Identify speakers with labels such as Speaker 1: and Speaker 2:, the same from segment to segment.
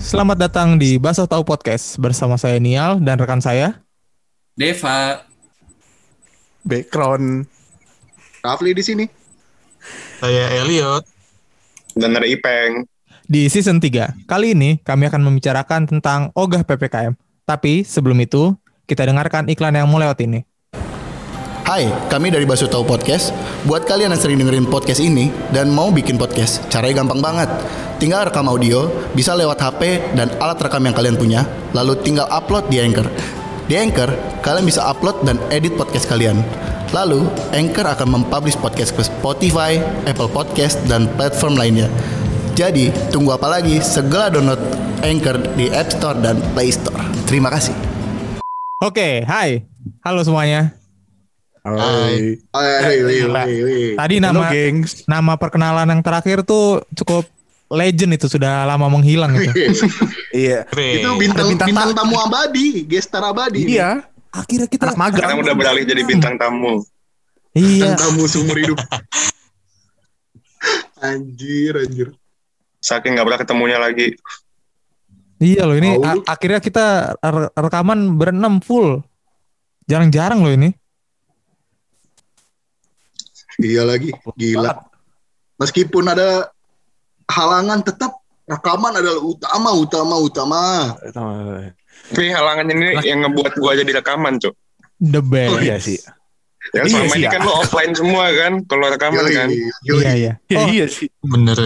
Speaker 1: Selamat datang di Basah Tahu Podcast bersama saya Nial dan rekan saya
Speaker 2: Deva.
Speaker 1: Background.
Speaker 3: Rafli di sini.
Speaker 4: Saya Elliot.
Speaker 5: Bener Ipeng.
Speaker 1: Di season 3, kali ini kami akan membicarakan tentang ogah PPKM. Tapi sebelum itu, kita dengarkan iklan yang mau lewat ini.
Speaker 6: Hai, kami dari Basu Tahu Podcast. Buat kalian yang sering dengerin podcast ini dan mau bikin podcast, caranya gampang banget. Tinggal rekam audio, bisa lewat HP dan alat rekam yang kalian punya, lalu tinggal upload di Anchor. Di Anchor, kalian bisa upload dan edit podcast kalian. Lalu, Anchor akan mempublish podcast ke Spotify, Apple Podcast, dan platform lainnya. Jadi, tunggu apa lagi? Segera download Anchor di App Store dan Play Store. Terima kasih.
Speaker 1: Oke, hai. Halo semuanya.
Speaker 4: Ah, Hai.
Speaker 5: Ah, iya,
Speaker 3: Hai, wih, wih, wih.
Speaker 1: Tadi nama
Speaker 4: gengs.
Speaker 1: nama perkenalan yang terakhir tuh cukup legend itu sudah lama menghilang gitu.
Speaker 4: Iya.
Speaker 3: Itu bintang, bintang, tamu abadi, gestar abadi.
Speaker 4: Iya.
Speaker 1: Akhirnya kita Hmm.
Speaker 5: Karena udah beralih jadi bintang tamu.
Speaker 1: Iya.
Speaker 3: Bintang tamu seumur hidup. anjir, anjir.
Speaker 5: Saking nggak pernah ketemunya lagi.
Speaker 1: Iya loh ini
Speaker 3: Tahu
Speaker 1: a-
Speaker 3: lu.
Speaker 1: akhirnya kita re- rekaman berenam full. Jarang-jarang loh ini.
Speaker 3: Iya lagi, gila. Meskipun ada halangan tetap rekaman adalah utama, utama, utama.
Speaker 5: Tapi halangan ini yang ngebuat gua jadi rekaman, Cuk.
Speaker 1: The best.
Speaker 4: Iya sih.
Speaker 5: Ya kan
Speaker 4: Iya
Speaker 5: selama
Speaker 4: sih,
Speaker 5: ini
Speaker 4: ya.
Speaker 5: kan lo offline semua kan kalau rekaman
Speaker 3: Yoi,
Speaker 5: kan.
Speaker 3: yoi.
Speaker 1: Iya, iya.
Speaker 4: Iya,
Speaker 1: Oh,
Speaker 4: iya sih.
Speaker 2: Bener.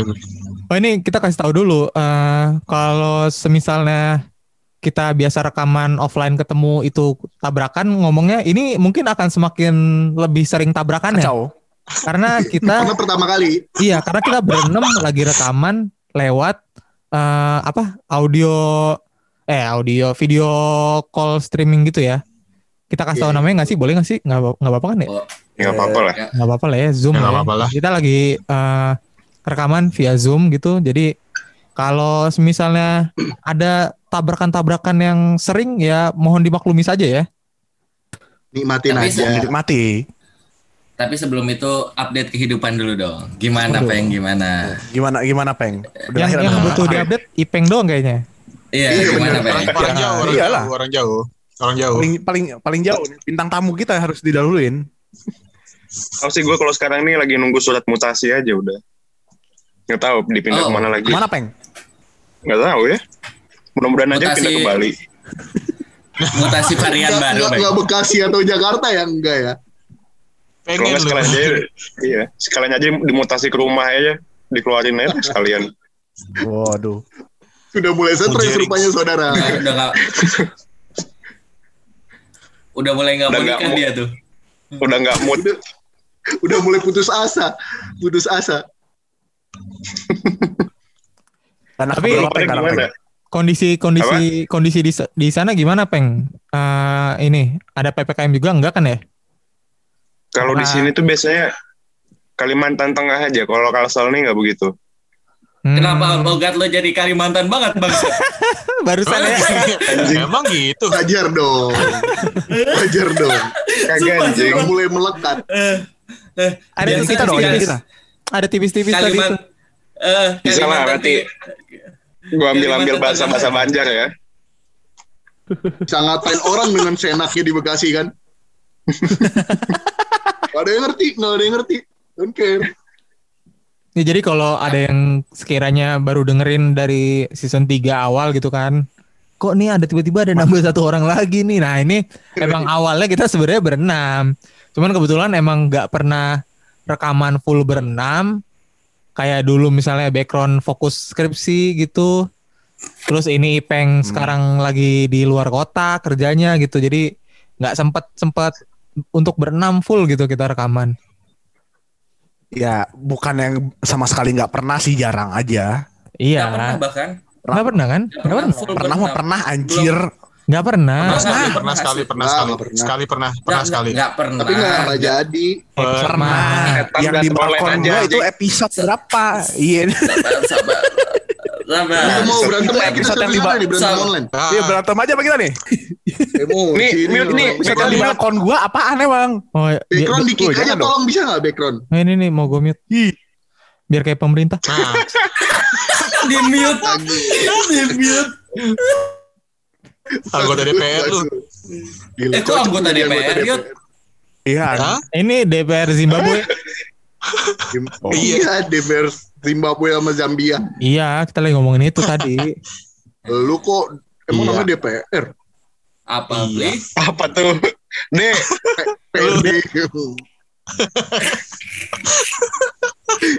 Speaker 1: Oh ini kita kasih tahu dulu eh kalau semisalnya kita biasa rekaman offline ketemu itu tabrakan ngomongnya ini mungkin akan semakin lebih sering tabrakan ya
Speaker 4: Kacau.
Speaker 1: karena
Speaker 3: Karena
Speaker 1: kita
Speaker 3: pertama kali
Speaker 1: iya karena kita berenam lagi rekaman lewat eh apa audio eh audio video call streaming gitu ya kita kasih tahu
Speaker 3: Iya.
Speaker 1: namanya nggak sih boleh nggak sih nggak apa- nggak apa-apa kan ya
Speaker 5: Enggak apa-apa lah.
Speaker 1: nggak apa-apa lah ya zoom lah
Speaker 4: Ya,
Speaker 1: ya.
Speaker 4: nggak apa-apa lah.
Speaker 1: kita lagi eh, rekaman via zoom gitu jadi kalau misalnya ada tabrakan-tabrakan yang sering ya mohon dimaklumi saja ya
Speaker 3: nikmatin
Speaker 2: Tapi
Speaker 4: Iya.
Speaker 3: aja.
Speaker 4: Mati.
Speaker 2: Tapi sebelum itu update kehidupan dulu dong.
Speaker 1: Aduh.
Speaker 2: Gimana peng gimana?
Speaker 4: Gimana gimana Peng? Udah
Speaker 1: yang
Speaker 4: lahiran
Speaker 1: yang
Speaker 4: apa?
Speaker 1: butuh diupdate ipeng doang kayaknya
Speaker 2: Iya,
Speaker 3: Iya,
Speaker 2: gimana
Speaker 3: bener.
Speaker 2: peng?
Speaker 7: orang
Speaker 4: Ya,
Speaker 7: jauh, orang
Speaker 4: iyalah.
Speaker 7: jauh, orang jauh, orang jauh.
Speaker 4: paling paling paling jauh nih. bintang tamu kita harus didahuluin.
Speaker 5: Tahu sih gua kalau sekarang ini lagi nunggu surat mutasi aja udah. Nggak tahu dipindah
Speaker 2: Oh.
Speaker 5: kemana lagi.
Speaker 4: Mana Peng?
Speaker 5: Nggak tahu ya. Mudah-mudahan aja
Speaker 2: Mutasi.
Speaker 5: pindah ke Bali.
Speaker 2: Mutasi varian
Speaker 3: Nggak-
Speaker 2: baru
Speaker 3: nggak-
Speaker 2: peng.
Speaker 3: nggak Bekasi atau Jakarta ya enggak ya?
Speaker 5: Kalau
Speaker 7: Pengen
Speaker 5: nggak
Speaker 7: lu.
Speaker 5: sekalian aja, iya, sekalian aja dimutasi ke rumah aja, dikeluarin aja sekalian.
Speaker 4: Waduh.
Speaker 3: Sudah mulai stres
Speaker 7: Ujiring.
Speaker 3: rupanya saudara.
Speaker 2: Udah udah nggak. Udah mulai nggak
Speaker 5: Udah
Speaker 2: mau
Speaker 5: nggak
Speaker 2: kan
Speaker 5: mau.
Speaker 2: dia tuh.
Speaker 5: Udah nggak mood.
Speaker 3: Udah, udah mulai putus asa, putus asa.
Speaker 4: Dan
Speaker 1: Tapi-
Speaker 4: aku berapa, Peng,
Speaker 5: Pada
Speaker 4: sekarang,
Speaker 5: gimana?
Speaker 4: Peng?
Speaker 1: kondisi kondisi kondisi di, sa- di sana gimana peng Eh, ini ada ppkm juga enggak kan ya
Speaker 5: Kalau di
Speaker 1: Nah.
Speaker 5: sini tuh biasanya Kalimantan Tengah aja. Kalau Kalsel nih nggak begitu.
Speaker 1: Hmm,
Speaker 2: Kenapa logat lo jadi Kalimantan banget bang? Eh,
Speaker 1: barusan ya
Speaker 7: Emang gitu.
Speaker 3: Wajar dong. Wajar dong.
Speaker 5: Kagak anjing.
Speaker 3: Udah mulai melekat.
Speaker 1: ada
Speaker 2: Biasa
Speaker 4: Kita dong,
Speaker 2: sih,
Speaker 4: ajarin
Speaker 2: guys.
Speaker 4: kita.
Speaker 1: ada tipis-tipis tadi itu.
Speaker 2: eh, Kalimantan. Eh,
Speaker 5: Bisa lah,
Speaker 2: Kalimantan
Speaker 5: nanti. Gua ambil-ambil bahasa-bahasa Banjar ya.
Speaker 3: Bisa ngatain orang dengan senaknya di Bekasi kan. Gak ada yang ngerti, gak ada yang ngerti. Don't care.
Speaker 1: Ya, jadi kalau ada yang sekiranya baru dengerin dari season 3 awal gitu kan. Kok nih ada tiba-tiba ada nambah satu orang lagi nih. Nah, ini emang awalnya kita sebenarnya berenam. Cuman kebetulan emang nggak pernah rekaman full berenam. Kayak dulu misalnya background fokus skripsi gitu. Terus ini Ipeng
Speaker 2: Hmm.
Speaker 1: sekarang lagi di luar kota kerjanya gitu. Jadi nggak sempet sempet untuk berenam full gitu kita rekaman.
Speaker 4: Ya, bukan yang sama sekali nggak pernah sih, jarang aja.
Speaker 2: Iya.
Speaker 1: Iya.
Speaker 2: pernah bahkan.
Speaker 1: Nggak pernah kan?
Speaker 2: Nggak
Speaker 1: Nggak pernah.
Speaker 2: full
Speaker 4: Pernah mah
Speaker 2: berenam.
Speaker 4: pernah anjir.
Speaker 1: Nggak pernah.
Speaker 2: Pernah.
Speaker 7: Pernah sekali,
Speaker 2: Pernah
Speaker 7: pernah sekali,
Speaker 2: sih.
Speaker 7: pernah
Speaker 3: Nggak,
Speaker 7: sekali,
Speaker 3: nggak pernah.
Speaker 7: sekali pernah,
Speaker 2: Nggak-
Speaker 7: pernah sekali.
Speaker 2: Nggak pernah.
Speaker 3: Tapi gak
Speaker 2: Nah,
Speaker 3: pernah jadi.
Speaker 4: Pernah.
Speaker 5: Pernah.
Speaker 4: Yang di balkon
Speaker 5: Online aja,
Speaker 4: gua itu
Speaker 5: anjing.
Speaker 4: episode berapa? Iya.
Speaker 2: Sabar, sabar. Sabar.
Speaker 3: Kita mau berantem
Speaker 4: itu
Speaker 3: aja, kita
Speaker 4: episode yang di-
Speaker 3: serius aja nih berantem
Speaker 2: sama.
Speaker 3: online.
Speaker 7: Ah,
Speaker 4: Iya berantem aja apa kita nih?
Speaker 3: Emosi.
Speaker 5: Nih, Mil,
Speaker 3: ini
Speaker 5: nih,
Speaker 3: orang.
Speaker 5: Mil,
Speaker 4: Yang di balkon gua apaan emang?
Speaker 1: Oh, ya, bi-
Speaker 3: Background dikit
Speaker 4: Oh,
Speaker 3: aja
Speaker 4: jangan dong.
Speaker 3: tolong bisa gak background?
Speaker 1: bi- ini nih mau gue mute. Biar kayak pemerintah.
Speaker 7: Nah,
Speaker 2: di mute. Di mute.
Speaker 7: Anggota DPR lu.
Speaker 3: Iya. Gila,
Speaker 2: Eh, kok
Speaker 3: cocok
Speaker 2: anggota
Speaker 3: jadi
Speaker 2: DPR, Yud?
Speaker 4: Iya.
Speaker 7: Hah?
Speaker 1: Ini DPR Zimbabwe.
Speaker 7: Oh.
Speaker 3: Iya, DPR Zimbabwe sama Zambia.
Speaker 1: iya, kita lagi ngomongin itu tadi.
Speaker 3: Lu kok emang
Speaker 4: Iya.
Speaker 3: namanya DPR?
Speaker 2: Apa, please?
Speaker 5: Apa tuh? D.
Speaker 3: PRD.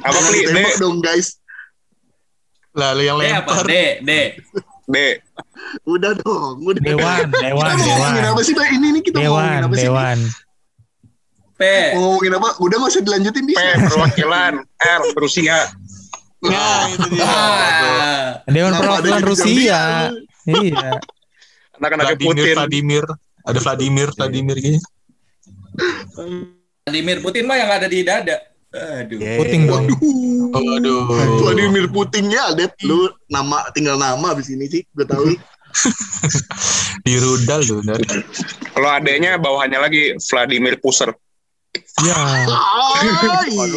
Speaker 5: Apa
Speaker 3: Jangan
Speaker 5: Pli? D.
Speaker 3: tembak dong guys.
Speaker 7: Lalu yang
Speaker 2: D apa?
Speaker 7: lempar.
Speaker 2: D, D.
Speaker 5: D.
Speaker 3: Udah dong, udah.
Speaker 1: Dewan,
Speaker 3: Kita
Speaker 1: dewan,
Speaker 3: mau ngomongin
Speaker 1: dewan.
Speaker 3: apa sih? Nah, ini nih kita mau
Speaker 1: Dewan,
Speaker 3: ngomongin apa sih?
Speaker 1: dewan.
Speaker 2: P.
Speaker 3: Mau ngomongin apa? Udah gak usah dilanjutin di
Speaker 5: P. Perwakilan. R. Rusia.
Speaker 7: Nah, itu
Speaker 3: iya,
Speaker 7: dia.
Speaker 2: Ah.
Speaker 1: Dewan
Speaker 3: Kenapa
Speaker 1: perwakilan
Speaker 3: ada di
Speaker 1: Rusia. iya.
Speaker 5: Anak-anak
Speaker 7: Vladimir,
Speaker 5: Putin.
Speaker 7: Vladimir. Ada Vladimir, Vladimir gini.
Speaker 2: Vladimir Putin mah yang ada di dada.
Speaker 4: Iya,
Speaker 2: Aduh.
Speaker 1: Puting dong.
Speaker 3: Waduh.
Speaker 7: Waduh.
Speaker 3: Vladimir Putin ya, Det. Lu nama tinggal nama abis ini sih, gue tahu.
Speaker 7: Di rudal lu. Dar.
Speaker 5: Kalau adanya bawahannya lagi Vladimir Puser.
Speaker 1: Iya.
Speaker 3: ah,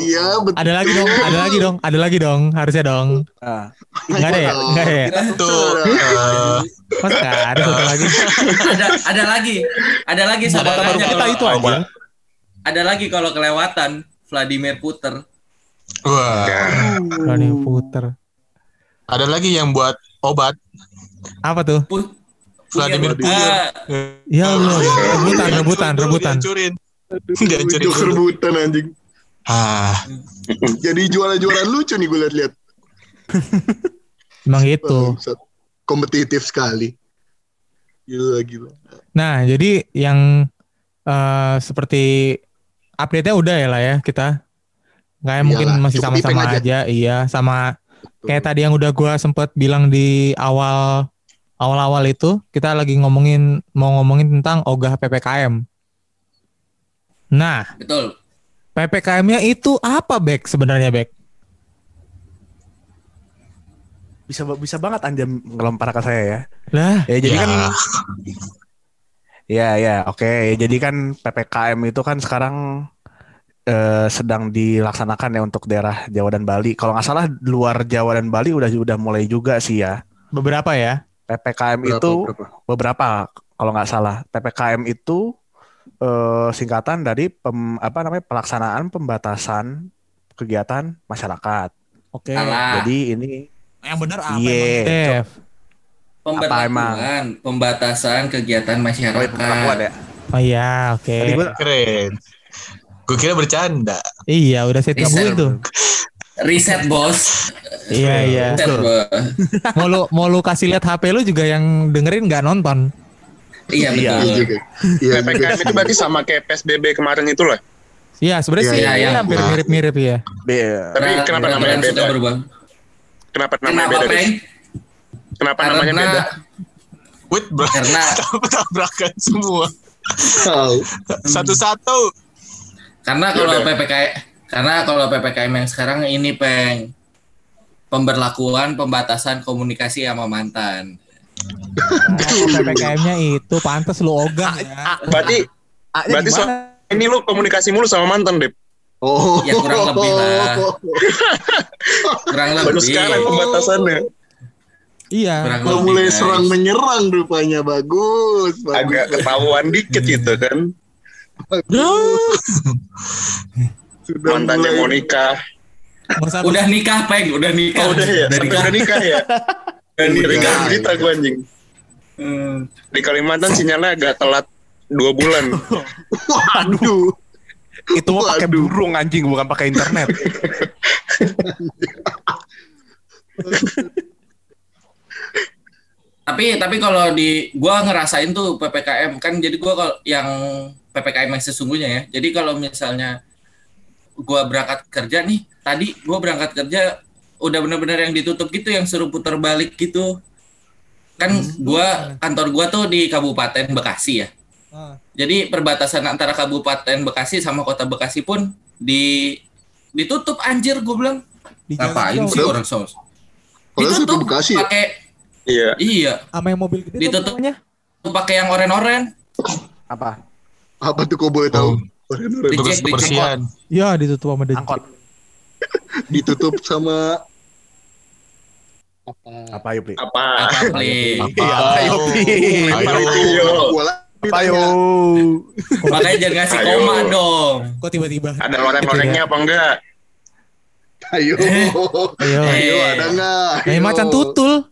Speaker 3: iya, betul.
Speaker 1: Ada lagi dong, ada lagi dong, ada lagi dong, harusnya dong.
Speaker 4: Ah.
Speaker 1: Enggak ada ya? Enggak ada ya?
Speaker 7: Tuh. eh,
Speaker 1: Masa nggak ada satu lagi?
Speaker 2: Ada ada lagi. Ada lagi
Speaker 1: Apa kabar
Speaker 2: saudaranya
Speaker 1: kita
Speaker 2: kalau-
Speaker 1: itu aja?
Speaker 2: Ada lagi kalau kelewatan Vladimir Puter.
Speaker 7: Wah.
Speaker 1: Rani Puter.
Speaker 7: Ada lagi yang buat obat.
Speaker 1: Apa tuh?
Speaker 2: Pu-
Speaker 7: Vladimir
Speaker 2: punya-
Speaker 7: Putin.
Speaker 2: Ah,
Speaker 1: Ya Allah, rebutan, rebutan, rebutan.
Speaker 7: Dihancurin. Dihancurin.
Speaker 3: Ujuk
Speaker 7: dulu.
Speaker 3: rebutan anjing.
Speaker 7: Ah,
Speaker 3: Jadi juara-juaraan lucu nih gue lihat-lihat.
Speaker 1: Emang gitu.
Speaker 3: Bangsat. Kompetitif sekali. Gila, gila.
Speaker 1: Nah, jadi yang eh, seperti update-nya udah ya lah ya kita. Nggak
Speaker 4: Iya
Speaker 1: ya, mungkin
Speaker 3: Iyalah,
Speaker 1: masih
Speaker 3: cukup
Speaker 1: sama-sama
Speaker 3: ipeng
Speaker 1: aja. Iya, sama kayak tadi yang udah gua sempet bilang di awal awal-awal itu kita lagi ngomongin mau ngomongin tentang ogah PPKM. Nah,
Speaker 2: betul.
Speaker 1: PPKM-nya itu apa, Bek, sebenarnya, Bek?
Speaker 4: Bisa bisa banget Anda ngelempar ke saya ya.
Speaker 1: Lah,
Speaker 4: Ya jadi
Speaker 7: Ya.
Speaker 4: kan Ya ya, oke. Jadi kan PPKM itu kan sekarang eh, sedang dilaksanakan ya untuk daerah Jawa dan Bali. Kalau nggak salah luar Jawa dan Bali udah udah mulai juga sih ya.
Speaker 1: beberapa ya.
Speaker 4: PPKM itu beberapa kalau nggak salah. PPKM itu eh, singkatan dari pem- apa namanya pelaksanaan pembatasan kegiatan masyarakat.
Speaker 1: Oke.
Speaker 2: Salah.
Speaker 4: Jadi ini
Speaker 1: Yang benar apa?
Speaker 4: Iya.
Speaker 1: emang, Dev?
Speaker 2: Pemberlakuan,
Speaker 4: Apa
Speaker 2: pembatasan kegiatan
Speaker 4: oh,
Speaker 2: masyarakat.
Speaker 4: pemberlakuan ya.
Speaker 1: Oh iya, oke.
Speaker 4: Tadi gua-
Speaker 7: keren. Gue kira bercanda.
Speaker 1: Iya, udah saya timbulin
Speaker 2: Reserve.
Speaker 1: tuh.
Speaker 2: Riset bos.
Speaker 1: Iya, iya.
Speaker 4: Ya.
Speaker 2: Riset bos.
Speaker 1: mau lu mau lu kasih lihat HP lu juga yang dengerin nggak nonton.
Speaker 2: Iya
Speaker 4: Iya.
Speaker 3: Iya
Speaker 2: betul.
Speaker 3: juga. Iya juga
Speaker 5: PPKM itu
Speaker 3: sih.
Speaker 5: berarti sama kayak PSBB kemarin itu lah.
Speaker 1: Iya, sebenarnya sih
Speaker 3: Iya,
Speaker 2: iya,
Speaker 1: iya,
Speaker 2: iya.
Speaker 1: hampir mirip-mirip ya.
Speaker 4: Be-
Speaker 5: Tapi
Speaker 7: Nah,
Speaker 2: Peraturan-
Speaker 7: iya,
Speaker 5: kenapa
Speaker 2: peraturan
Speaker 5: namanya beda?
Speaker 2: sudah berubah?
Speaker 5: Kenapa namanya
Speaker 2: Kenapa
Speaker 5: beda? Des?
Speaker 2: Peng?
Speaker 5: Kenapa namanya
Speaker 2: Karena
Speaker 5: beda?
Speaker 7: Wait, bro.
Speaker 2: Karena-
Speaker 7: tabrakan semua.
Speaker 3: Tahu.
Speaker 7: Satu-satu.
Speaker 2: karena kalau
Speaker 5: Yaudah.
Speaker 2: PPKM karena kalau PPKM yang sekarang ini Peng pemberlakuan pembatasan komunikasi sama mantan.
Speaker 1: PPKM-nya itu pantas lu ogah ya.
Speaker 5: Berarti
Speaker 4: A-nya
Speaker 5: berarti
Speaker 4: gimana?
Speaker 5: so- ini lu komunikasi mulu sama mantan, Dep.
Speaker 3: Oh.
Speaker 2: Ya, kurang lebih lah. Kurang lebih.
Speaker 7: Iya.
Speaker 5: Baru sekarang pembatasannya.
Speaker 3: Oh,
Speaker 1: Iya.
Speaker 2: Kurang
Speaker 3: Udah
Speaker 2: lebih,
Speaker 3: mulai
Speaker 2: guys.
Speaker 3: serang menyerang rupanya bagus.
Speaker 5: Agak
Speaker 3: Bagus.
Speaker 5: ketahuan dikit gitu kan.
Speaker 3: Sudah
Speaker 5: Mantannya mau
Speaker 3: mulai.
Speaker 5: nikah.
Speaker 1: Nggak usah-
Speaker 2: Udah nikah Peng, udah nikah.
Speaker 3: Iya,
Speaker 5: Oh, udah ya,
Speaker 2: Udah
Speaker 5: sampai
Speaker 2: nikah.
Speaker 5: udah nikah ya. Dan nikah cerita gue anjing.
Speaker 2: Hmm.
Speaker 5: Di Kalimantan sinyalnya agak telat dua bulan.
Speaker 3: Waduh.
Speaker 4: itu mah pakai
Speaker 3: Waduh.
Speaker 4: burung anjing bukan pakai internet.
Speaker 2: Tapi tapi kalau di gua ngerasain tuh PPKM kan jadi gua kalau yang PPKM yang sesungguhnya ya. Jadi kalau misalnya gua berangkat kerja nih, tadi gua berangkat kerja udah benar-benar yang ditutup gitu yang suruh putar balik gitu. Kan gua kantor gua tuh di Kabupaten Bekasi ya.
Speaker 1: Ah.
Speaker 2: Jadi perbatasan antara Kabupaten Bekasi sama Kota Bekasi pun di ditutup anjir gua bilang.
Speaker 1: Dijaga
Speaker 2: Ngapain
Speaker 1: dong.
Speaker 2: sih orang Sos?
Speaker 3: Padahal satu Bekasi. ya?
Speaker 2: pakai
Speaker 5: Iya.
Speaker 2: iya,
Speaker 1: Sama yang mobil gede
Speaker 2: Ditutup.
Speaker 1: tuh namanya.
Speaker 2: pakai yang oren-oren.
Speaker 4: Apa?
Speaker 3: Apa tuh kau boleh
Speaker 1: Oh.
Speaker 3: tahu? Orang-orang
Speaker 2: Dicek,
Speaker 7: Tugas
Speaker 2: dicek.
Speaker 7: kebersihan.
Speaker 1: Ya, ditutup sama dia.
Speaker 4: Angkot.
Speaker 3: Ditutup sama
Speaker 8: apa
Speaker 4: Apa yuk, Pri?
Speaker 5: Apa?
Speaker 2: Apa beli?
Speaker 4: Iya, Apa yuk, Pri?
Speaker 7: Ayo.
Speaker 3: Gua lagi.
Speaker 4: Apa yuk?
Speaker 2: Makanya jangan ngasih
Speaker 5: Ayo.
Speaker 2: koma dong.
Speaker 1: Kok tiba-tiba?
Speaker 5: Ada loreng-lorengnya apa enggak?
Speaker 3: Ayo.
Speaker 1: Eh, Ayo.
Speaker 3: Ayo ada enggak?
Speaker 1: Eh, macan tutul.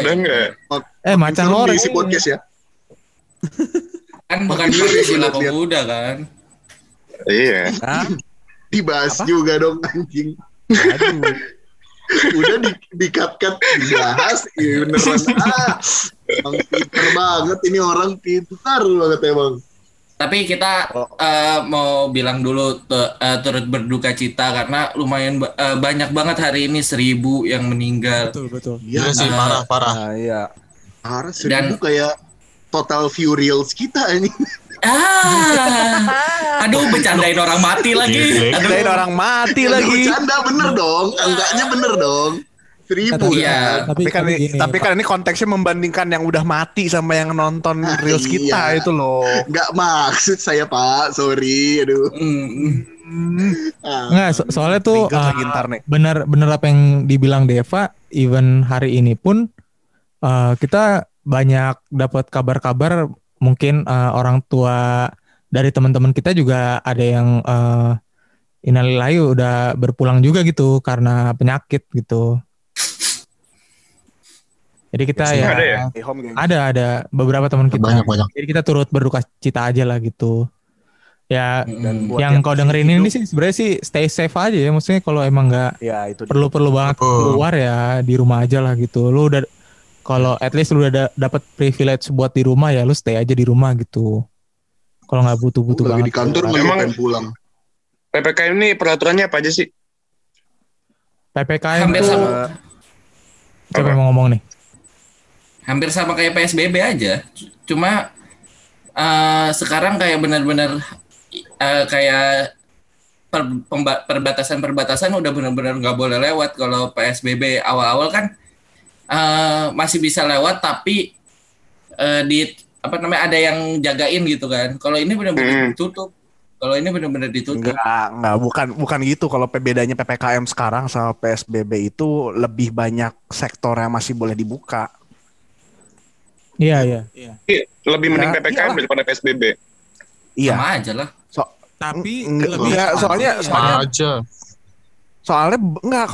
Speaker 2: Oh,
Speaker 5: ada
Speaker 2: iya.
Speaker 5: enggak?
Speaker 1: Eh, macan loreng.
Speaker 3: Lore isi podcast ya.
Speaker 2: Kan bukan
Speaker 3: Makin
Speaker 2: diri sila
Speaker 3: lihat-lihat.
Speaker 2: pemuda kan.
Speaker 5: Iya.
Speaker 7: Nah.
Speaker 4: Hah?
Speaker 3: Dibahas
Speaker 4: Apa?
Speaker 3: juga dong anjing.
Speaker 4: Aduh.
Speaker 3: Udah di dikat-kat dibahas ya beneran ah. Bang pinter banget ini orang pintar banget emang.
Speaker 2: Tapi kita
Speaker 4: Oh.
Speaker 2: eh, mau bilang dulu tu- eh, turut berduka cita karena lumayan ba- eh, banyak banget hari ini seribu yang meninggal.
Speaker 1: Betul, betul.
Speaker 7: Gila Iya sih,
Speaker 2: nah.
Speaker 7: parah, parah.
Speaker 4: Ah, iya.
Speaker 3: Harus
Speaker 2: Dan-
Speaker 3: seribu kayak total view reels kita ini.
Speaker 2: Ah, aduh bercandain orang mati lagi.
Speaker 7: Gila.
Speaker 2: Aduh,
Speaker 4: Kirain orang mati Iya lagi. Iya.
Speaker 3: Bercanda bener dong. Enggaknya bener dong. Seribu
Speaker 2: Iya.
Speaker 3: ya.
Speaker 1: Tapi,
Speaker 4: Tapi kan,
Speaker 1: tapi
Speaker 4: ini,
Speaker 1: gini,
Speaker 4: tapi kan ini konteksnya membandingkan yang udah mati sama yang nonton
Speaker 3: Ah,
Speaker 4: reels kita
Speaker 3: iya.
Speaker 4: itu loh.
Speaker 3: Enggak maksud saya Pak, sorry. Aduh.
Speaker 2: mm,
Speaker 1: Hmm,
Speaker 3: Ah.
Speaker 1: Nggak, so- soalnya tuh
Speaker 4: Ribet
Speaker 1: uh,
Speaker 4: lagi ntar nih.
Speaker 1: benar benar apa yang dibilang Deva, even hari ini pun uh, kita banyak dapat kabar-kabar mungkin uh, orang tua dari teman-teman kita juga ada yang uh, inalilahi udah berpulang juga gitu karena penyakit gitu. Jadi kita
Speaker 5: Biasanya
Speaker 1: ya
Speaker 5: ada ya?
Speaker 4: Stay home, geng.
Speaker 1: ada ada beberapa teman kita.
Speaker 3: Banyak-banyak.
Speaker 1: Jadi kita turut berduka cita aja lah gitu. Ya
Speaker 2: mm.
Speaker 4: buat
Speaker 1: yang kau dengerin ini
Speaker 4: hidup,
Speaker 1: sih sebenarnya sih stay safe aja ya maksudnya kalau emang nggak
Speaker 4: Ya itu. dia.
Speaker 1: perlu perlu banget
Speaker 7: Oh.
Speaker 1: keluar ya di rumah aja lah gitu lu udah kalau at least lu udah da- dapat privilege buat di rumah ya lu stay aja di rumah gitu kalau nggak butuh butuh
Speaker 3: Lagi
Speaker 1: banget
Speaker 3: di kantor
Speaker 1: keluar.
Speaker 3: gue
Speaker 5: Emang-
Speaker 3: pengen pulang.
Speaker 5: PPKM ini peraturannya apa aja sih?
Speaker 1: ppkm
Speaker 2: Hampir
Speaker 1: tuh
Speaker 2: sama.
Speaker 4: Eh,
Speaker 1: siapa yang mau ngomong nih
Speaker 2: hampir sama kayak PSBB aja. C- Cuma eh, sekarang kayak benar-benar eh, kayak per- pemba- perbatasan-perbatasan udah benar-benar nggak boleh lewat kalau PSBB awal-awal kan eh, masih bisa lewat tapi eh, di apa namanya ada yang jagain gitu kan. Kalau ini benar-benar
Speaker 5: Mm.
Speaker 2: ditutup. Kalau ini benar-benar ditutup.
Speaker 4: Enggak, enggak, bukan bukan gitu. Kalau bedanya PPKM sekarang sama PSBB itu lebih banyak sektor yang masih boleh dibuka.
Speaker 1: iya iya
Speaker 5: Lebih
Speaker 4: Ya,
Speaker 5: mending
Speaker 7: Nah,
Speaker 5: PPKM
Speaker 4: iyalah.
Speaker 5: daripada PSBB.
Speaker 4: Iya.
Speaker 2: Sama aja lah.
Speaker 1: tapi
Speaker 4: Enggak,
Speaker 1: lebih
Speaker 4: enggak, soalnya soalnya
Speaker 7: Parah aja.
Speaker 4: soalnya b- enggak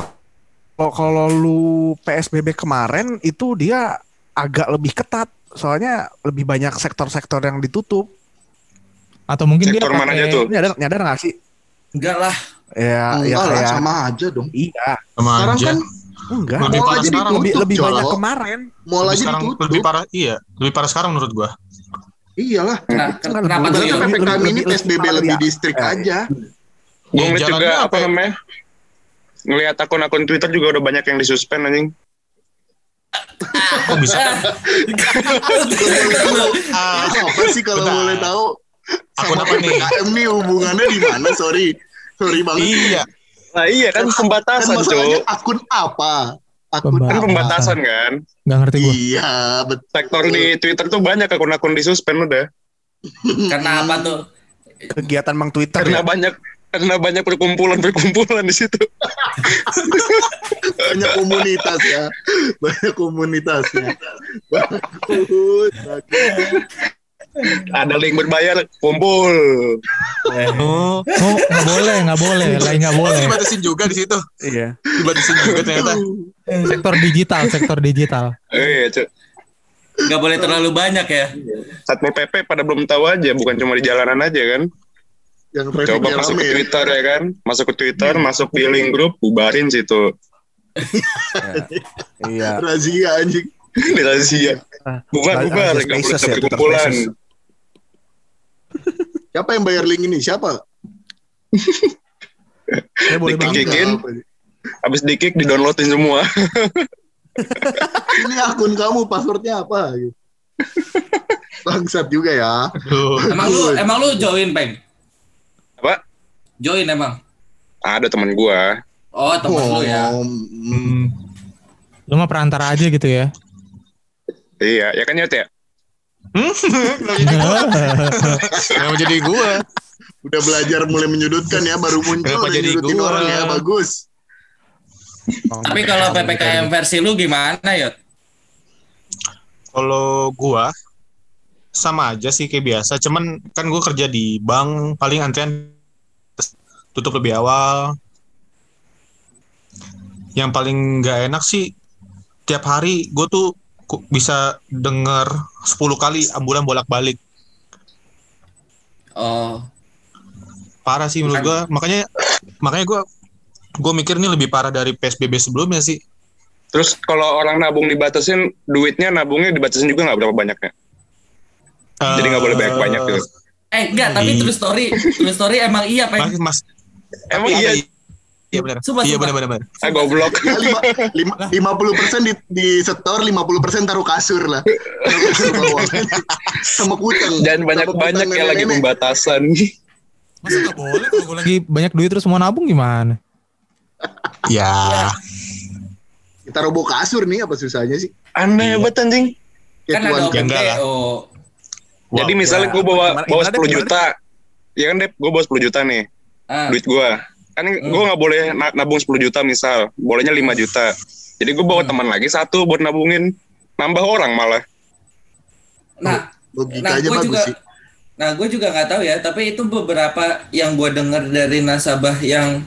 Speaker 4: kalau kalau lu PSBB kemarin itu dia agak lebih ketat. Soalnya lebih banyak sektor-sektor yang ditutup.
Speaker 1: atau mungkin dia
Speaker 5: Sektor mana aja
Speaker 7: eh?
Speaker 1: pakai-
Speaker 5: tuh?
Speaker 4: Nyadar nyadar nggak sih?
Speaker 2: Enggak lah.
Speaker 4: Ya, ya
Speaker 3: Enggak lah,
Speaker 4: kayak-
Speaker 3: sama aja dong.
Speaker 4: iya,
Speaker 7: Sama
Speaker 3: Sekarang
Speaker 7: aja.
Speaker 3: kan
Speaker 4: enggak.
Speaker 7: Lebih
Speaker 3: mall
Speaker 7: parah
Speaker 3: aja
Speaker 7: sekarang.
Speaker 3: ditutup,
Speaker 4: Lebih lebih
Speaker 3: Colo.
Speaker 4: banyak kemarin.
Speaker 3: Mall
Speaker 7: Lebih
Speaker 3: aja
Speaker 7: sekarang
Speaker 3: ditutup.
Speaker 7: lebih parah, iya. Lebih parah sekarang menurut gua.
Speaker 3: Iyalah.
Speaker 2: Nah,
Speaker 4: Enggak,
Speaker 2: kenapa
Speaker 4: lebih-
Speaker 2: tuh? Yul?
Speaker 3: Padahal PPKM ini
Speaker 4: lebih-
Speaker 3: PSBB
Speaker 4: lebih-
Speaker 3: lebih
Speaker 4: lebih-
Speaker 3: distrik
Speaker 4: eh,
Speaker 3: aja.
Speaker 5: Gue
Speaker 7: Ya,
Speaker 5: ngeliat
Speaker 7: jalannya
Speaker 5: juga
Speaker 7: apa
Speaker 5: apa
Speaker 7: ya?
Speaker 5: namanya? Ngeliat akun-akun Twitter juga udah banyak yang disuspend anjing.
Speaker 7: Kok Oh, bisa? Ah,
Speaker 3: Apa sih kalau
Speaker 7: Bentar.
Speaker 3: boleh tahu
Speaker 7: Akun
Speaker 3: sama
Speaker 7: apa nih?
Speaker 3: PPKM nih hubungannya di mana? Sorry. Sorry banget.
Speaker 7: iya.
Speaker 5: Nah iya kan
Speaker 3: Kan
Speaker 5: pembatasan
Speaker 3: masalahnya
Speaker 5: cuy.
Speaker 3: akun apa? Akun
Speaker 1: Pembatasan.
Speaker 5: Kan
Speaker 3: apa?
Speaker 5: pembatasan kan.
Speaker 1: nggak ngerti gua
Speaker 3: Iya, betul.
Speaker 5: Sektor di Twitter tuh banyak akun-akun disuspend udah.
Speaker 2: Kenapa tuh?
Speaker 4: kegiatan Mang Twitter ya.
Speaker 5: Karena banyak karena banyak perkumpulan-perkumpulan di situ.
Speaker 3: banyak komunitas ya. Banyak komunitasnya. Bagus.
Speaker 5: Ada link berbayar, kumpul.
Speaker 1: oh nggak boleh nggak boleh
Speaker 3: Iya.
Speaker 1: lain nggak
Speaker 7: Oh,
Speaker 1: boleh
Speaker 7: dibatasin juga di situ.
Speaker 4: Iya.
Speaker 7: Dibatasin juga ternyata.
Speaker 3: Iya.
Speaker 1: sektor digital sektor digital
Speaker 5: Eh, iya, cuy.
Speaker 2: Enggak boleh terlalu banyak ya.
Speaker 5: Satpol PP pada belum tahu aja, bukan cuma di jalanan aja kan.
Speaker 3: Yang
Speaker 5: Coba
Speaker 3: trafficnya
Speaker 5: masuk ke
Speaker 3: rame ya.
Speaker 5: Twitter ya kan, masuk ke Twitter, masuk di link grup, bubarin situ.
Speaker 4: Iya.
Speaker 3: Razia anjing.
Speaker 5: Dirazia. Bukan
Speaker 4: Ra-
Speaker 5: bubar,
Speaker 4: Razia
Speaker 5: nggak boleh
Speaker 4: Spaces ya,
Speaker 5: sampai
Speaker 4: Twitter
Speaker 5: kumpulan.
Speaker 4: Spaces.
Speaker 3: Siapa yang bayar link ini? Siapa?
Speaker 4: Saya boleh
Speaker 5: Dikit.
Speaker 4: banget.
Speaker 5: Dikikin.
Speaker 3: Apa ini?
Speaker 5: Abis di-kick, di-downloadin semua.
Speaker 3: Ini akun kamu passwordnya apa? Gitu. Bangsat juga ya.
Speaker 7: Aduh.
Speaker 2: Emang lu emang lu join, Peng?
Speaker 5: Apa?
Speaker 2: Join emang.
Speaker 5: Ada teman gua.
Speaker 2: Oh, temen lu ya.
Speaker 3: mm,
Speaker 1: lu mah perantara aja gitu ya
Speaker 5: Iya, ya kan Yot ya?
Speaker 3: Iya.
Speaker 7: Kenapa jadi gua?
Speaker 3: udah belajar mulai menyudutkan ya baru muncul
Speaker 7: Kenapa jadi
Speaker 3: menyudutin
Speaker 7: gua?
Speaker 3: orang ya bagus.
Speaker 2: Tapi kalau PPKM versi lu gimana, Yot?
Speaker 7: Kalau gua sama aja sih kayak biasa, cuman kan gua kerja di bank, paling antrian tutup lebih awal. Yang paling nggak enak sih tiap hari gue tuh ku- bisa denger 10 kali ambulan bolak-balik.
Speaker 2: Oh,
Speaker 7: Parah sih menurut gua. Makanya makanya gua gue mikir ini lebih parah dari PSBB sebelumnya sih.
Speaker 5: Terus kalau orang nabung dibatasin, duitnya nabungnya dibatasin juga nggak berapa banyaknya. Jadi nggak boleh banyak-banyak
Speaker 7: Eh,
Speaker 5: gitu.
Speaker 2: eh enggak, tapi
Speaker 7: Ini.
Speaker 2: true story, true story emang iya, Peng.
Speaker 7: Mas, mas,
Speaker 5: Emang
Speaker 7: tapi
Speaker 5: iya,
Speaker 7: ada- Iya benar.
Speaker 2: Sumpah,
Speaker 7: Iya
Speaker 2: sumpah.
Speaker 7: benar-benar.
Speaker 5: ah, goblok.
Speaker 3: Ya, lima, lima, 50% di, di setor, 50% taruh kasur lah. Taruh kasur bawah. Sama kutang.
Speaker 5: Dan banyak-banyak yang lagi pembatasan.
Speaker 1: Masa nggak boleh kalau gua lagi banyak duit terus mau nabung gimana?
Speaker 7: Ya.
Speaker 3: Kita robo kasur nih apa susahnya sih? Ya
Speaker 5: Aneh banget anjing.
Speaker 2: Kan
Speaker 3: Kayak
Speaker 2: ada
Speaker 3: tuan-
Speaker 2: open
Speaker 7: enggak lah.
Speaker 2: PO.
Speaker 5: Jadi misalnya gue bawa bawa 10 juta, ya kan Dep, gue bawa 10 juta nih,
Speaker 2: Ah,
Speaker 5: duit gue. Kan gue nggak boleh na- nabung 10 juta misal, bolehnya 5 juta. Jadi gue bawa teman lagi satu buat nabungin, nambah orang malah.
Speaker 2: Nah, nah
Speaker 3: Logikanya
Speaker 2: gue
Speaker 3: bagus
Speaker 2: juga
Speaker 3: sih.
Speaker 2: Nah, gue juga nggak tahu ya, tapi itu beberapa yang gue dengar dari nasabah yang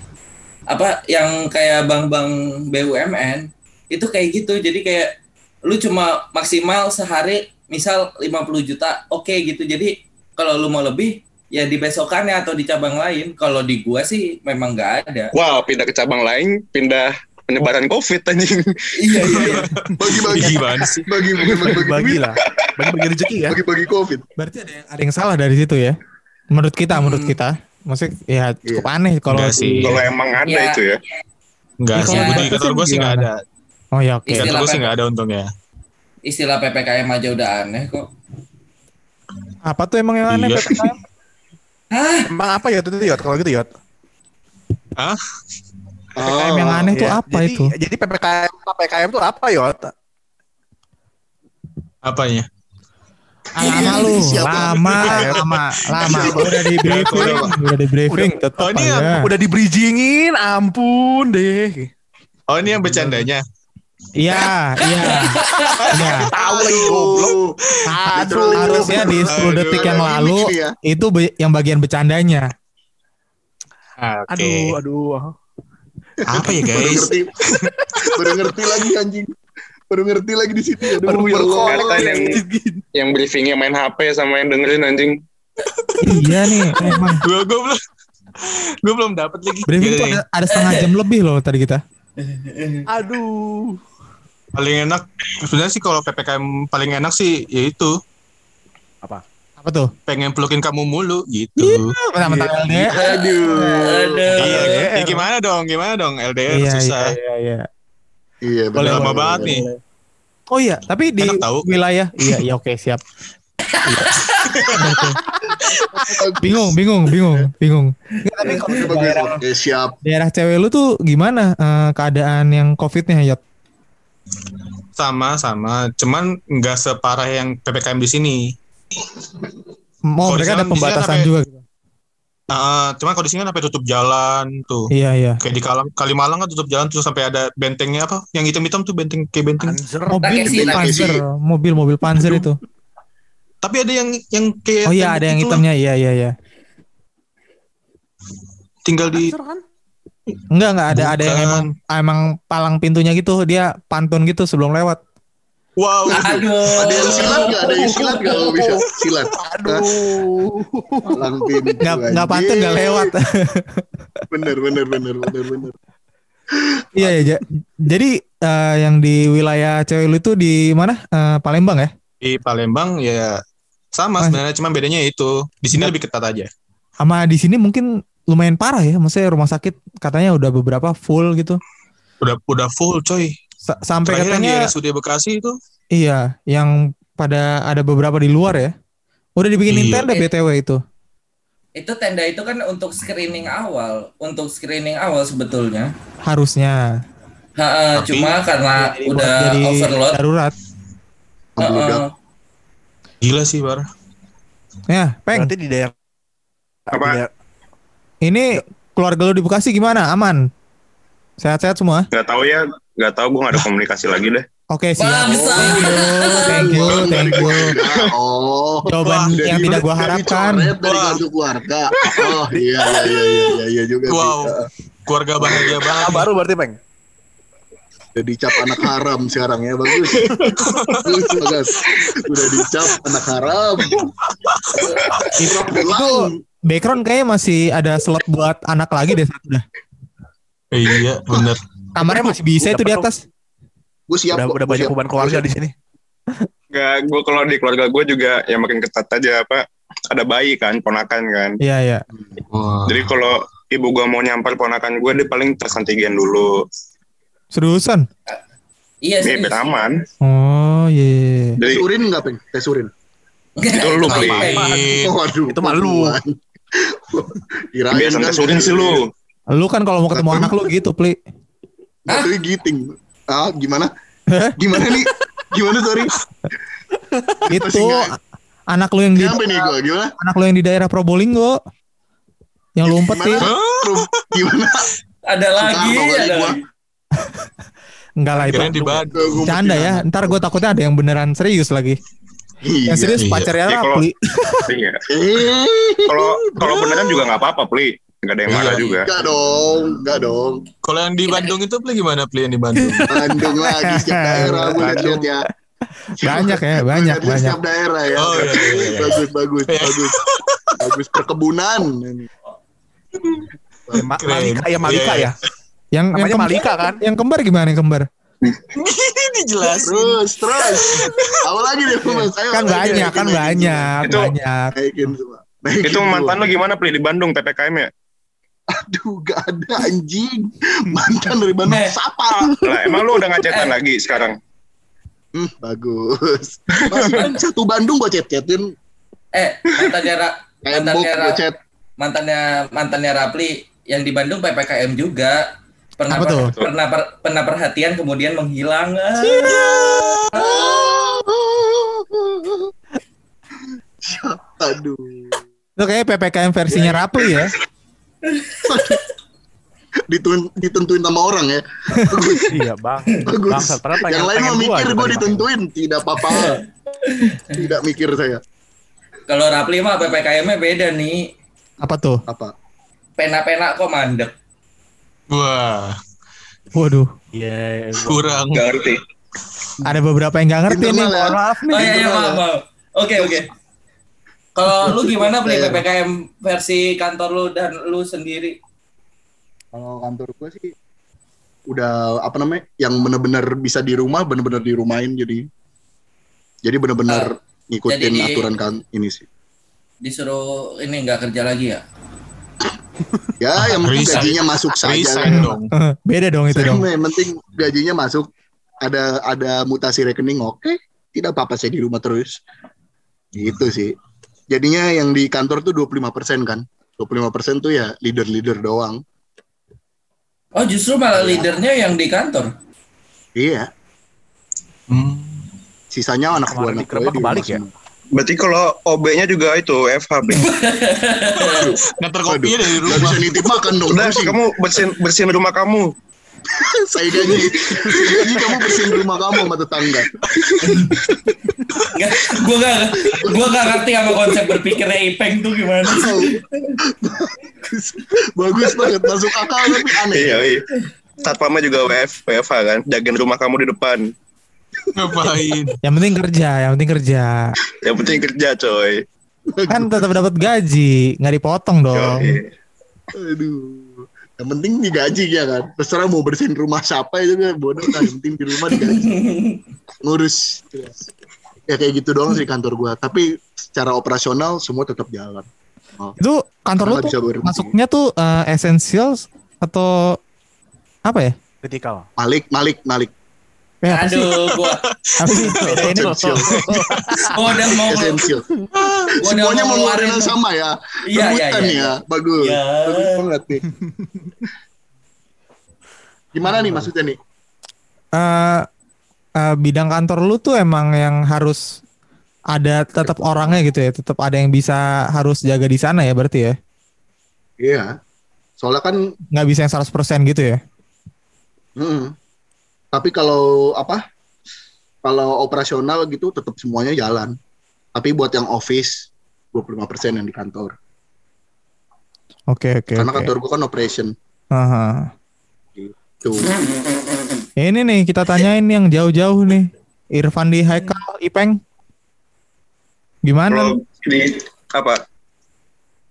Speaker 2: apa yang kayak bank-bank BUMN itu kayak gitu. Jadi kayak lu cuma maksimal sehari misal 50 juta, oke gitu. Jadi kalau lu mau lebih ya di besokannya atau di cabang lain. Kalau di gua sih memang nggak ada.
Speaker 5: Wah, pindah ke cabang lain, pindah penyebaran covid anjing.
Speaker 2: iya, iya. iya.
Speaker 3: Bagi-bagi.
Speaker 7: Gigi banget sih.
Speaker 3: Bagi bagi bagi
Speaker 4: bagi lah bagi bagi rezeki ya
Speaker 3: bagi bagi covid.
Speaker 1: Berarti ada yang, ada yang salah dari situ ya? Menurut kita, menurut kita. Maksudnya ya cukup aneh kalau
Speaker 7: Enggak sih.
Speaker 5: Kalau emang ada
Speaker 2: Ya.
Speaker 5: itu ya.
Speaker 7: Enggak sih.
Speaker 2: Kalau
Speaker 7: Gua di
Speaker 1: ada
Speaker 7: kantor
Speaker 1: sih
Speaker 7: gue sih nggak ada.
Speaker 1: gimana? Oh ya oke.
Speaker 7: Di kantor
Speaker 2: Istilah
Speaker 7: gue sih
Speaker 2: apa?
Speaker 7: nggak ada untungnya.
Speaker 2: Istilah PPKM aja udah aneh kok.
Speaker 1: Apa tuh emang yang aneh?
Speaker 7: Iya.
Speaker 1: PPKM?
Speaker 2: Hah?
Speaker 4: emang apa ya itu yot kalau gitu yot
Speaker 7: Hah?
Speaker 1: PPKM yang aneh tuh
Speaker 4: Ya,
Speaker 1: apa
Speaker 4: jadi,
Speaker 1: itu? Nah.
Speaker 4: jadi ppkm ppkm tuh apa yot
Speaker 7: Apanya?
Speaker 1: Lama lu,
Speaker 3: Siapa?
Speaker 1: lama, Iya, lama, lama. Udah di briefing, udah di briefing, tetap
Speaker 7: Oh, ini
Speaker 1: aja.
Speaker 7: yang
Speaker 4: udah di bridgingin ampun deh
Speaker 7: Oh ini yang bercandanya.
Speaker 1: Iya, iya, iya.
Speaker 3: Tahu lagi goblok.
Speaker 1: Aduh, harusnya di 10 detik yang
Speaker 3: Aduh,
Speaker 1: lalu
Speaker 3: ini ya.
Speaker 1: itu be- yang bagian bercandanya.
Speaker 7: Ah, Oke.
Speaker 4: aduh aduh
Speaker 7: Apa ya
Speaker 3: Baru
Speaker 7: guys?
Speaker 3: ngerti. Baru ngerti lagi anjing. Baru ngerti lagi di situ. ya. Aduh,
Speaker 4: Baru will
Speaker 3: belum.
Speaker 5: Kata yang
Speaker 3: iya.
Speaker 4: Gitu,
Speaker 5: yang briefingnya main HP sama yang dengerin anjing.
Speaker 1: iya nih, emang
Speaker 7: Gue gue belum gue belum dapat lagi.
Speaker 1: briefing
Speaker 7: Gini
Speaker 1: tuh
Speaker 7: nih,
Speaker 1: ada, ada setengah jam lebih loh tadi kita.
Speaker 4: aduh
Speaker 7: Paling enak sebenarnya sih kalau ppkm paling enak sih yaitu
Speaker 1: Apa tuh?
Speaker 7: pengen pelukin kamu mulu gitu.
Speaker 1: Iya. Mentang-mentang LDR.
Speaker 3: Aduh.
Speaker 2: Aduh.
Speaker 7: Iya. Ya, gimana dong? Gimana dong? LDR
Speaker 1: Iya,
Speaker 7: susah.
Speaker 1: iya, iya, iya.
Speaker 3: Iya,
Speaker 1: Boleh,
Speaker 7: Lama banget nih.
Speaker 1: Oh iya, tapi di
Speaker 7: Enak tahu.
Speaker 1: wilayah iya iya oke siap. Iya. Oke. bingung, bingung, bingung, bingung. Nggak, tapi kalau di daerah,
Speaker 3: Oke, siap.
Speaker 1: daerah cewek lu tuh gimana eh, keadaan yang COVID-nya ya?
Speaker 7: Sama sama. Cuman nggak separah yang ppkm di sini.
Speaker 1: Oh,
Speaker 7: Kalau di
Speaker 1: mereka ada
Speaker 7: sana- di sana
Speaker 1: pembatasan
Speaker 7: sampai-
Speaker 1: juga. gitu.
Speaker 7: Ah, cuman kalau di sini kan sampai tutup jalan tuh.
Speaker 1: Iya, iya.
Speaker 7: Kayak di Kalang, Kalimalang kan tutup jalan terus sampai ada bentengnya apa? Yang hitam-hitam tuh benteng kayak benteng.
Speaker 4: anjir
Speaker 1: Mobil
Speaker 2: Takesi,
Speaker 1: panzer,
Speaker 3: Takesi.
Speaker 1: mobil mobil panzer itu.
Speaker 7: Tapi ada yang yang kayak
Speaker 1: Oh iya,
Speaker 7: tembok
Speaker 1: ada yang
Speaker 7: gitu
Speaker 1: hitamnya. Iya, iya, iya.
Speaker 7: lah. Tinggal di
Speaker 4: Anjir kan
Speaker 1: Enggak, enggak ada ada yang
Speaker 7: Bukan.
Speaker 1: emang emang palang pintunya gitu, dia pantun gitu sebelum lewat.
Speaker 7: wow.
Speaker 1: Nah.
Speaker 2: Aduh.
Speaker 3: Ada yang silat nggak? Ada yang silat nggak? Kalau bisa silat.
Speaker 4: aduh
Speaker 3: Palang pintu.
Speaker 1: Enggak enggak pantun
Speaker 3: anjing.
Speaker 1: enggak lewat.
Speaker 3: Bener, bener, bener, bener, bener.
Speaker 1: Iya ya. ja- Jadi eh, yang di wilayah cewek lu itu di mana? Eh, Palembang ya?
Speaker 7: Di Palembang ya sama sebenarnya cuman bedanya itu di sini lebih ketat aja.
Speaker 1: Sama di sini mungkin lumayan parah ya. Maksudnya rumah sakit katanya udah beberapa full gitu.
Speaker 7: Udah udah full coy.
Speaker 1: Sa- sampai
Speaker 7: Terakhir yang di
Speaker 1: katanya
Speaker 7: RSUD Bekasi itu
Speaker 1: iya, yang pada ada beberapa di luar ya. Udah ya, dibikinin
Speaker 7: Iya.
Speaker 1: tenda BTW itu.
Speaker 2: itu tenda itu kan untuk screening awal, untuk screening awal sebetulnya.
Speaker 1: Harusnya
Speaker 2: Ha, eh,
Speaker 7: Tapi-
Speaker 2: cuma karena
Speaker 1: Jadi buat
Speaker 2: udah
Speaker 1: jadi
Speaker 2: overload.
Speaker 1: darurat.
Speaker 2: eh, eh,
Speaker 3: Membludak.
Speaker 7: gila sih bar.
Speaker 1: Ya, Peng.
Speaker 4: berarti di daerah
Speaker 5: Apa?
Speaker 4: di daerah-
Speaker 1: Ini keluarga lu di Bekasi gimana? Aman? Sehat-sehat semua.
Speaker 5: Nggak tahu ya, nggak tahu gue nggak ada komunikasi lagi deh.
Speaker 1: Oke, siap.
Speaker 2: Bangsa.
Speaker 1: Thank you, thank you.
Speaker 3: Oh.
Speaker 1: Jawaban
Speaker 3: Dari-
Speaker 1: yang tidak gua
Speaker 3: dari
Speaker 1: harapkan.
Speaker 3: coret, Dari
Speaker 7: Wah.
Speaker 3: kartu keluarga. Oh iya iya iya iya iya, iya juga sih.
Speaker 7: Wow. Keluarga bahagia banget.
Speaker 4: Ah, baru berarti peng.
Speaker 3: Udah dicap anak haram sekarang ya bagus. bagus bagus. Udah dicap anak haram. Itu pulang.
Speaker 1: Background kayaknya masih ada slot buat anak lagi deh satu dah.
Speaker 7: Iya, bener.
Speaker 1: Kamarnya masih bisa itu di atas.
Speaker 3: Gue siap.
Speaker 4: Udah,
Speaker 3: kok,
Speaker 4: udah
Speaker 3: gua
Speaker 4: banyak
Speaker 3: siap.
Speaker 4: beban keluarga di sini.
Speaker 5: Nggak, gue kalau di keluarga gue juga ya makin ketat aja apa ada bayi kan, ponakan kan.
Speaker 1: Iya, iya.
Speaker 7: Wah.
Speaker 5: Jadi kalau ibu gue mau nyampar ponakan gue, dia paling tes antigen dulu.
Speaker 1: Seriusan?
Speaker 2: Iya
Speaker 5: Ini
Speaker 2: sih.
Speaker 5: biar aman.
Speaker 1: Oh, iya.
Speaker 5: Jadi
Speaker 3: Tes urin nggak peng? Tes urin.
Speaker 5: itu lu beli.
Speaker 7: Ngapain?
Speaker 3: Waduh.
Speaker 4: Itu mah lu.
Speaker 3: Kirain
Speaker 5: Kebiasaan
Speaker 3: kan-
Speaker 5: tes urin sih lu.
Speaker 1: Lu kan kalau mau ketemu anak lu gitu, Pli.
Speaker 3: Batunya giting. Ah gimana? Gimana nih? Gimana sorry?
Speaker 1: Itu
Speaker 3: Masih nggak-
Speaker 1: anak lu yang di
Speaker 3: Siapa nih gue? Gimana?
Speaker 1: anak lu yang di daerah Probolinggo. Yang lu umpetin.
Speaker 3: Gimana? Rum, Gimana?
Speaker 2: Ada lagi,
Speaker 1: ya.
Speaker 3: Soekarno kali
Speaker 2: ada
Speaker 3: gua.
Speaker 2: lagi.
Speaker 1: Enggak lah itu.
Speaker 7: Kirain di Bandung.
Speaker 3: Gua- gua
Speaker 1: Canda
Speaker 3: mungkin-
Speaker 1: ya, ntar gue takutnya ada yang beneran serius lagi.
Speaker 3: Iya.
Speaker 1: yang serius
Speaker 7: iya.
Speaker 1: pacarnya
Speaker 5: Iya, kalau-
Speaker 1: Rapli.
Speaker 5: Iya.
Speaker 3: Eh,
Speaker 5: Kalau kalau beneran juga nggak apa-apa, Pli. Nggak ada yang marah
Speaker 7: Iya.
Speaker 5: juga.
Speaker 3: enggak dong, enggak dong.
Speaker 7: Kalau yang di Bandung itu play gimana play yang di Bandung?
Speaker 3: Bandung lagi setiap daerah gue lihat ya.
Speaker 1: Banyak ya,
Speaker 3: Gua
Speaker 1: banyak,
Speaker 3: lihat-lihat
Speaker 1: banyak.
Speaker 3: Setiap daerah ya.
Speaker 7: Oh, iya, iya, iya.
Speaker 3: Bagus, bagus,
Speaker 7: Iya.
Speaker 3: bagus. Bagus perkebunan.
Speaker 4: Ya, Ma-
Speaker 7: Keren.
Speaker 4: Malika ya Malika
Speaker 7: Iya,
Speaker 1: Yang
Speaker 4: ya.
Speaker 1: yang
Speaker 4: Namanya
Speaker 1: kembar,
Speaker 4: Malika kan?
Speaker 1: Yang kembar gimana yang kembar?
Speaker 7: Dijelasin.
Speaker 3: Terus, terus. Apa lagi deh, Mas? Ayo,
Speaker 1: Kan
Speaker 3: ayo,
Speaker 1: banyak,
Speaker 3: naikin,
Speaker 1: kan
Speaker 3: naikin
Speaker 1: banyak,
Speaker 5: Itu-
Speaker 1: banyak.
Speaker 3: semua. Naikin semua. Naikin
Speaker 5: Itu
Speaker 3: semua.
Speaker 5: mantan lu gimana, Pli? Di Bandung, PPKM ya?
Speaker 3: Aduh, gak ada anjing. Mantan dari Bandung
Speaker 2: Eh.
Speaker 3: siapa?
Speaker 5: Lah, emang lu udah ngacetan lagi sekarang?
Speaker 3: Hmm, bagus. Mantan satu Bandung gue chat-chatin.
Speaker 2: Eh, mantannya Ra,
Speaker 3: Kayak
Speaker 2: mantannya Ra,
Speaker 3: gue chat.
Speaker 2: mantannya mantannya Rapli yang di Bandung PPKM juga. Pernah
Speaker 1: Apa
Speaker 2: per-
Speaker 1: tuh?
Speaker 2: pernah per- pernah perhatian kemudian menghilang. Ah.
Speaker 3: Aduh.
Speaker 1: Itu kayak PPKM versinya Rapli ya.
Speaker 3: Ditun ditentuin sama orang ya. Bagus.
Speaker 4: Iya bang.
Speaker 3: bagus.
Speaker 4: Bang, ternyata pengen-
Speaker 3: Yang lain
Speaker 4: pengen
Speaker 3: mah
Speaker 4: gua
Speaker 3: mikir
Speaker 4: gitu
Speaker 3: gue
Speaker 4: tadi, Bang.
Speaker 3: ditentuin. Tidak apa-apa. Tidak mikir saya.
Speaker 2: Kalau Rapli mah PPKM-nya beda nih.
Speaker 1: Apa tuh?
Speaker 3: Apa?
Speaker 2: Pena-pena kok mandek.
Speaker 7: Wah,
Speaker 1: Waduh,
Speaker 4: Iya.
Speaker 7: kurang.
Speaker 5: Nggak ngerti.
Speaker 1: ada beberapa yang nggak ngerti nih.
Speaker 3: Internal ya.
Speaker 1: Mohon maaf nih.
Speaker 2: Oh iya iya maaf maaf. Oke oke. Kalau lu gimana beli
Speaker 3: Iya.
Speaker 2: PPKM versi kantor lu dan lu sendiri?
Speaker 3: Kalau kantor gue sih udah apa namanya yang bener-bener bisa di rumah bener-bener dirumahin jadi jadi bener-bener ngikutin
Speaker 2: jadi di-
Speaker 3: aturan kan ini sih
Speaker 2: Disuruh ini nggak kerja lagi ya?
Speaker 3: ya yang penting
Speaker 7: Resign.
Speaker 3: gajinya masuk saja
Speaker 7: Resign
Speaker 3: kan.
Speaker 7: dong.
Speaker 1: Eh, Beda dong itu dong.
Speaker 3: Sama yang penting gajinya masuk ada ada mutasi rekening oke tidak apa-apa saya di rumah terus gitu sih jadinya yang di kantor tuh 25% kan 25% tuh ya leader-leader doang
Speaker 2: Oh justru malah leadernya yang di kantor.
Speaker 3: iya
Speaker 7: Hmm.
Speaker 3: sisanya anak buah
Speaker 4: Kemarin
Speaker 3: anak
Speaker 4: di Krema
Speaker 3: gue di rumah
Speaker 4: kebalik ya?
Speaker 3: semua.
Speaker 5: Berarti kalau OB-nya juga itu, FH, Pli.
Speaker 7: Nganter kopi dari
Speaker 3: Gak
Speaker 7: rumah.
Speaker 3: bisa nitip makan dong
Speaker 5: Udah,
Speaker 3: pusing.
Speaker 5: kamu bersihin, bersihin rumah kamu.
Speaker 3: saya gaji saya gaji kamu bersihin rumah kamu sama tetangga
Speaker 2: Nggak, gua gak gua gak ngerti sama konsep berpikirnya Ipeng tuh gimana.
Speaker 3: Tahu. bagus, bagus banget masuk akal tapi aneh
Speaker 5: Iya, iya. Satpamnya juga WF, WFH kan, jagain rumah kamu di depan.
Speaker 7: Ngapain?
Speaker 1: Yang penting kerja, yang penting kerja.
Speaker 5: Yang penting kerja, coy.
Speaker 1: Kan tetap dapat gaji, nggak dipotong dong.
Speaker 5: Yoi.
Speaker 3: aduh yang penting digaji ya kan terserah mau bersihin rumah siapa itu kan bodoh kan yang penting di rumah digaji ngurus ya kayak gitu doang sih kantor gua tapi secara operasional semua tetap jalan
Speaker 1: Itu kantor lu
Speaker 3: Nggak bisa
Speaker 1: tuh
Speaker 3: berhenti.
Speaker 1: masuknya tuh eh, essentials atau apa ya?
Speaker 4: Kritikal.
Speaker 3: Malik Malik Malik
Speaker 1: Ya, apa sih?
Speaker 2: Aduh, gua
Speaker 1: Apa sih? Bedainnya
Speaker 3: esensial
Speaker 2: gua udah mau
Speaker 3: esensial
Speaker 2: gua udah
Speaker 3: Iya,
Speaker 2: mau
Speaker 3: semuanya mau ngeluarin
Speaker 2: ngeluarin
Speaker 3: yang sama ya
Speaker 2: Iya, iya,
Speaker 3: Rebutan
Speaker 2: iya, iya.
Speaker 3: ya bagus
Speaker 2: Iya.
Speaker 3: bagus banget nih gimana nih maksudnya nih
Speaker 1: eh eh, bidang kantor lu tuh emang yang harus ada tetap orangnya gitu ya, tetap ada yang bisa harus jaga di sana ya berarti ya.
Speaker 3: iya soalnya kan
Speaker 1: Nggak bisa yang 100% gitu ya.
Speaker 3: Mm-mm. Tapi kalau apa? Kalau operasional gitu tetap semuanya jalan. Tapi buat yang office 25% yang di kantor.
Speaker 1: Oke oke.
Speaker 3: Karena
Speaker 1: oke.
Speaker 3: kantor gua kan operation.
Speaker 1: Aha.
Speaker 3: Tuh.
Speaker 1: Ini nih kita tanyain yang jauh-jauh nih. Irfan di Haikal, Ipeng. Gimana
Speaker 5: Kalau di apa?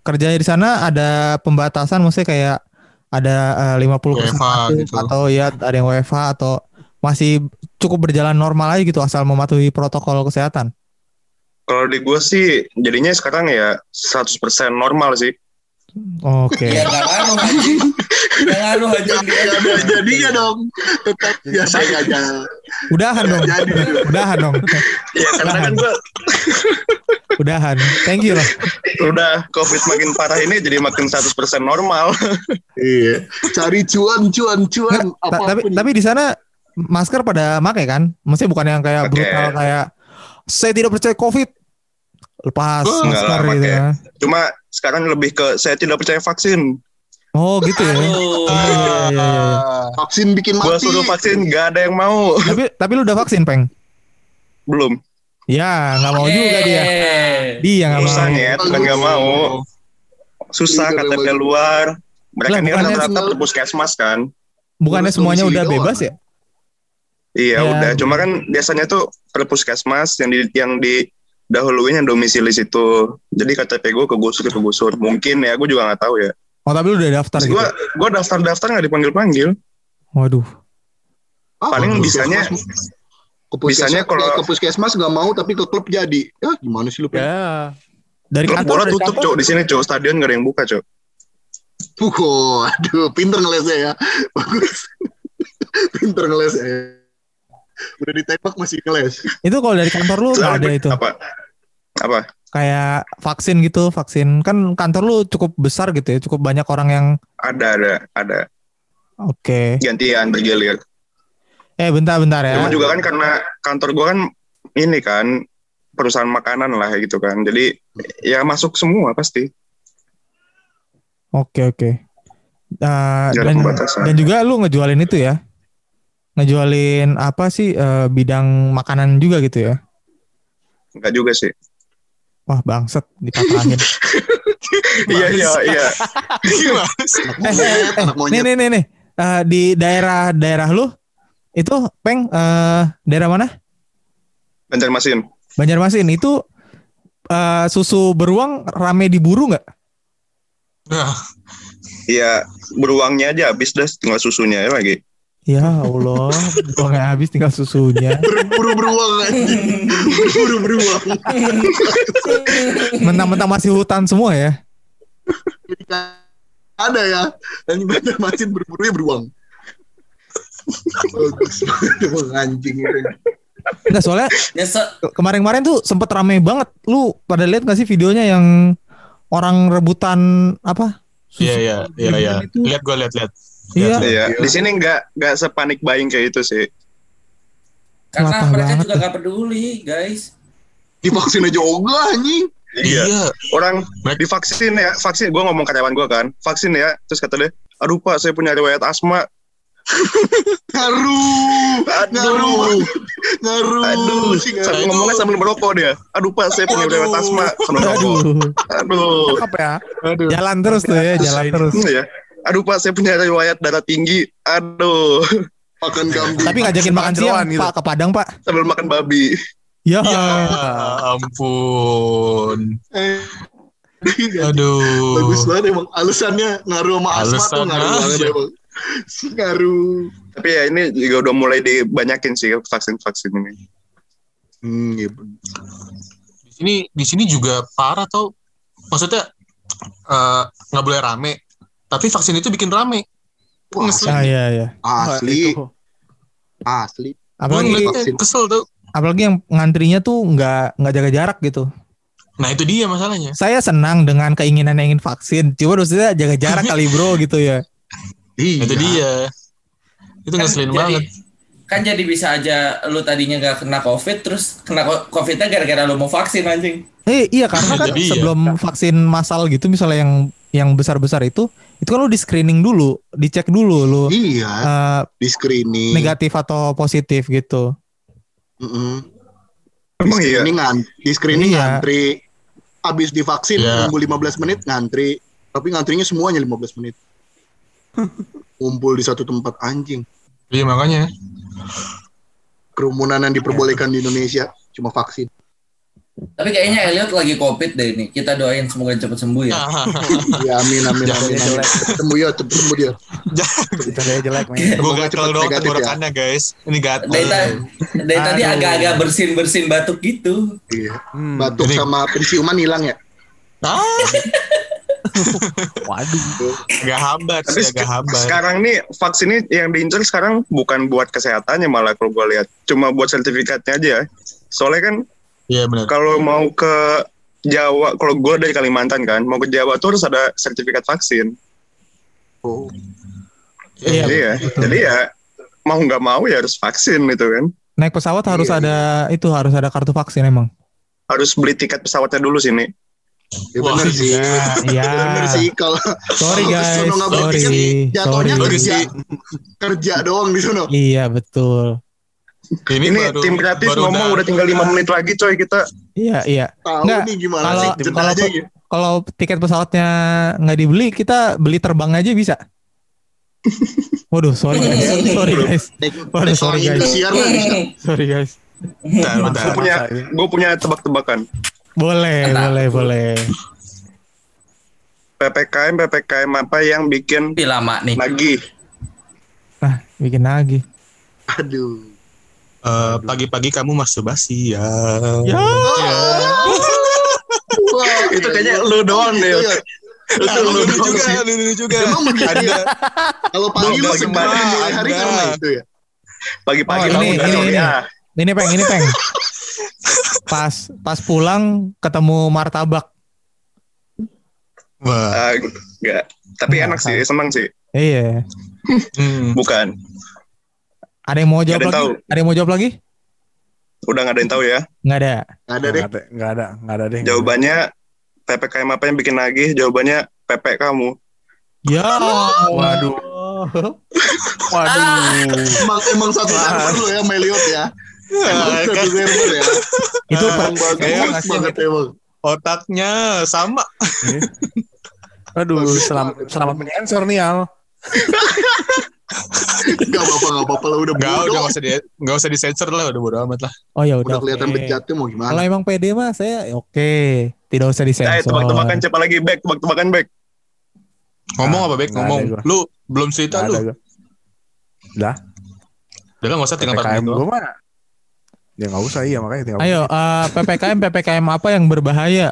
Speaker 1: kerja di sana ada pembatasan maksudnya kayak ada eh,
Speaker 5: Iya,
Speaker 1: 50%
Speaker 7: WFH gitu.
Speaker 1: atau ya ada yang WFH atau masih cukup berjalan normal aja gitu asal mematuhi protokol kesehatan.
Speaker 5: Kalau di gue sih jadinya sekarang ya 100% normal sih.
Speaker 2: Ya
Speaker 5: Iya.
Speaker 1: Oke.
Speaker 2: nggak anu anjing. Nggak anu anjing.
Speaker 3: Gak ada
Speaker 2: ya
Speaker 3: jadinya dong. Tetap biasa aja.
Speaker 1: Udahan dong.
Speaker 3: Jadi.
Speaker 1: Udahan dong.
Speaker 5: Ya karena kan gue
Speaker 1: Udahan. Thank you loh.
Speaker 5: udah covid makin parah ini jadi makin 100% normal.
Speaker 3: Iya. Cari cuan, cuan, cuan.
Speaker 1: Nah, Ta- tapi
Speaker 3: Apapun. ya.
Speaker 1: tapi di sana masker pada make kan? Maksudnya bukan yang kayak
Speaker 5: Pakai.
Speaker 1: brutal kayak saya tidak percaya covid lepas
Speaker 7: Oh,
Speaker 5: enggak
Speaker 1: masker
Speaker 5: lah,
Speaker 1: gitu
Speaker 5: pakai.
Speaker 1: ya.
Speaker 5: Cuma sekarang lebih ke saya tidak percaya vaksin.
Speaker 1: Oh gitu ya. Iya,
Speaker 7: Ah.
Speaker 1: iya, iya, iya, iya.
Speaker 3: vaksin bikin
Speaker 5: Gue
Speaker 3: mati.
Speaker 5: suruh vaksin gak ada yang mau.
Speaker 1: Tapi tapi lu udah vaksin peng?
Speaker 5: Belum.
Speaker 1: Ya nggak mau juga dia.
Speaker 2: Eh.
Speaker 1: Dia nggak mau.
Speaker 5: Susah ya, bukan gak mau. Susah KTP luar. Mereka
Speaker 1: Lah,
Speaker 5: ini kan
Speaker 1: bukannya
Speaker 5: rata-rata
Speaker 3: tinggal-
Speaker 5: ke puskesmas kan.
Speaker 1: Bukannya
Speaker 3: Urus
Speaker 1: semuanya udah
Speaker 3: domisili doang.
Speaker 1: bebas ya?
Speaker 5: Iya
Speaker 1: Ya.
Speaker 5: udah, cuma kan biasanya tuh per puskesmas yang di yang di dahuluin yang domisili situ. Jadi KTP gue kegusur kegusur. Mungkin ya, gue juga nggak tahu ya.
Speaker 1: Oh tapi lu udah daftar gitu.
Speaker 5: Terus gue gue daftar daftar nggak dipanggil panggil.
Speaker 1: Waduh.
Speaker 3: Ah,
Speaker 5: Paling
Speaker 3: ke
Speaker 5: bisanya-
Speaker 3: puskesmas. ke puskesmas, eh,
Speaker 5: bisanya kalau-
Speaker 3: ke puskesmas nggak mau tapi ke klub jadi. Ya gimana sih lu? Pen?
Speaker 1: Ya. Dari
Speaker 5: Klub
Speaker 1: kantor
Speaker 5: bola
Speaker 1: dari
Speaker 5: tutup
Speaker 1: kantor.
Speaker 5: cok di sini cok, stadion gak ada yang buka cok.
Speaker 3: Puko, aduh, pinter ngelesnya ya. Bagus. pinter ngelesnya ya. Udah ditembak masih ngeles.
Speaker 1: Itu kalau dari kantor lu nggak ada itu.
Speaker 5: Apa? Apa?
Speaker 1: Kayak vaksin gitu, vaksin kan kantor lu cukup besar gitu ya, cukup banyak orang yang
Speaker 5: Ada ada ada
Speaker 1: oke.
Speaker 5: gantian bergilir.
Speaker 1: Eh bentar-bentar ya.
Speaker 5: Cuma juga kan karena kantor gue kan ini kan perusahaan makanan lah gitu kan. Jadi ya masuk semua pasti.
Speaker 1: Oke oke. Eh,
Speaker 5: Nggak ada
Speaker 1: dan,
Speaker 5: pembatasan.
Speaker 1: dan juga lu ngejualin itu ya? Ngejualin apa sih eh, bidang makanan juga gitu ya?
Speaker 5: Enggak juga sih.
Speaker 1: Wah bangset dipatahin.
Speaker 5: Iya iya iya.
Speaker 3: Anak
Speaker 1: eh, eh, nih
Speaker 3: monyet, anak monyet.
Speaker 1: nih nih nih. Eh, di daerah daerah lu itu peng eh, daerah mana?
Speaker 5: Banjarmasin.
Speaker 1: Banjarmasin itu eh, susu beruang rame diburu nggak?
Speaker 5: Iya, beruangnya aja habis dah tinggal susunya ya lagi.
Speaker 1: Ya Allah, beruangnya habis tinggal susunya.
Speaker 3: Berburu beruang anjing. Berburu beruang.
Speaker 1: Mentang-mentang masih hutan semua ya.
Speaker 3: Ada ya. Dan banyak masjid berburunya beruang. Bagus banget emang anjing ini.
Speaker 1: Enggak soalnya
Speaker 2: Nyesek.
Speaker 1: Ke- kemarin-kemarin tuh sempet rame banget. Lu pada lihat gak sih videonya yang orang rebutan apa?
Speaker 7: Iya iya iya iya.
Speaker 1: Itu.
Speaker 7: Lihat gua lihat lihat.
Speaker 1: Iya.
Speaker 5: Iya, di sini enggak enggak sepanik buying kayak itu sih.
Speaker 2: Karena
Speaker 1: Latah
Speaker 2: mereka
Speaker 1: banget
Speaker 2: juga
Speaker 1: tuh.
Speaker 2: gak peduli, guys.
Speaker 3: Divaksin aja ogah anjing.
Speaker 5: Iya. Orang
Speaker 7: Mereka-
Speaker 5: divaksin ya, vaksin gua ngomong karyawan gua kan. Vaksin ya, terus kata dia, "Aduh Pak, saya punya riwayat asma."
Speaker 3: Ngaruh. Ngaruh.
Speaker 5: Aduh.
Speaker 3: Ngaruh.
Speaker 5: Aduh,
Speaker 3: Si
Speaker 5: Sambil
Speaker 3: ngaruh.
Speaker 5: ngomongnya sambil merokok dia. Aduh Pak, saya punya riwayat asma. Sambil merokok.
Speaker 1: Aduh.
Speaker 5: iya. Aduh.
Speaker 1: Apa ya? Jalan terus tuh ya, jalan terus.
Speaker 5: Hmm, ya. Aduh Pak, saya punya riwayat darah tinggi. Aduh,
Speaker 3: Makan kambing.
Speaker 1: Tapi ngajakin makan siang,
Speaker 4: Jeroan gitu.
Speaker 1: Pak, ke Padang, Pak.
Speaker 5: sambil makan babi.
Speaker 1: Ya.
Speaker 7: Ya ampun.
Speaker 3: Eh,
Speaker 7: Aduh.
Speaker 3: Bagus banget emang alasannya ngaruh sama asma tuh
Speaker 7: Alasan
Speaker 3: ngaruh banget
Speaker 7: aja.
Speaker 3: emang. Si ngaruh.
Speaker 5: Tapi ya ini juga udah mulai dibanyakin sih vaksin-vaksin ini.
Speaker 3: Hmm, iya bener.
Speaker 7: Di sini di sini juga parah tau. Maksudnya eh, nggak boleh rame. Tapi vaksin itu bikin rame.
Speaker 3: Wah,
Speaker 7: Ngeselin.
Speaker 1: Ah, iya, iya.
Speaker 3: asli,
Speaker 1: Itu.
Speaker 3: asli.
Speaker 7: Gue
Speaker 1: Apalagi
Speaker 7: ngeliatnya
Speaker 3: vaksin.
Speaker 7: kesel tuh.
Speaker 1: apalagi yang ngantrinya tuh nggak nggak jaga jarak gitu.
Speaker 7: Nah itu dia masalahnya.
Speaker 1: Saya senang dengan keinginan yang ingin vaksin, cuma maksudnya jaga jarak kali bro gitu ya.
Speaker 3: Iya.
Speaker 7: Itu dia. Itu ngeselin banget.
Speaker 2: Kan jadi bisa aja lu tadinya gak kena covid, terus kena co- covidnya gara-gara lu mau vaksin anjing.
Speaker 1: Eh iya karena kan
Speaker 7: Jadi ya.
Speaker 1: sebelum vaksin massal gitu misalnya yang yang besar-besar itu itu kan lu di screening dulu, dicek dulu lu
Speaker 3: Iya,
Speaker 1: eh,
Speaker 3: di screening.
Speaker 1: negatif atau positif gitu.
Speaker 3: Mm-mm.
Speaker 5: Emang iya.
Speaker 3: Ini ngan, di screening
Speaker 1: Iya.
Speaker 3: ngantri. Abis divaksin
Speaker 7: Iya.
Speaker 3: nunggu 15 menit ngantri. Tapi ngantrinya semuanya 15 menit. Kumpul di satu tempat anjing.
Speaker 7: Iya makanya.
Speaker 3: Kerumunan yang diperbolehkan di Indonesia cuma vaksin.
Speaker 2: Tapi kayaknya Elliot lagi covid deh ini. Kita doain semoga cepat
Speaker 1: Iya.
Speaker 2: sembuh ya.
Speaker 7: Ah. Nah,
Speaker 3: Ya amin amin
Speaker 7: Jangan
Speaker 3: amin. amin.
Speaker 4: jelek.
Speaker 3: Sembuh ya, cepet sembuh dia.
Speaker 4: Itu dia jelek men.
Speaker 7: Gue
Speaker 3: Semoga cepat
Speaker 7: gatel dong
Speaker 3: negatif ya.
Speaker 7: tenggorokannya guys. Ini gatel.
Speaker 2: Dari, ta- dari tadi
Speaker 4: Aduh.
Speaker 2: agak-agak bersin-bersin batuk gitu.
Speaker 3: Iya.
Speaker 4: Hmm,
Speaker 3: Batuk
Speaker 7: Jadi-
Speaker 3: sama penciuman hilang ya.
Speaker 7: Ah,
Speaker 4: waduh.
Speaker 7: agak hambat
Speaker 5: Tapi
Speaker 7: sih,
Speaker 5: sek-
Speaker 7: agak hambat.
Speaker 5: sekarang nih vaksinnya yang diincar sekarang bukan buat kesehatannya malah kalau gue lihat cuma buat sertifikatnya aja ya. Soalnya kan
Speaker 7: Iya benar.
Speaker 5: kalau mau ke Jawa, kalau gue dari Kalimantan kan, mau ke Jawa tuh harus ada sertifikat vaksin.
Speaker 3: Oh.
Speaker 1: Iya,
Speaker 5: Jadi ya, jadi ya mau nggak mau ya harus vaksin gitu kan.
Speaker 1: Naik pesawat harus
Speaker 3: Iya,
Speaker 1: ada itu harus ada kartu vaksin emang.
Speaker 5: Harus beli tiket pesawatnya dulu sini.
Speaker 3: Ya
Speaker 7: Wah,
Speaker 3: bener sih. Ya Bener
Speaker 1: Iya.
Speaker 3: sih kalau
Speaker 1: Sorry
Speaker 3: Kalau
Speaker 1: guys,
Speaker 3: disuruh nggak boleh
Speaker 1: sorry,
Speaker 3: tiket, jatuhnya
Speaker 1: sorry.
Speaker 3: kerja kerja doang di sono.
Speaker 1: Iya betul.
Speaker 7: Ini,
Speaker 5: Ini
Speaker 7: baru-
Speaker 5: tim kreatif
Speaker 7: baru
Speaker 5: ngomong udah tinggal 5 menit lagi coy kita.
Speaker 1: Iya iya.
Speaker 3: Tahu
Speaker 1: Nggak,
Speaker 3: nih gimana
Speaker 1: kalau-
Speaker 3: sih jeda
Speaker 1: kalau-
Speaker 3: aja gitu.
Speaker 1: Kalau tiket pesawatnya nggak dibeli, kita beli terbang aja bisa. Waduh, sorry guys, sorry guys, Waduh,
Speaker 3: Naik
Speaker 1: sorry,
Speaker 3: selang
Speaker 1: guys.
Speaker 3: itu siar nggak kan bisa.
Speaker 1: sorry guys.
Speaker 7: Bentar, bentar.
Speaker 4: Masa,
Speaker 5: punya-
Speaker 4: masa ini.
Speaker 5: Gue punya tebak-tebakan.
Speaker 1: Boleh,
Speaker 2: Enak.
Speaker 1: boleh, boleh.
Speaker 5: PPKM PPKM apa yang bikin
Speaker 2: Tapi lama nih.
Speaker 5: nagih?
Speaker 1: Nah, bikin lagi.
Speaker 3: Aduh.
Speaker 7: Eh, pagi-pagi kamu masturbasi ya.
Speaker 1: Ya.
Speaker 3: Wah,
Speaker 5: Itu kayaknya lu doang deh.
Speaker 3: Gitu ya.
Speaker 5: Lu tuh lu doang
Speaker 7: juga,
Speaker 5: sih.
Speaker 7: dulu juga.
Speaker 3: Emang begitu
Speaker 7: iya?
Speaker 3: ya? Kalau pagi
Speaker 5: Bangga
Speaker 3: mah
Speaker 5: semua,
Speaker 3: sebenarnya mulai hari
Speaker 7: ada.
Speaker 3: karena itu ya.
Speaker 5: Pagi-pagi
Speaker 1: Oh,
Speaker 5: bangun
Speaker 1: ini,
Speaker 5: udah
Speaker 1: ini,
Speaker 5: sore,
Speaker 1: ini.
Speaker 5: ah.
Speaker 1: Ini peng, ini peng. Pas pas pulang ketemu martabak.
Speaker 7: Wah.
Speaker 5: Ah, Enggak. Tapi
Speaker 1: Enggak,
Speaker 5: enak sih,
Speaker 1: tahu.
Speaker 5: senang sih.
Speaker 1: Iya.
Speaker 7: Hmm.
Speaker 5: Bukan.
Speaker 1: Ada yang mau jawab
Speaker 5: Nggak ada yang
Speaker 1: lagi? Ada yang mau jawab lagi?
Speaker 5: Udah nggak ada yang tahu ya.
Speaker 1: Nggak ada.
Speaker 3: Nggak Ada deh.
Speaker 4: Nggak ada, nggak ada, nggak ada deh.
Speaker 5: Jawabannya PPKM apa yang bikin nagih? Jawabannya PP kamu.
Speaker 1: Ya.
Speaker 4: Waduh. Waduh.
Speaker 3: Emang emang satu server lu ya Meliot ya.
Speaker 5: Nah,
Speaker 3: Emang
Speaker 5: kan.
Speaker 7: kan
Speaker 3: satu server ya.
Speaker 1: Itu per-
Speaker 3: Emang bagus
Speaker 1: Iya,
Speaker 3: banget,
Speaker 1: kasihan.
Speaker 3: emang.
Speaker 7: Otaknya sama.
Speaker 4: Aduh, selam, selamat menyensor nih Al.
Speaker 3: Gak apa-apa gak apa-apa lah udah
Speaker 7: Enggak, udah
Speaker 3: bodoh.
Speaker 7: nggak usah di nggak usah disensor lah, udah bodo amat lah.
Speaker 1: Oh ya udah.
Speaker 3: Udah kelihatan
Speaker 1: oke.
Speaker 3: bejatnya mau
Speaker 1: Kalau
Speaker 3: gimana?
Speaker 1: emang pede mah saya oke, tidak usah disensor.
Speaker 5: Eh, tebak-tebakan siapa lagi back, tebak-tebakan back.
Speaker 7: Ngomong apa baik
Speaker 4: Nah, nggak ada
Speaker 7: ngomong.
Speaker 4: gua.
Speaker 7: Lu belum cerita
Speaker 4: Nggak ada
Speaker 7: lu.
Speaker 4: gue. Udah,
Speaker 7: Udah lah, nggak usah tinggal gitu. 4
Speaker 4: PPKM
Speaker 7: menit doang.
Speaker 4: gue mah. Ya nggak usah, iya makanya tinggal.
Speaker 1: Ayo, eh, PPKM PPKM apa yang berbahaya?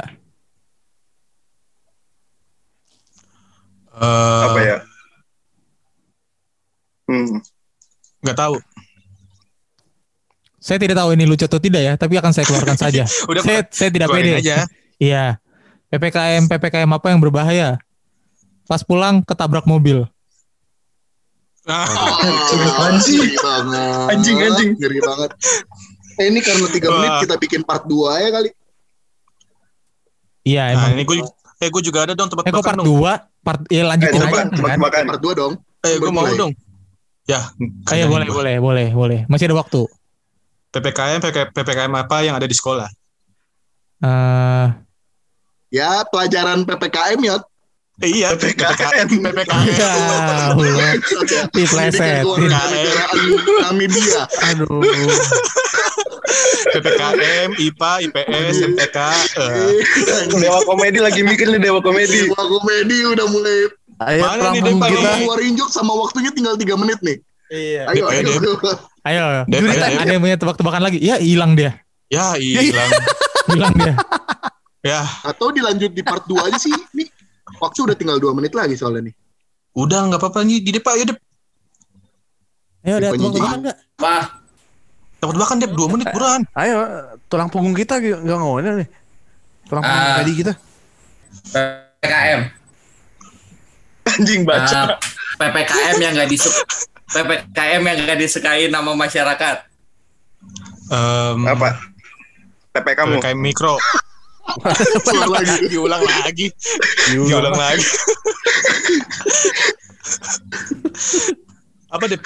Speaker 7: Eh,
Speaker 5: Apa ya? Hmm.
Speaker 7: Nggak tahu.
Speaker 1: Saya tidak tahu ini lucu atau tidak ya, tapi akan saya keluarkan saja.
Speaker 7: Udah
Speaker 1: saya, saya tidak
Speaker 7: keluarin
Speaker 1: pede.
Speaker 7: aja.
Speaker 1: Iya. PPKM PPKM apa yang berbahaya? Pas pulang ketabrak mobil.
Speaker 7: Nah,
Speaker 3: Ah,
Speaker 5: Anjing.
Speaker 3: ngeri banget.
Speaker 5: Anjing, anjing.
Speaker 3: Ngeri banget. Eh, ini karena 3 menit
Speaker 7: Wah.
Speaker 3: kita bikin part 2 ya kali.
Speaker 1: Iya,
Speaker 7: nah
Speaker 1: emang.
Speaker 7: ini gue eh gue juga ada dong tempat
Speaker 1: eh kok part
Speaker 7: makan dong.
Speaker 1: 2? Part ya
Speaker 5: Eh,
Speaker 1: lanjutin aja
Speaker 5: tebak,
Speaker 1: kan.
Speaker 5: tebak-tebakan.
Speaker 3: Part 2 dong.
Speaker 7: Eh gue mau
Speaker 3: Boleh.
Speaker 7: dong. Ya,
Speaker 1: Ayo Oh, iya, boleh, boleh, boleh, boleh. Masih ada waktu.
Speaker 7: PPKM, PK- PPKM apa yang ada di sekolah?
Speaker 1: Eh,
Speaker 3: Ya, pelajaran PPKM ya.
Speaker 7: Eh, iya,
Speaker 5: PPKM.
Speaker 7: PPKM.
Speaker 1: ya, Allah.
Speaker 3: Pendidikan
Speaker 1: Dipleset.
Speaker 3: keluarga
Speaker 7: Dipleset.
Speaker 3: negaraan Namibia.
Speaker 1: Aduh.
Speaker 7: PPKM, IPA, IPS, MTK. eh.
Speaker 5: Dewa komedi lagi mikir nih Dewa komedi.
Speaker 3: Wah, komedi udah mulai
Speaker 4: Ayo
Speaker 7: Mana nih
Speaker 4: langsung
Speaker 7: depan
Speaker 4: kita.
Speaker 7: nih?
Speaker 3: ngeluarin jok sama waktunya tinggal 3 menit nih.
Speaker 1: Iya.
Speaker 3: Ayo, ayo.
Speaker 7: Dep, ayo,
Speaker 1: Ayo,
Speaker 7: Dep,
Speaker 1: juri,
Speaker 7: ayo, Dep.
Speaker 1: ada yang punya tebak-tebakan lagi? Ya, hilang dia.
Speaker 7: Ya, hilang.
Speaker 1: Hilang dia.
Speaker 7: ya,
Speaker 3: Atau dilanjut di part 2 aja sih. Nih, waktu udah tinggal 2 menit lagi soalnya nih.
Speaker 7: udah nggak apa-apa nih di depan ya dep.
Speaker 1: Ayo, ada
Speaker 3: Penyidik.
Speaker 1: tebak-tebakan enggak?
Speaker 2: Wah,
Speaker 7: Tempat makan dep dua menit buruan.
Speaker 4: Ayo, tulang punggung kita nggak ngomongin nih. Tulang punggung
Speaker 2: Ah.
Speaker 4: tadi kita.
Speaker 2: PPKM.
Speaker 5: Anjing
Speaker 2: Eh,
Speaker 5: baca.
Speaker 2: PPKM yang nggak disuk PPKM yang nggak disukai nama masyarakat.
Speaker 7: Em,
Speaker 5: Apa? PP kamu.
Speaker 7: PPKM mikro. diulang lagi diulang lagi diulang lagi apa deh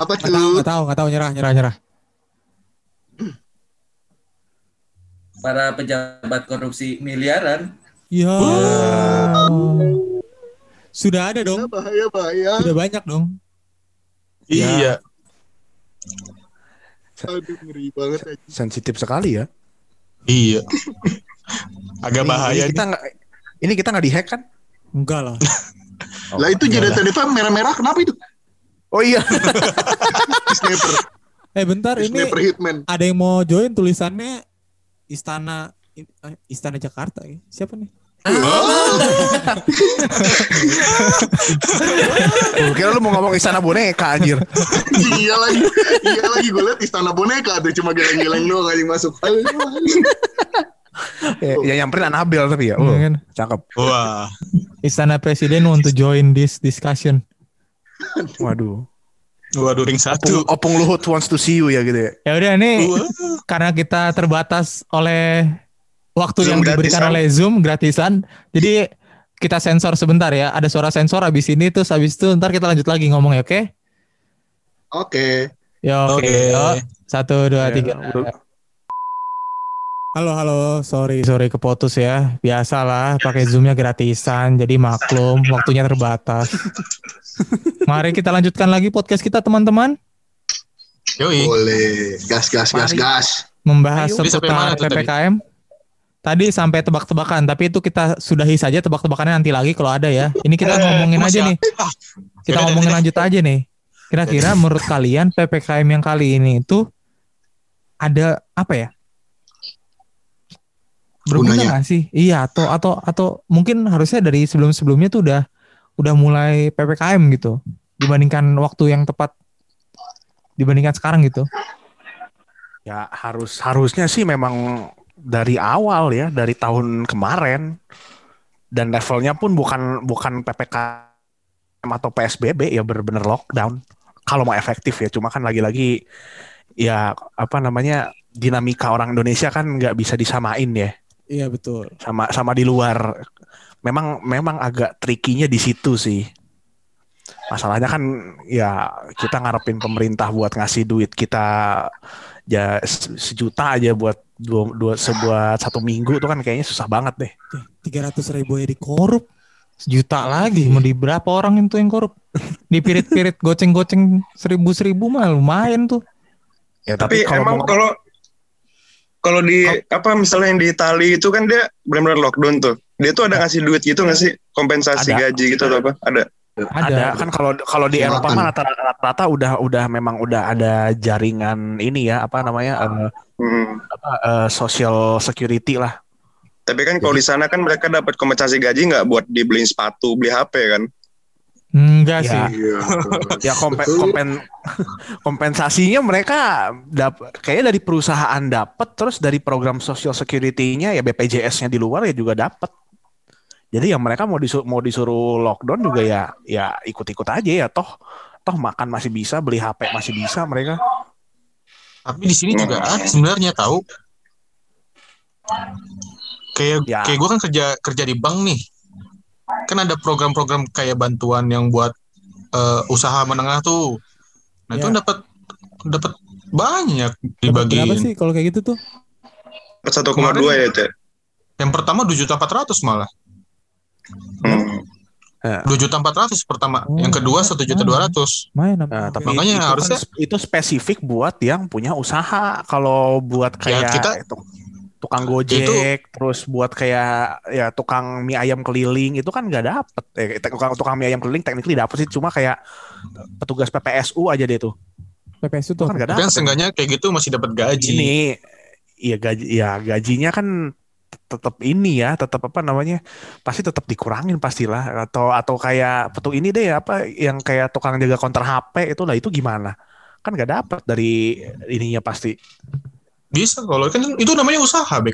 Speaker 3: Apa
Speaker 1: Gak tahu,
Speaker 3: tuh?
Speaker 1: gak tahu, gak tahu nyerah, nyerah, nyerah.
Speaker 2: para pejabat korupsi miliaran
Speaker 1: Ya. Sudah ada dong,
Speaker 3: Bahaya bahaya.
Speaker 1: sudah banyak dong. Ya.
Speaker 7: iya
Speaker 3: Aduh ngeri banget aja.
Speaker 4: sensitif sekali ya.
Speaker 7: iya agak
Speaker 4: Ini-
Speaker 7: bahaya
Speaker 4: Ini Iya, kita
Speaker 7: nih.
Speaker 4: nggak ini kita nggak dihack kan?
Speaker 1: Enggak lah.
Speaker 4: Oh,
Speaker 3: Lah itu
Speaker 4: enggak
Speaker 3: jadi
Speaker 4: lah.
Speaker 3: tadi merah-merah kenapa itu?
Speaker 4: Oh iya.
Speaker 3: Sniper,
Speaker 1: Eh bentar ini
Speaker 3: sniper hitman.
Speaker 1: ada yang mau join tulisannya Istana eh, Istana Jakarta ya. Siapa nih?
Speaker 4: Oh. Gua kira lu mau ngomong istana boneka anjir.
Speaker 3: iya lagi, iya lagi gue liat istana boneka tuh cuma geleng-geleng doang aja yang masuk. Aduh,
Speaker 4: ya, ya nyamperin Anabel
Speaker 1: Iya
Speaker 4: tapi ya. Oh,
Speaker 1: kan?
Speaker 4: cakep.
Speaker 7: wah
Speaker 1: Istana Presiden want to join this discussion.
Speaker 4: Waduh.
Speaker 7: waduh ring
Speaker 4: Opung,
Speaker 7: satu
Speaker 4: Opung Luhut wants to see you ya gitu ya.
Speaker 1: Ya udah nih
Speaker 7: Wah.
Speaker 1: karena kita terbatas oleh waktu
Speaker 5: Zoom
Speaker 1: yang kan? diberikan
Speaker 5: gratisan.
Speaker 1: oleh Zoom gratisan. Jadi kita sensor sebentar ya. Ada suara sensor habis ini terus habis itu ntar kita lanjut lagi ngomong ya, oke?
Speaker 3: Oke.
Speaker 1: Yo, oke.
Speaker 7: Oke.
Speaker 1: yo. Satu, dua,
Speaker 4: Ya,
Speaker 1: tiga.
Speaker 4: udah.
Speaker 1: Halo, halo. Sorry, sorry kepotus ya. Biasalah, pakai zoomnya gratisan, jadi maklum, waktunya terbatas. Mari kita lanjutkan lagi podcast kita teman-teman,
Speaker 7: yoi
Speaker 3: Boleh. Gas gas gas
Speaker 4: Mari.
Speaker 3: gas.
Speaker 1: membahas
Speaker 7: Ayo. Jadi sampai
Speaker 1: seputar
Speaker 7: mana tuh tadi?
Speaker 1: ppkm. Tadi sampai tebak-tebakan, tapi itu kita sudahi saja tebak-tebakannya nanti lagi kalau ada ya. Ini kita ngomongin aja
Speaker 7: Eh, masih
Speaker 1: nih,
Speaker 7: ah,
Speaker 1: kita
Speaker 7: Yaudah,
Speaker 1: ngomongin
Speaker 7: nanti
Speaker 1: lanjut aja nih. Kira-kira menurut kalian ppkm yang kali ini itu ada apa ya?
Speaker 3: Gunanya.
Speaker 1: berguna gak sih? Iya atau atau atau mungkin harusnya dari sebelum sebelumnya tuh udah udah mulai ppkm gitu dibandingkan waktu yang tepat dibandingkan sekarang gitu.
Speaker 4: Ya harus harusnya sih memang dari awal ya dari tahun kemarin dan levelnya pun bukan bukan ppkm atau psbb ya bener-bener lockdown kalau mau efektif ya cuma kan lagi-lagi ya apa namanya dinamika orang Indonesia kan nggak bisa disamain ya
Speaker 1: Iya betul.
Speaker 4: sama sama di luar memang memang agak trikinya di situ sih masalahnya kan ya kita ngarepin pemerintah buat ngasih duit kita ya se- sejuta aja buat dua, dua sebuat satu minggu tuh kan kayaknya susah banget deh
Speaker 1: Tiga ratus ribu ya dikorup Iya. sejuta lagi mau di berapa orang itu yang korup dipirit-pirit goceng-goceng seribu-seribu mah lumayan tuh
Speaker 4: ya
Speaker 5: tapi, emang
Speaker 4: mau-
Speaker 5: kalau kalau di apa misalnya yang di Itali itu kan dia benar-benar lockdown tuh dia tuh ada ngasih duit gitu nggak sih kompensasi
Speaker 4: Ada.
Speaker 5: gaji gitu atau apa ada
Speaker 4: ada, kan kalau kalau di
Speaker 3: Silakan.
Speaker 4: Eropa mah rata- rata-rata udah udah memang udah ada jaringan ini ya apa namanya eh,
Speaker 5: Hmm.
Speaker 4: apa, eh, social security lah
Speaker 5: tapi kan kalau di sana kan mereka dapat kompensasi gaji nggak buat dibeliin sepatu beli HP kan
Speaker 1: enggak
Speaker 4: Ya.
Speaker 1: sih
Speaker 3: Iya.
Speaker 4: Ya kompen,
Speaker 3: Betul.
Speaker 4: kompen- kompensasinya mereka dap, kayaknya dari perusahaan dapat terus dari program social security-nya ya BPJS-nya di luar ya juga dapat. Jadi yang mereka mau disuruh, mau disuruh lockdown juga ya ya ikut-ikut aja ya toh toh makan masih bisa beli HP masih bisa mereka.
Speaker 7: tapi di sini juga ada sebenarnya tahu kayak
Speaker 4: Ya.
Speaker 7: kayak gue kan kerja kerja di bank nih kan ada program-program kayak bantuan yang buat eh, usaha menengah tuh nah itu
Speaker 1: Ya.
Speaker 7: dapat dapat banyak
Speaker 1: Dapat berapa
Speaker 7: dibagiin
Speaker 1: sih kalau kayak gitu tuh
Speaker 5: 1,2
Speaker 7: Kemarin-
Speaker 5: ya itu ya?
Speaker 7: yang pertama 2.400 malah
Speaker 5: Hmm.
Speaker 7: 2.400 pertama
Speaker 1: Oh,
Speaker 7: yang kedua
Speaker 1: lumayan.
Speaker 4: Hmm.
Speaker 7: 1.200
Speaker 1: main apa?
Speaker 4: Nah, tapi
Speaker 7: Makanya
Speaker 4: itu kan
Speaker 7: harusnya-
Speaker 4: sp- itu spesifik buat yang punya usaha. Kalau buat
Speaker 7: Ya,
Speaker 4: kayak
Speaker 7: kita-
Speaker 4: itu, tukang gojek, terus buat kayak ya tukang mie ayam keliling itu kan nggak dapet. Eh, tukang tukang mie ayam keliling technically dapet sih, cuma kayak petugas PPSU aja deh tuh.
Speaker 1: PPS itu
Speaker 4: Itu kan nggak
Speaker 7: tapi
Speaker 4: dapet.
Speaker 7: yang seenggaknya kayak gitu masih dapat gaji
Speaker 4: Ini, ya gaji, ya gajinya kan tetap ini ya, tetap apa namanya? Pasti tetap dikurangin pastilah. Atau atau kayak petu ini deh apa yang kayak tukang jaga konter HP itu lah itu gimana? Kan nggak dapet dari ininya pasti.
Speaker 7: bisa kalau kan itu namanya usaha Bek.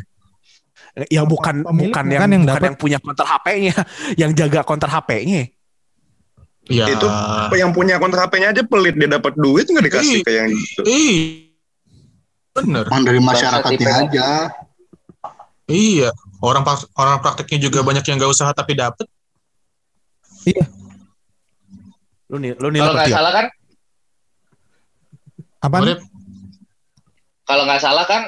Speaker 4: Ya bukan
Speaker 1: Pemilik
Speaker 4: bukan
Speaker 1: bukan
Speaker 4: yang
Speaker 1: yang
Speaker 4: bukan
Speaker 1: dapat.
Speaker 4: yang punya konter HP-nya, yang jaga konter HP-nya.
Speaker 7: ya
Speaker 5: Itu Apa yang punya kontak HP-nya aja pelit dia dapat duit nggak dikasih ke yang gitu
Speaker 7: Ih, bener.
Speaker 3: Emang dari masyarakatnya aja.
Speaker 7: Iya, orang prak- orang prakteknya juga banyak yang gak usaha tapi dapet.
Speaker 4: Lu nih, lu nih
Speaker 8: Kalau nggak salah kan,
Speaker 1: Apaan?
Speaker 7: Murid,
Speaker 8: kalau nggak salah kan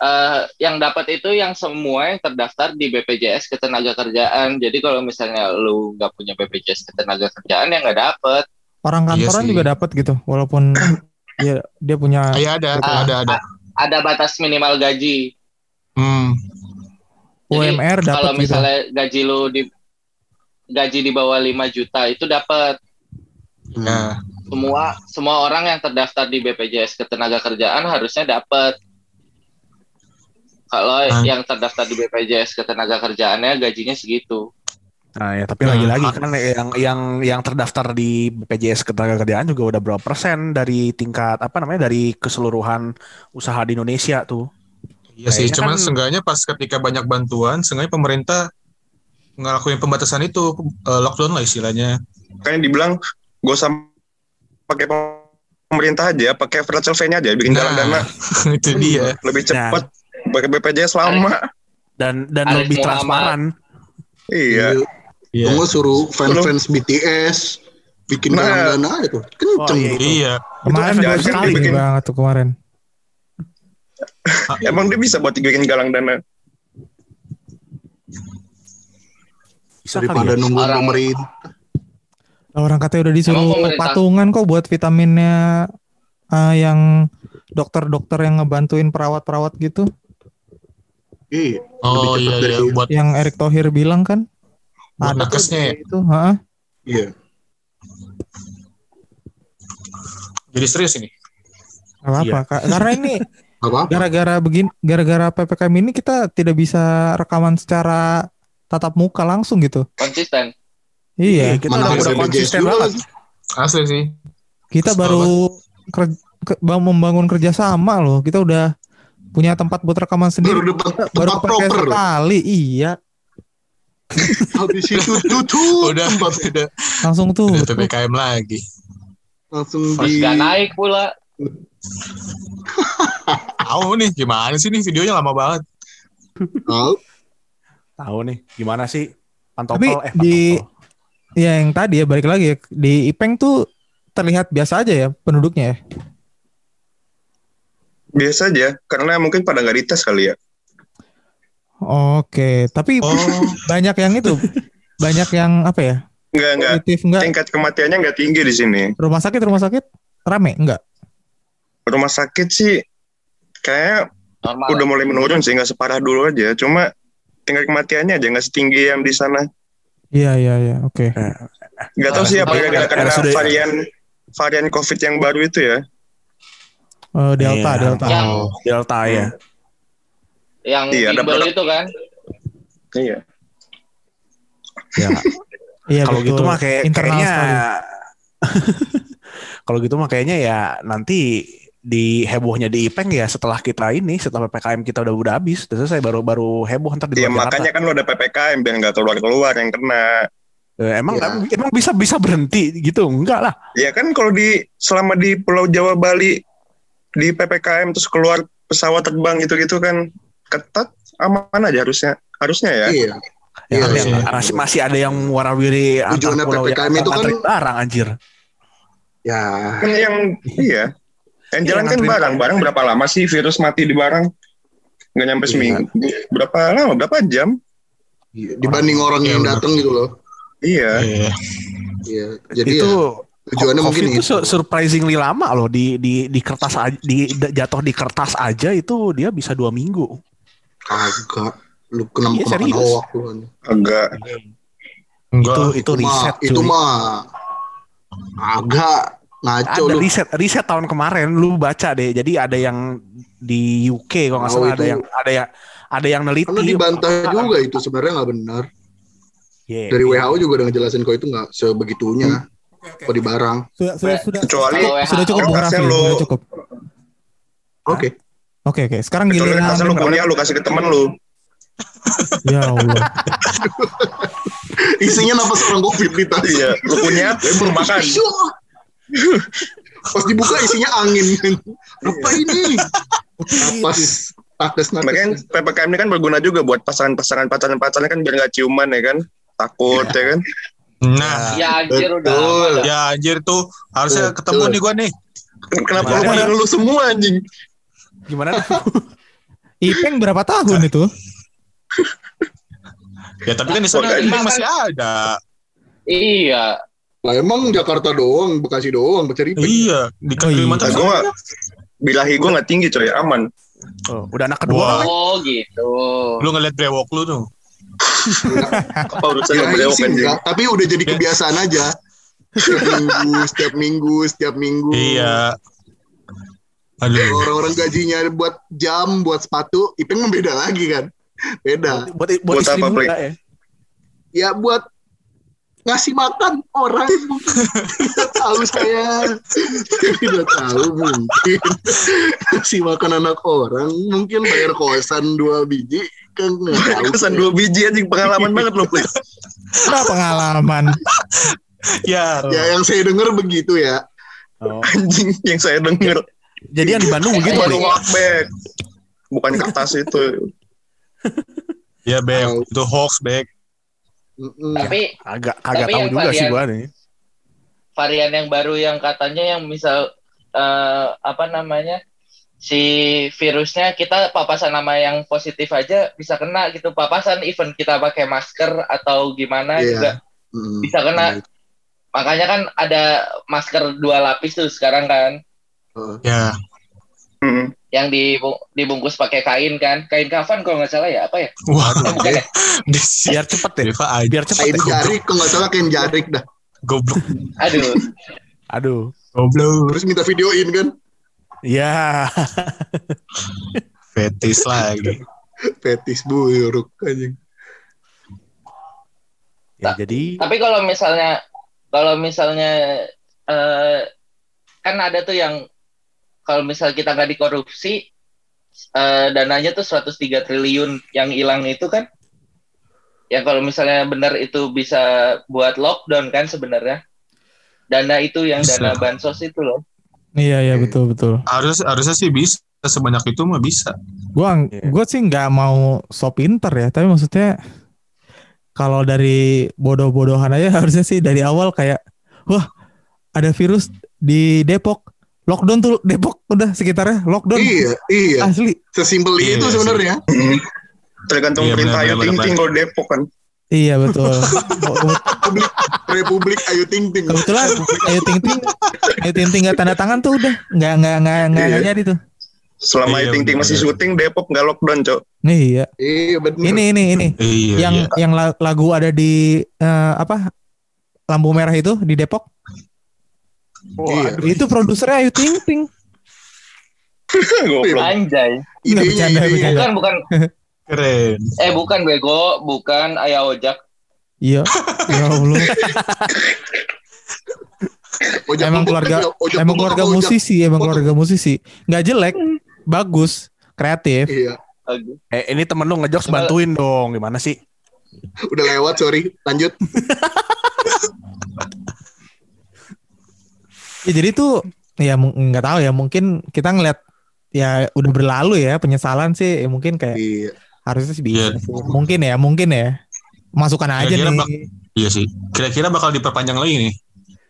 Speaker 8: eh, yang dapat itu yang semua yang terdaftar di BPJS Ketenagakerjaan. Jadi kalau misalnya lu nggak punya BPJS Ketenagakerjaan ya nggak dapet.
Speaker 1: Orang
Speaker 7: Iya
Speaker 1: kantoran
Speaker 7: sih.
Speaker 1: juga dapat gitu, walaupun dia dia punya
Speaker 7: Iya ada,
Speaker 8: Ah.
Speaker 7: ada, ada.
Speaker 8: Ada batas minimal gaji.
Speaker 7: Hmm.
Speaker 8: Jadi,
Speaker 1: UMR
Speaker 8: Kalau
Speaker 1: dapat gitu.
Speaker 8: misalnya gaji lu di gaji di bawah 5 juta itu dapat
Speaker 3: Hmm.
Speaker 7: Nah,
Speaker 8: semua semua orang yang terdaftar di BPJS Ketenagakerjaan harusnya dapat. Kalau
Speaker 7: Ah.
Speaker 8: yang terdaftar di BPJS Ketenagakerjaannya gajinya segitu.
Speaker 4: Nah, ya, tapi lagi-lagi kan yang yang yang terdaftar di BPJS Ketenagakerjaan juga udah berapa persen dari tingkat apa namanya dari keseluruhan usaha di Indonesia tuh.
Speaker 7: iya sih,
Speaker 4: Kayaknya
Speaker 7: cuman
Speaker 4: kan-
Speaker 7: seenggaknya pas ketika banyak bantuan, seenggaknya pemerintah ngelakuin pembatasan itu eh, lockdown lah istilahnya.
Speaker 5: Kan dibilang gak usah pakai pemerintah aja, pakai Fractal V-nya aja bikin jalan dana
Speaker 7: Nah, itu dia.
Speaker 4: Nah.
Speaker 5: lebih cepat. Pakai BPJS lama.
Speaker 4: Dan dan
Speaker 8: Arif
Speaker 4: lebih
Speaker 8: Muhammad.
Speaker 4: transparan.
Speaker 5: Iya.
Speaker 7: Iya.
Speaker 3: Tunggu suruh fans-fans BTS bikin
Speaker 5: Nah.
Speaker 3: dana dana itu.
Speaker 4: Oh,
Speaker 3: Kenceng.
Speaker 4: iya.
Speaker 7: Iya.
Speaker 1: Kemarin
Speaker 5: Itu kan
Speaker 1: bagus
Speaker 5: jangan
Speaker 1: sekali
Speaker 5: dibikin.
Speaker 1: banget tuh kemarin.
Speaker 5: Emang dia bisa buat bikin galang dana.
Speaker 4: Bisa kali
Speaker 3: Daripada
Speaker 4: ya?
Speaker 3: nunggu
Speaker 8: Orang-
Speaker 3: pemerintah.
Speaker 1: Lah, Orang katanya udah
Speaker 8: Emang
Speaker 1: disuruh
Speaker 8: pemerintah-
Speaker 1: patungan kok buat vitaminnya eh, yang dokter-dokter yang ngebantuin perawat-perawat gitu,
Speaker 3: Iya.
Speaker 7: Oh
Speaker 3: Lebih cepat
Speaker 7: iya,
Speaker 3: dari
Speaker 7: iya. buat
Speaker 1: yang Erick Thohir bilang kan. Ada
Speaker 7: buat
Speaker 1: tuh
Speaker 7: nakesnya ya.
Speaker 1: itu, heeh.
Speaker 3: Iya.
Speaker 7: Jadi serius ini.
Speaker 1: Gak apa-apa, Kak. Karena ini
Speaker 3: Gak apa-apa.
Speaker 1: gara-gara begini, gara-gara PPKM ini kita tidak bisa rekaman secara tatap muka langsung gitu.
Speaker 8: Konsisten.
Speaker 1: Iya,
Speaker 4: kita udah,
Speaker 3: Mana harus
Speaker 4: udah
Speaker 3: BPJS
Speaker 4: konsisten
Speaker 3: juga
Speaker 4: banget.
Speaker 3: lagi.
Speaker 7: Asli sih.
Speaker 1: kita baru ker- ke- bang- membangun kerjasama loh. Kita udah punya tempat buat rekaman
Speaker 3: Baru
Speaker 1: sendiri.
Speaker 3: depan
Speaker 1: Baru
Speaker 3: tempat
Speaker 1: kepake
Speaker 3: proper.
Speaker 1: sekali, iya.
Speaker 3: Habis itu tutup.
Speaker 7: Udah,
Speaker 3: tempat.
Speaker 7: udah,
Speaker 1: Langsung tuh.
Speaker 7: udah PPKM lagi.
Speaker 3: Langsung
Speaker 8: Terus
Speaker 3: di
Speaker 8: nggak naik pula.
Speaker 7: Tahu nih gimana sih nih videonya lama banget.
Speaker 3: Tahu.
Speaker 4: Tahu nih gimana sih
Speaker 1: Tapi
Speaker 4: pantopel eh
Speaker 1: di-
Speaker 4: pantopel.
Speaker 1: Ya yang tadi ya balik lagi ya. di Ipeng tuh terlihat biasa aja ya penduduknya ya.
Speaker 5: Biasa aja, karena mungkin pada nggak dites kali ya.
Speaker 1: Oke, tapi
Speaker 7: Oh,
Speaker 1: banyak yang itu banyak yang apa ya?
Speaker 5: Nggak, nggak.
Speaker 1: Positif enggak?
Speaker 5: Tingkat kematiannya nggak tinggi di sini.
Speaker 1: Rumah sakit rumah sakit rame enggak?
Speaker 5: Rumah sakit sih kayak
Speaker 8: Normal.
Speaker 5: udah mulai menurun sih, nggak separah dulu aja. Cuma tingkat kematiannya aja nggak setinggi yang di sana.
Speaker 1: Iya iya iya, oke.
Speaker 5: Nggak tahu sih apa
Speaker 8: RSUD.
Speaker 5: gara-gara karena
Speaker 4: RSUD.
Speaker 5: varian varian COVID yang baru itu ya.
Speaker 1: Eh, Delta,
Speaker 4: Iya.
Speaker 1: Delta.
Speaker 8: Yang
Speaker 4: Delta ya.
Speaker 8: yang
Speaker 5: Iya, ada
Speaker 8: timbel
Speaker 5: produk-
Speaker 8: itu kan.
Speaker 5: Iya.
Speaker 4: ya
Speaker 1: Iya
Speaker 4: kalau gitu mah kayak
Speaker 1: Internal
Speaker 4: kayaknya
Speaker 1: sekali.
Speaker 4: kalau gitu mah kayaknya ya nanti di hebohnya di Ipeng ya setelah kita ini setelah PPKM kita udah udah habis terus saya baru baru heboh ntar
Speaker 3: Iya,
Speaker 4: di
Speaker 5: Ya
Speaker 4: luar Jakarta.
Speaker 5: makanya kan lo ada PPKM biar nggak keluar-keluar yang kena.
Speaker 4: Eh, emang
Speaker 3: Ya.
Speaker 4: em- emang bisa bisa berhenti gitu enggak lah
Speaker 5: Ya kan kalau di selama di Pulau Jawa Bali di PPKM terus keluar pesawat terbang gitu-gitu kan ketat aman aja harusnya harusnya ya.
Speaker 3: Iya.
Speaker 4: ya,
Speaker 3: Iya,
Speaker 4: kan,
Speaker 3: iya.
Speaker 4: yang- masih masih ada yang warawiri antar
Speaker 3: Tujuannya
Speaker 4: pulau yang
Speaker 3: PPKM itu kan-
Speaker 4: nganterin barang anjir
Speaker 3: Ya.
Speaker 5: Kan yang iya. Yang
Speaker 4: Iya,
Speaker 5: jalan kan
Speaker 4: nganterin
Speaker 5: barang, barang berapa lama sih virus mati di barang? Nggak nyampe
Speaker 3: Iya.
Speaker 5: seminggu. Berapa lama? Berapa jam?
Speaker 3: Iya, Dibanding orang
Speaker 7: Iya,
Speaker 3: yang
Speaker 7: benar.
Speaker 3: datang gitu loh.
Speaker 5: Iya.
Speaker 7: iya.
Speaker 3: Iya. Jadi
Speaker 4: itu
Speaker 3: ya, tujuannya
Speaker 4: COVID
Speaker 3: mungkin
Speaker 4: itu
Speaker 3: itu.
Speaker 4: su- surprisingly lama loh di di di kertas aj- di d- jatuh di kertas aja itu dia bisa dua minggu
Speaker 3: Kagak. Lu kena
Speaker 4: Iya,
Speaker 3: kemakan
Speaker 4: serius.
Speaker 3: hoak lu kan.
Speaker 5: Agak
Speaker 4: itu
Speaker 7: Enggak.
Speaker 4: itu
Speaker 3: Mah,
Speaker 4: riset
Speaker 3: Itu
Speaker 4: cuy.
Speaker 3: mah. Agak. Ngaco
Speaker 4: ada
Speaker 3: lu.
Speaker 4: riset riset tahun kemarin lu baca deh jadi ada yang di UK kalau nggak
Speaker 3: Oh,
Speaker 4: salah ada
Speaker 3: itu-
Speaker 4: yang ada yang ada yang neliti
Speaker 3: Karena dibantah juga itu sebenarnya nggak benar.
Speaker 4: Yeah.
Speaker 3: Dari WHO juga udah ngejelasin kalau itu nggak sebegitunya.
Speaker 4: Hmm.
Speaker 3: Kalau di barang.
Speaker 1: Sudah sudah sudah
Speaker 5: kecuali
Speaker 8: Kalau
Speaker 1: sudah cukup Bung
Speaker 5: Kalau
Speaker 1: Raffi,
Speaker 5: kasih lu-
Speaker 1: sudah cukup.
Speaker 3: Oke.
Speaker 1: Oke oke, sekarang
Speaker 5: kecuali
Speaker 1: giliran
Speaker 5: kasih lu kuliah lu kasih ke temen lu.
Speaker 1: Ya Allah.
Speaker 3: Isinya napas orang covid di tas.
Speaker 5: Iya, lu punya lu makan.
Speaker 3: Pas dibuka isinya angin. Apa ini? Napas Nakes nakes.
Speaker 5: Makanya PPKM ini kan berguna juga buat pasangan-pasangan pacaran-pacaran kan biar nggak ciuman ya kan. Takut ya kan.
Speaker 7: Nah,
Speaker 8: Ya anjir udah.
Speaker 3: Betul.
Speaker 8: aman lah.
Speaker 7: ya anjir tuh harusnya
Speaker 3: Betul.
Speaker 7: ketemu nih gua nih.
Speaker 5: Kenapa
Speaker 3: Lu
Speaker 5: lu
Speaker 3: pada lulu semua anjing.
Speaker 4: Gimana?
Speaker 1: Ipeng berapa tahun itu?
Speaker 7: Ya tapi kan di sana
Speaker 5: Makanya.
Speaker 7: emang masih ada.
Speaker 8: Iya.
Speaker 3: Lah emang Jakarta doang, Bekasi doang, Beceripeng.
Speaker 7: Iya,
Speaker 1: Oh,
Speaker 7: di
Speaker 1: iya.
Speaker 7: Kalimantan.
Speaker 5: Nah,
Speaker 7: sana.
Speaker 5: gua bilahi gua nggak tinggi coy, aman.
Speaker 4: Oh, udah anak kedua.
Speaker 7: Wah.
Speaker 8: Oh gitu.
Speaker 7: Lu ngeliat brewok lu tuh.
Speaker 5: Apa urusannya
Speaker 3: Ya,
Speaker 5: brewok
Speaker 3: sih
Speaker 5: anjing?
Speaker 3: enggak, tapi udah jadi kebiasaan aja. Setiap minggu, setiap minggu, setiap minggu.
Speaker 7: Iya. Aduh.
Speaker 3: Orang-orang gajinya buat jam, buat sepatu, Ipeng membeda lagi kan. Beda.
Speaker 4: Buat, buat, buat
Speaker 5: Buat
Speaker 4: istri
Speaker 5: apa,
Speaker 4: muda
Speaker 5: Blake?
Speaker 4: ya.
Speaker 3: Ya buat ngasih makan orang Nggak tahu saya Saya tidak tahu mungkin ngasih makan anak orang mungkin bayar kosan dua biji kan nggak tahu
Speaker 5: Kesan
Speaker 3: saya.
Speaker 5: dua biji anjing pengalaman banget lu, Blake.
Speaker 1: Nah, pengalaman.
Speaker 7: Ya.
Speaker 3: ya yang saya dengar begitu ya
Speaker 4: Oh.
Speaker 5: anjing yang saya denger.
Speaker 4: Jadi yang di Bandung begitu,
Speaker 5: Bukan
Speaker 4: Blake?
Speaker 5: walkback. Bukan kertas itu.
Speaker 7: Ya, Bek. Itu hoax, Bek.
Speaker 3: Mm-mm.
Speaker 8: Tapi
Speaker 4: Agak kagak
Speaker 8: Tapi
Speaker 4: tahu
Speaker 8: yang
Speaker 4: juga sih
Speaker 8: kalian-
Speaker 4: gua nih.
Speaker 8: varian yang baru yang katanya yang misal eh, apa namanya si virusnya kita papasan sama yang positif aja bisa kena gitu papasan even kita pakai masker atau gimana
Speaker 3: Iya.
Speaker 8: juga
Speaker 3: Mm-mm.
Speaker 8: bisa kena makanya kan ada masker dua lapis tuh sekarang kan
Speaker 7: Ya.
Speaker 5: Heeh.
Speaker 8: yang dibu- dibungkus pakai kain kan kain kafan kalau nggak salah ya apa ya
Speaker 7: Wah,
Speaker 8: Eh, bukan ya?
Speaker 7: desi.
Speaker 4: Biar cepet deh.
Speaker 7: Deva aja.
Speaker 4: Biar cepet
Speaker 3: kain
Speaker 4: deh.
Speaker 3: Nah, jarik kalau nggak salah kain jarik dah
Speaker 7: Goblok.
Speaker 8: aduh
Speaker 4: Aduh.
Speaker 7: Goblok.
Speaker 3: terus minta videoin kan
Speaker 4: Ya.
Speaker 7: Fetis lagi.
Speaker 3: fetis buruk anjing
Speaker 1: Nah.
Speaker 4: ya jadi
Speaker 8: Tapi kalau misalnya kalau misalnya eh, kan ada tuh yang kalau misal kita nggak dikorupsi eh, dananya tuh 103 triliun yang hilang itu kan yang kalau misalnya benar itu bisa buat lockdown kan sebenarnya dana itu yang dana
Speaker 7: Bisa.
Speaker 8: bansos itu loh
Speaker 1: Iya iya betul betul.
Speaker 7: Harus harusnya sih bisa sebanyak itu mah bisa.
Speaker 1: Gua
Speaker 4: Iya.
Speaker 1: gua sih nggak mau so pinter ya, tapi maksudnya kalau dari bodoh-bodohan aja harusnya sih dari awal kayak wah ada virus di Depok. Lockdown tuh Depok udah sekitarnya lockdown.
Speaker 3: iya iya
Speaker 1: Asli.
Speaker 3: sesimpel
Speaker 7: Iya,
Speaker 3: itu
Speaker 7: sih.
Speaker 3: sebenarnya
Speaker 5: Tergantung
Speaker 7: Iya,
Speaker 5: perintah
Speaker 7: benar,
Speaker 5: Ayu
Speaker 7: benar,
Speaker 5: Ting Ting
Speaker 7: benar.
Speaker 5: kalau Depok kan.
Speaker 1: Iya betul.
Speaker 3: Republik Ayu Ting Ting
Speaker 1: Kebetulan Ayu Ting Ting Ayu Ting Ting nggak tanda tangan tuh udah nggak nggak nggak nggak nggak
Speaker 5: Iya.
Speaker 1: jadi tuh.
Speaker 5: Selama Ayu
Speaker 7: Iya,
Speaker 5: Ting Ting
Speaker 7: benar,
Speaker 5: masih
Speaker 7: benar.
Speaker 5: syuting Depok nggak lockdown, Cok.
Speaker 1: Iya.
Speaker 3: iya bener
Speaker 1: Ini ini ini
Speaker 7: Iya.
Speaker 1: yang
Speaker 7: iya.
Speaker 1: yang la- lagu ada di eh, apa lampu merah itu di Depok
Speaker 3: iya.
Speaker 1: itu produsernya Ayu Ting Ting
Speaker 5: Goblok.
Speaker 8: anjay
Speaker 1: Nggak
Speaker 3: idenya
Speaker 1: Iya, bercanda,
Speaker 3: idenya
Speaker 1: bercanda.
Speaker 8: bukan bukan
Speaker 7: keren.
Speaker 8: eh bukan bego bukan ayah ojak
Speaker 1: iya ya Allah
Speaker 3: Ojak
Speaker 1: Emang
Speaker 3: Pupuk
Speaker 1: keluarga-
Speaker 3: kan ya, Ojak
Speaker 1: emang
Speaker 3: Pupuk
Speaker 1: keluarga
Speaker 3: apa Ojak?
Speaker 1: musisi emang keluarga musisi nggak jelek bagus kreatif
Speaker 3: iya
Speaker 8: Aduh.
Speaker 4: eh, ini temen lu ngejokes bantuin dong. Gimana sih?
Speaker 3: udah lewat sorry lanjut
Speaker 1: ya, jadi tuh ya mu- nggak tahu ya mungkin kita ngeliat ya udah berlalu ya penyesalan sih ya, mungkin kayak
Speaker 3: iya
Speaker 1: harusnya sih bisa sih. mungkin ya mungkin ya masukan aja
Speaker 7: Kira-kira
Speaker 1: nih
Speaker 7: bak- Iya sih. Kira-kira bakal diperpanjang lagi nih.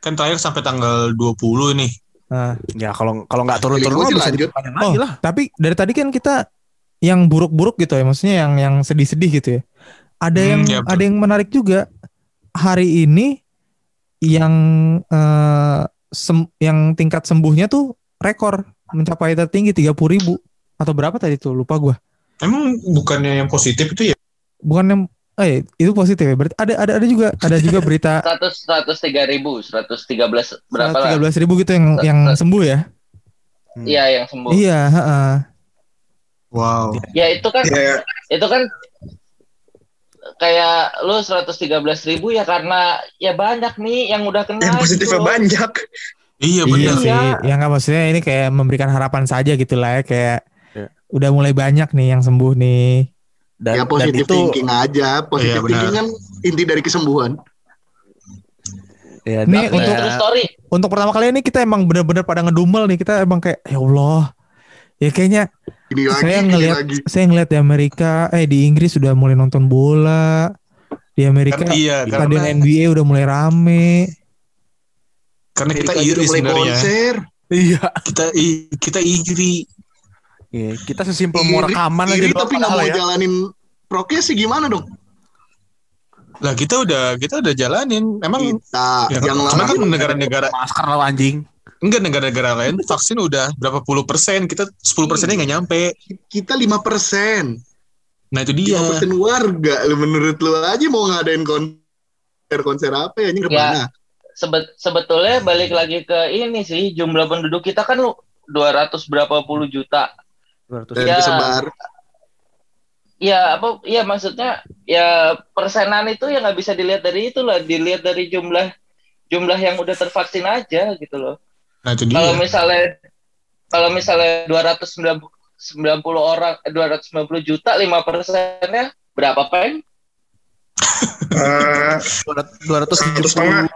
Speaker 7: Kan terakhir sampai tanggal 20 nih.
Speaker 1: Nah.
Speaker 4: Ya kalau kalau nggak
Speaker 3: Gua
Speaker 4: turun-turun
Speaker 3: sih
Speaker 4: bisa
Speaker 3: lanjut. Oh,
Speaker 4: diperpanjang lagi lah.
Speaker 1: Tapi dari tadi kan kita yang buruk-buruk gitu ya, maksudnya yang yang sedih-sedih gitu ya. Ada
Speaker 7: Hmm,
Speaker 1: yang
Speaker 7: iya, betul.
Speaker 1: ada yang menarik juga hari ini yang eh, sem- yang tingkat sembuhnya tuh rekor mencapai tertinggi 30.000 ribu atau berapa tadi tuh lupa gua.
Speaker 7: Emang bukannya yang positif itu ya?
Speaker 1: Bukan yang eh itu positif ya. Berarti ada ada ada juga ada juga berita
Speaker 8: 100 103 ribu 113 berapa lah
Speaker 1: 13.000 gitu yang yang sembuh ya.
Speaker 8: iya yang sembuh
Speaker 1: Iya, heeh.
Speaker 7: Wow.
Speaker 8: ya itu kan
Speaker 5: Ya,
Speaker 8: itu kan kayak lu 113 ribu ya karena ya banyak nih yang udah kena
Speaker 5: yang positifnya
Speaker 8: gitu.
Speaker 5: banyak.
Speaker 7: Iya
Speaker 1: Iya
Speaker 7: benar.
Speaker 1: sih, ya nggak maksudnya ini kayak memberikan harapan saja gitu lah ya kayak
Speaker 4: Iya.
Speaker 1: udah mulai banyak nih yang sembuh nih.
Speaker 4: Dan,
Speaker 3: ya
Speaker 4: dan
Speaker 3: positif
Speaker 4: itu
Speaker 3: thinking aja positif
Speaker 7: Iya, benar.
Speaker 3: thinking kan inti dari kesembuhan
Speaker 4: ya,
Speaker 1: Nih,
Speaker 4: dan-
Speaker 8: Ini
Speaker 1: Untuk-
Speaker 8: true story
Speaker 1: Untuk pertama kali ini kita emang bener-bener pada ngedumel nih kita emang kayak ya Allah. Ya kayaknya
Speaker 3: Ini lagi,
Speaker 1: saya
Speaker 3: ini
Speaker 1: ngelihat
Speaker 3: lagi.
Speaker 1: saya ngelihat di Amerika eh di Inggris sudah mulai nonton bola di Amerika
Speaker 7: Kan iya,
Speaker 1: stadion
Speaker 7: karena
Speaker 1: NBA udah mulai rame
Speaker 7: karena kita
Speaker 3: Amerika
Speaker 7: iri
Speaker 3: juga mulai
Speaker 7: sebenarnya.
Speaker 3: konser.
Speaker 4: Iya.
Speaker 7: Kita i- kita iri.
Speaker 4: Kita sesimpel mau
Speaker 3: Iri-
Speaker 4: rekaman aja
Speaker 3: Iri
Speaker 4: doang
Speaker 3: tapi nggak
Speaker 4: padahal ya.
Speaker 3: mau jalanin prokes sih gimana dong?
Speaker 7: Lah kita udah kita udah jalanin. Emang
Speaker 3: Kita
Speaker 7: Ya,
Speaker 3: yang
Speaker 7: cuman kan
Speaker 3: lain
Speaker 7: negara-negara
Speaker 4: Masker lo anjing.
Speaker 7: enggak negara-negara lain vaksin udah berapa puluh persen kita 10 persennya nggak nyampe
Speaker 3: kita 5 persen.
Speaker 7: nah itu dia
Speaker 3: Lima persen warga. Lu Menurut lu aja mau ngadain konser konser apa ya? Ini kemana?
Speaker 8: Sebet- sebetulnya balik lagi ke ini sih jumlah penduduk kita kan lu 200 berapa puluh juta.
Speaker 3: Dan
Speaker 8: Ya.
Speaker 3: kesebar.
Speaker 8: Ya apa? Ya maksudnya ya persenan itu ya nggak bisa dilihat dari itu lah, dilihat dari jumlah jumlah yang udah tervaksin aja gitu loh.
Speaker 5: Iya.
Speaker 7: nah itu dia
Speaker 8: Kalau misalnya kalau misalnya 290 orang eh, 290 juta 5 persennya berapa peng?
Speaker 5: Eh,
Speaker 8: Nah,
Speaker 4: 200
Speaker 5: satu setengah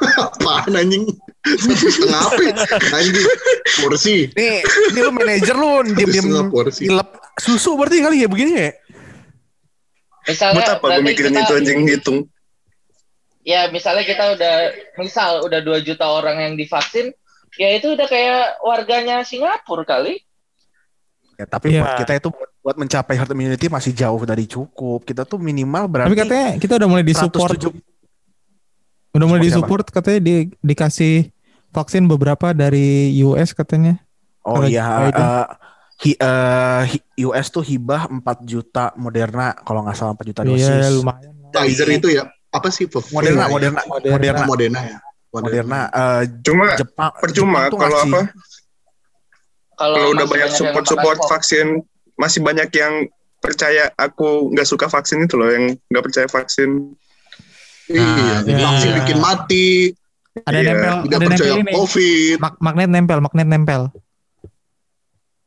Speaker 3: Apaan anjing? Satu setengah apa? ya? Anjing. Porsi.
Speaker 4: Nih, ini lu manajer lu
Speaker 3: Satu
Speaker 4: diam-diam
Speaker 3: setengah porsi.
Speaker 4: ngilep susu berarti kali ya begini ya.
Speaker 8: Misalnya
Speaker 5: buat apa gue
Speaker 8: berarti
Speaker 5: mikirin
Speaker 8: kita-
Speaker 5: itu anjing ngitung
Speaker 8: ya misalnya kita udah misal udah 2 juta orang yang divaksin ya itu udah kayak warganya Singapura kali
Speaker 4: Ya, tapi
Speaker 1: Iya.
Speaker 4: buat kita itu buat- buat mencapai herd immunity masih jauh dari cukup. Kita tuh minimal
Speaker 1: tapi
Speaker 4: berarti
Speaker 1: katanya kita udah mulai disupport
Speaker 4: 170
Speaker 1: udah mulai
Speaker 4: Support siapa?
Speaker 1: disupport katanya di, dikasih vaksin beberapa dari US katanya
Speaker 4: Oh
Speaker 1: Kalau
Speaker 4: iya,
Speaker 1: Joe Biden.
Speaker 4: eh, hi- eh, hi- US tuh hibah 4 juta Moderna kalau nggak salah 4 juta dosis.
Speaker 1: iya lumayan Iya,
Speaker 3: Pfizer itu ya. Apa sih?
Speaker 4: Moderna,
Speaker 3: Moderna.
Speaker 4: Moderna, Moderna, Moderna.
Speaker 3: Moderna ya.
Speaker 4: Eh,
Speaker 5: cuma
Speaker 4: Jepang.
Speaker 5: percuma
Speaker 4: Jepang tuh
Speaker 5: kalau
Speaker 4: ngasih-
Speaker 5: apa kalau udah
Speaker 8: masih
Speaker 5: banyak
Speaker 8: yang
Speaker 5: support
Speaker 8: makan
Speaker 5: support
Speaker 8: hoax.
Speaker 5: vaksin masih banyak yang percaya aku nggak suka vaksin itu loh yang nggak percaya vaksin
Speaker 3: Iya.
Speaker 7: Nah, jadi-
Speaker 3: Vaksin
Speaker 1: Iya.
Speaker 3: bikin mati.
Speaker 1: ada
Speaker 5: Iya,
Speaker 1: nempel
Speaker 3: Tidak
Speaker 1: ada nempel
Speaker 3: percaya
Speaker 1: ini
Speaker 3: COVID.
Speaker 1: Mag- magnet nempel magnet nempel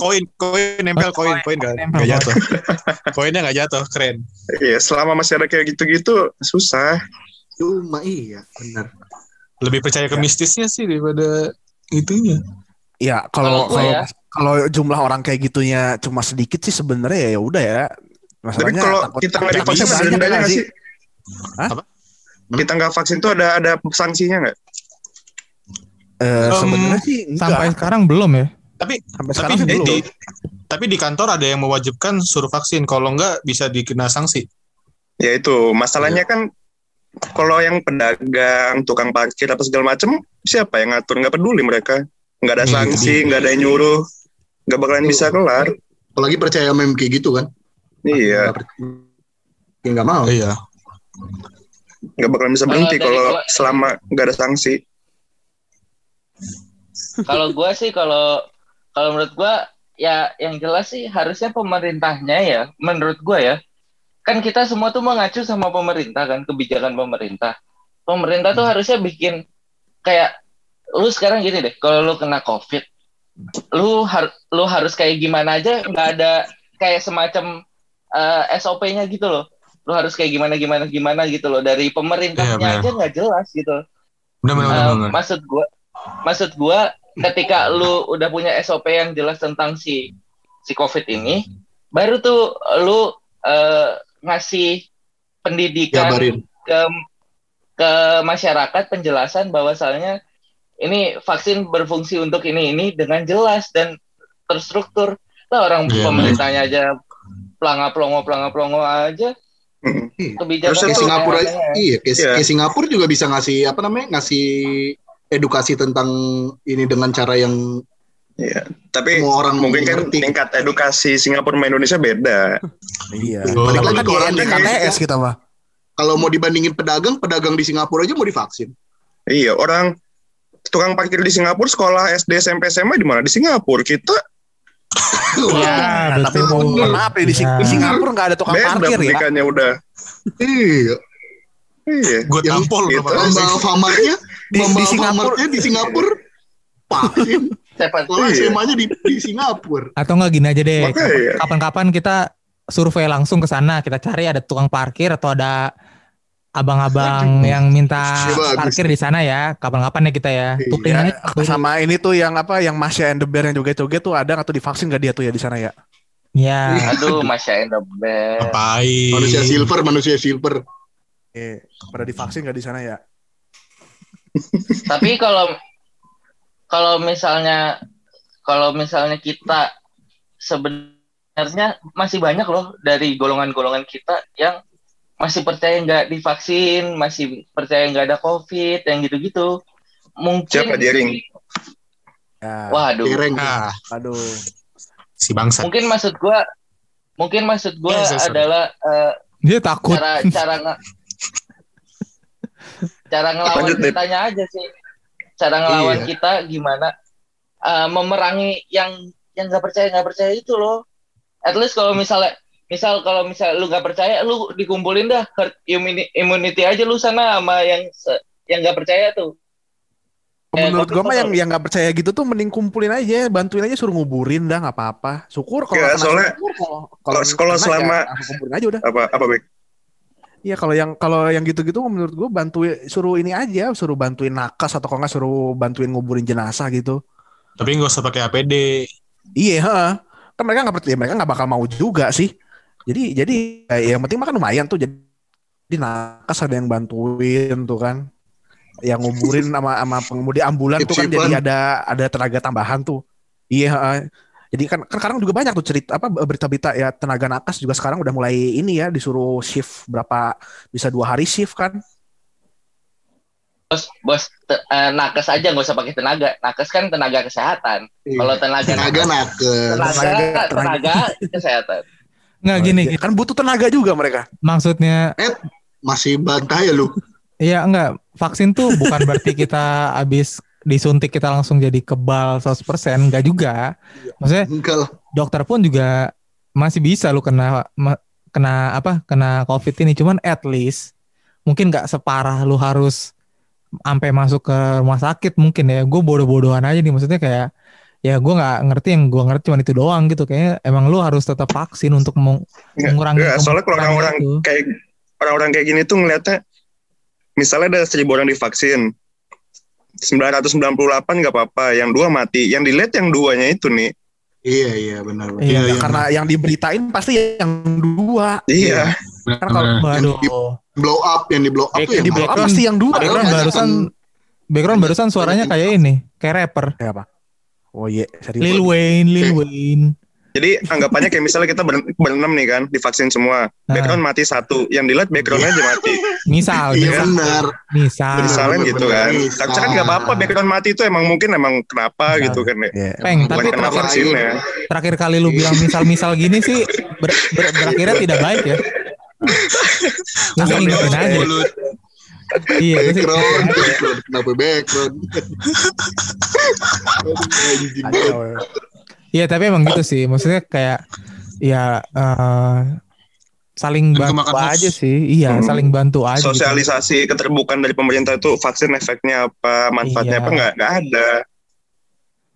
Speaker 7: koin koin nempel Oh, koin koin nggak
Speaker 1: Nempel, koin.
Speaker 7: nggak jatuh koinnya nggak jatuh keren
Speaker 5: Iya, selama masih ada kayak gitu-gitu susah.
Speaker 3: Cuma iya. Benar.
Speaker 7: lebih percaya ke mistisnya sih daripada itunya
Speaker 4: Iya, kalau
Speaker 8: Kalau gua
Speaker 4: kalau
Speaker 8: ya.
Speaker 4: kalau jumlah orang kayak gitunya cuma sedikit sih sebenarnya ya ya udah ya.
Speaker 5: Tapi
Speaker 4: Masalahnya
Speaker 5: kalau
Speaker 4: takut-
Speaker 5: kita nggak
Speaker 4: takutnya
Speaker 5: divaksin ada
Speaker 4: banyak
Speaker 5: dendanya
Speaker 4: nggak
Speaker 5: nggak sih? Hmm?
Speaker 4: Hah?
Speaker 7: Apa?
Speaker 5: Kita nggak vaksin tuh ada ada sanksinya nggak?
Speaker 4: Eh,
Speaker 7: Um,
Speaker 4: sebenarnya sih enggak.
Speaker 1: sampai sekarang belum ya
Speaker 7: tapi
Speaker 4: sampai
Speaker 7: tapi
Speaker 4: sekarang
Speaker 7: di,
Speaker 4: belum.
Speaker 7: di- tapi di kantor ada yang mewajibkan suruh vaksin kalau nggak bisa dikena sanksi
Speaker 5: Ya itu
Speaker 4: Iya.
Speaker 5: masalahnya kan kalau yang pedagang, tukang parkir apa segala macem siapa yang ngatur? Nggak peduli mereka. Nggak ada
Speaker 4: Hmm,
Speaker 7: Iya,
Speaker 5: sanksi, nggak ada yang nyuruh, nggak bakalan bisa kelar.
Speaker 3: Apalagi percaya meme kayak gitu kan.
Speaker 5: Iya,
Speaker 3: Nggak per- Ya nggak mau.
Speaker 7: iya
Speaker 5: nggak bakalan bisa
Speaker 8: Kalau
Speaker 5: berhenti
Speaker 8: dari
Speaker 5: kalau
Speaker 8: gua-
Speaker 5: selama nggak ada sanksi.
Speaker 8: kalau gua sih kalau kalau menurut gua ya yang jelas sih harusnya pemerintahnya ya menurut gua ya kan kita semua tuh mengacu sama pemerintah kan kebijakan pemerintah pemerintah
Speaker 7: Hmm.
Speaker 8: tuh harusnya bikin kayak lu sekarang gini deh kalau lu kena covid lu har lu harus kayak gimana aja nggak ada kayak semacam eh, SOP-nya gitu loh lu harus kayak gimana gimana gimana gitu loh dari pemerintahnya
Speaker 7: Iya, benar.
Speaker 8: aja nggak jelas gitu
Speaker 7: benar benar benar,
Speaker 8: Eh,
Speaker 7: benar
Speaker 8: maksud gua maksud gua ketika lu udah punya SOP yang jelas tentang si si COVID ini baru tuh lu eh, ngasih pendidikan
Speaker 5: Iya,
Speaker 3: Jabarin.
Speaker 8: ke ke masyarakat penjelasan bahwasannya ini vaksin berfungsi untuk ini ini dengan jelas dan terstruktur lah orang
Speaker 7: Iya,
Speaker 8: pemerintahnya aja pelanga pelongo pelanga pelongo aja
Speaker 5: Mm.
Speaker 8: kebijakan
Speaker 5: Harusnya
Speaker 3: Kayak Singapura iya kayak,
Speaker 5: Iya.
Speaker 3: kayak Singapura juga bisa ngasih apa namanya ngasih edukasi tentang ini dengan cara yang
Speaker 5: Iya, tapi
Speaker 3: semua orang
Speaker 5: mungkin kan
Speaker 3: ngerti.
Speaker 5: tingkat edukasi Singapura sama Indonesia beda.
Speaker 4: Iya.
Speaker 7: Betul.
Speaker 4: Padahal
Speaker 3: Lagi
Speaker 4: kan di
Speaker 3: orang ya. di
Speaker 4: NTKTS kita mah.
Speaker 3: kalau mau dibandingin pedagang pedagang di Singapura aja mau divaksin
Speaker 5: Iya, orang tukang parkir di Singapura sekolah SD SMP SMA di mana? Di Singapura. Kita
Speaker 1: Iya,
Speaker 4: nah, tapi
Speaker 1: betul.
Speaker 4: mau mohon maaf ya di, Sing-
Speaker 1: Iya.
Speaker 4: di Singapura nggak ada tukang
Speaker 5: beda
Speaker 4: parkir ya.
Speaker 5: pendidikannya udah.
Speaker 3: iya
Speaker 5: Iya.
Speaker 7: gue
Speaker 3: yang
Speaker 7: tampol
Speaker 5: gitu.
Speaker 7: berapa kali.
Speaker 3: lomba famarnya
Speaker 4: Di-
Speaker 3: lomba
Speaker 4: di Singapura.
Speaker 3: famarnya di Singapura vaksin
Speaker 8: Sepak-
Speaker 3: kalau
Speaker 5: Iya.
Speaker 3: SMA nya di, di Singapura
Speaker 1: atau nggak gini aja deh
Speaker 5: Makanya. ya,
Speaker 1: kapan- kapan-kapan kita survei langsung ke sana kita cari ada tukang parkir atau ada abang-abang yang minta
Speaker 3: Iya, bagus.
Speaker 1: parkir di sana ya. Kapan-kapan ya kita ya.
Speaker 3: Iya.
Speaker 1: Tukerin aja.
Speaker 4: Ya, sama ini tuh yang apa yang Masya and the Bear yang joget-joget tuh ada atau divaksin gak dia tuh ya di sana ya?
Speaker 1: Iya.
Speaker 8: Aduh, Masya Allah. Beb.
Speaker 7: Ngapain?
Speaker 3: Manusia silver, manusia silver.
Speaker 4: Eh, pada divaksin gak di sana ya?
Speaker 8: Tapi kalau kalau misalnya kalau misalnya kita sebenarnya masih banyak loh dari golongan-golongan kita yang masih percaya nggak divaksin, masih percaya nggak ada COVID, yang gitu-gitu. Mungkin
Speaker 5: Siapa, Jering?
Speaker 4: Ya,
Speaker 8: Waduh.
Speaker 3: Kereng.
Speaker 7: Ah,
Speaker 4: aduh.
Speaker 7: si bangsa.
Speaker 8: Mungkin maksud gua mungkin maksud gua
Speaker 7: Yes, yes, yes.
Speaker 8: adalah eh,
Speaker 1: Dia takut.
Speaker 8: cara cara nge- cara ngelawan
Speaker 5: Lanjut, Dep.
Speaker 8: kitanya aja sih cara ngelawan
Speaker 5: Iya.
Speaker 8: kita gimana eh, memerangi yang yang nggak percaya nggak percaya itu loh at least kalau misalnya misal kalau misalnya lu nggak percaya lu dikumpulin dah herd immuni- immunity aja lu sana sama yang se- yang nggak percaya tuh Eh,
Speaker 4: Menurut
Speaker 8: tapi
Speaker 4: gua mah
Speaker 8: kalau-
Speaker 4: yang yang nggak percaya gitu tuh mending kumpulin aja, bantuin aja suruh nguburin dah nggak apa-apa. Syukur kalau kena
Speaker 5: Ya, soalnya-
Speaker 4: syukur kalau
Speaker 5: kalau- kalau
Speaker 4: kena ya,
Speaker 5: selama-
Speaker 4: langsung kumpulin aja udah.
Speaker 5: apa apa baik
Speaker 4: Iya kalau yang kalau yang gitu-gitu menurut gua bantuin suruh ini aja, suruh bantuin nakas atau kalau nggak suruh bantuin nguburin jenazah gitu.
Speaker 7: Tapi nggak usah pakai APD.
Speaker 4: Iya, heeh. kan mereka nggak percaya, mereka nggak bakal mau juga sih. Jadi jadi eh, yang penting makan lumayan tuh. Jadi, jadi nakas ada yang bantuin tuh kan, yang nguburin sama sama pengemudi ambulan tuh kan jadi
Speaker 3: Sip-sipan.
Speaker 4: ada ada tenaga tambahan tuh. Iya. heeh. Jadi kan, kan sekarang juga banyak tuh cerita apa berita-berita ya tenaga nakas juga sekarang udah mulai ini ya disuruh shift berapa bisa dua hari shift kan.
Speaker 8: bos bos te- eh, nakes aja nggak usah pakai tenaga nakes kan tenaga kesehatan kalau tenaga
Speaker 5: Iya.
Speaker 3: Tenaga Iya. nakes.
Speaker 8: tenaga
Speaker 4: Tenaga-
Speaker 8: tenaga kesehatan
Speaker 1: Nggak gini,
Speaker 4: Ya, kan butuh tenaga juga mereka.
Speaker 1: maksudnya
Speaker 3: Masih bantai ya lu.
Speaker 1: ya enggak vaksin tuh bukan berarti kita habis disuntik kita langsung jadi kebal 100% enggak juga. Maksudnya
Speaker 3: Enggak lah.
Speaker 1: dokter pun juga masih bisa lu kena ma- kena apa kena covid ini cuman at least mungkin nggak separah lu harus sampai masuk ke rumah sakit mungkin ya gue bodoh-bodohan aja nih maksudnya kayak ya gue nggak ngerti yang gue ngerti cuma itu doang gitu kayaknya emang lu harus tetap vaksin untuk meng-
Speaker 5: Nggak,
Speaker 1: mengurangi
Speaker 5: Enggak, soalnya kalau
Speaker 1: kemungkinan
Speaker 5: orang-orang
Speaker 1: itu.
Speaker 5: kayak orang-orang kayak gini tuh ngeliatnya misalnya ada seribu orang divaksin 998 nggak apa-apa yang dua mati yang dilihat yang duanya itu nih
Speaker 3: Iya iya benar.
Speaker 1: Iya,
Speaker 3: Iya iya.
Speaker 4: karena yang diberitain pasti yang dua.
Speaker 5: iya
Speaker 4: Karena kalau
Speaker 7: Nah,
Speaker 1: waduh
Speaker 3: blow up yang di blow up
Speaker 1: Eh,
Speaker 3: tuh
Speaker 1: yang
Speaker 3: yang
Speaker 1: di
Speaker 4: blow up
Speaker 1: Background-
Speaker 4: pasti yang dua.
Speaker 1: background
Speaker 3: Padahal
Speaker 1: barusan background barusan suaranya kayak ini kayak rapper
Speaker 4: Kayak apa? Oh iya, serius.
Speaker 1: Lil Wayne Lil
Speaker 3: Kayak-
Speaker 1: Wayne
Speaker 5: jadi anggapannya kayak misalnya kita ber- berenam nih kan divaksin semua
Speaker 1: Ah.
Speaker 5: background mati satu yang dilihat background aja mati
Speaker 1: misal
Speaker 3: Iya
Speaker 1: misal,
Speaker 3: benar.
Speaker 1: misal
Speaker 5: misalnya
Speaker 3: bener-bener
Speaker 5: gitu kan
Speaker 3: bisa.
Speaker 5: tapi kan
Speaker 1: Ah.
Speaker 5: nggak apa-apa background mati itu emang mungkin emang kenapa
Speaker 1: Bisa.
Speaker 5: gitu kan ya
Speaker 4: Iya.
Speaker 1: peng
Speaker 5: bukan
Speaker 1: tapi
Speaker 5: kenapa
Speaker 1: terakhir-
Speaker 5: vaksinnya
Speaker 7: ya?
Speaker 1: terakhir kali lu bilang misal-misal gini sih ber- ber- berakhirnya tidak baik ya. Gue sih
Speaker 7: Mulut,
Speaker 1: ingetin aja.
Speaker 7: mulut.
Speaker 1: Iya, gua sih-
Speaker 3: Background, background. Kenapa background? Anjing banget.
Speaker 4: Kacau. ya.
Speaker 1: Iya, tapi emang gitu sih. Maksudnya kayak ya eh, saling
Speaker 7: Lebih ke
Speaker 1: bantu
Speaker 7: makan
Speaker 1: aja
Speaker 7: nafsu.
Speaker 1: sih. Iya,
Speaker 5: Hmm.
Speaker 1: saling bantu aja. gitu.
Speaker 5: sosialisasi keterbukaan dari pemerintah itu vaksin efeknya apa manfaatnya
Speaker 1: Iya.
Speaker 5: apa nggak nggak ada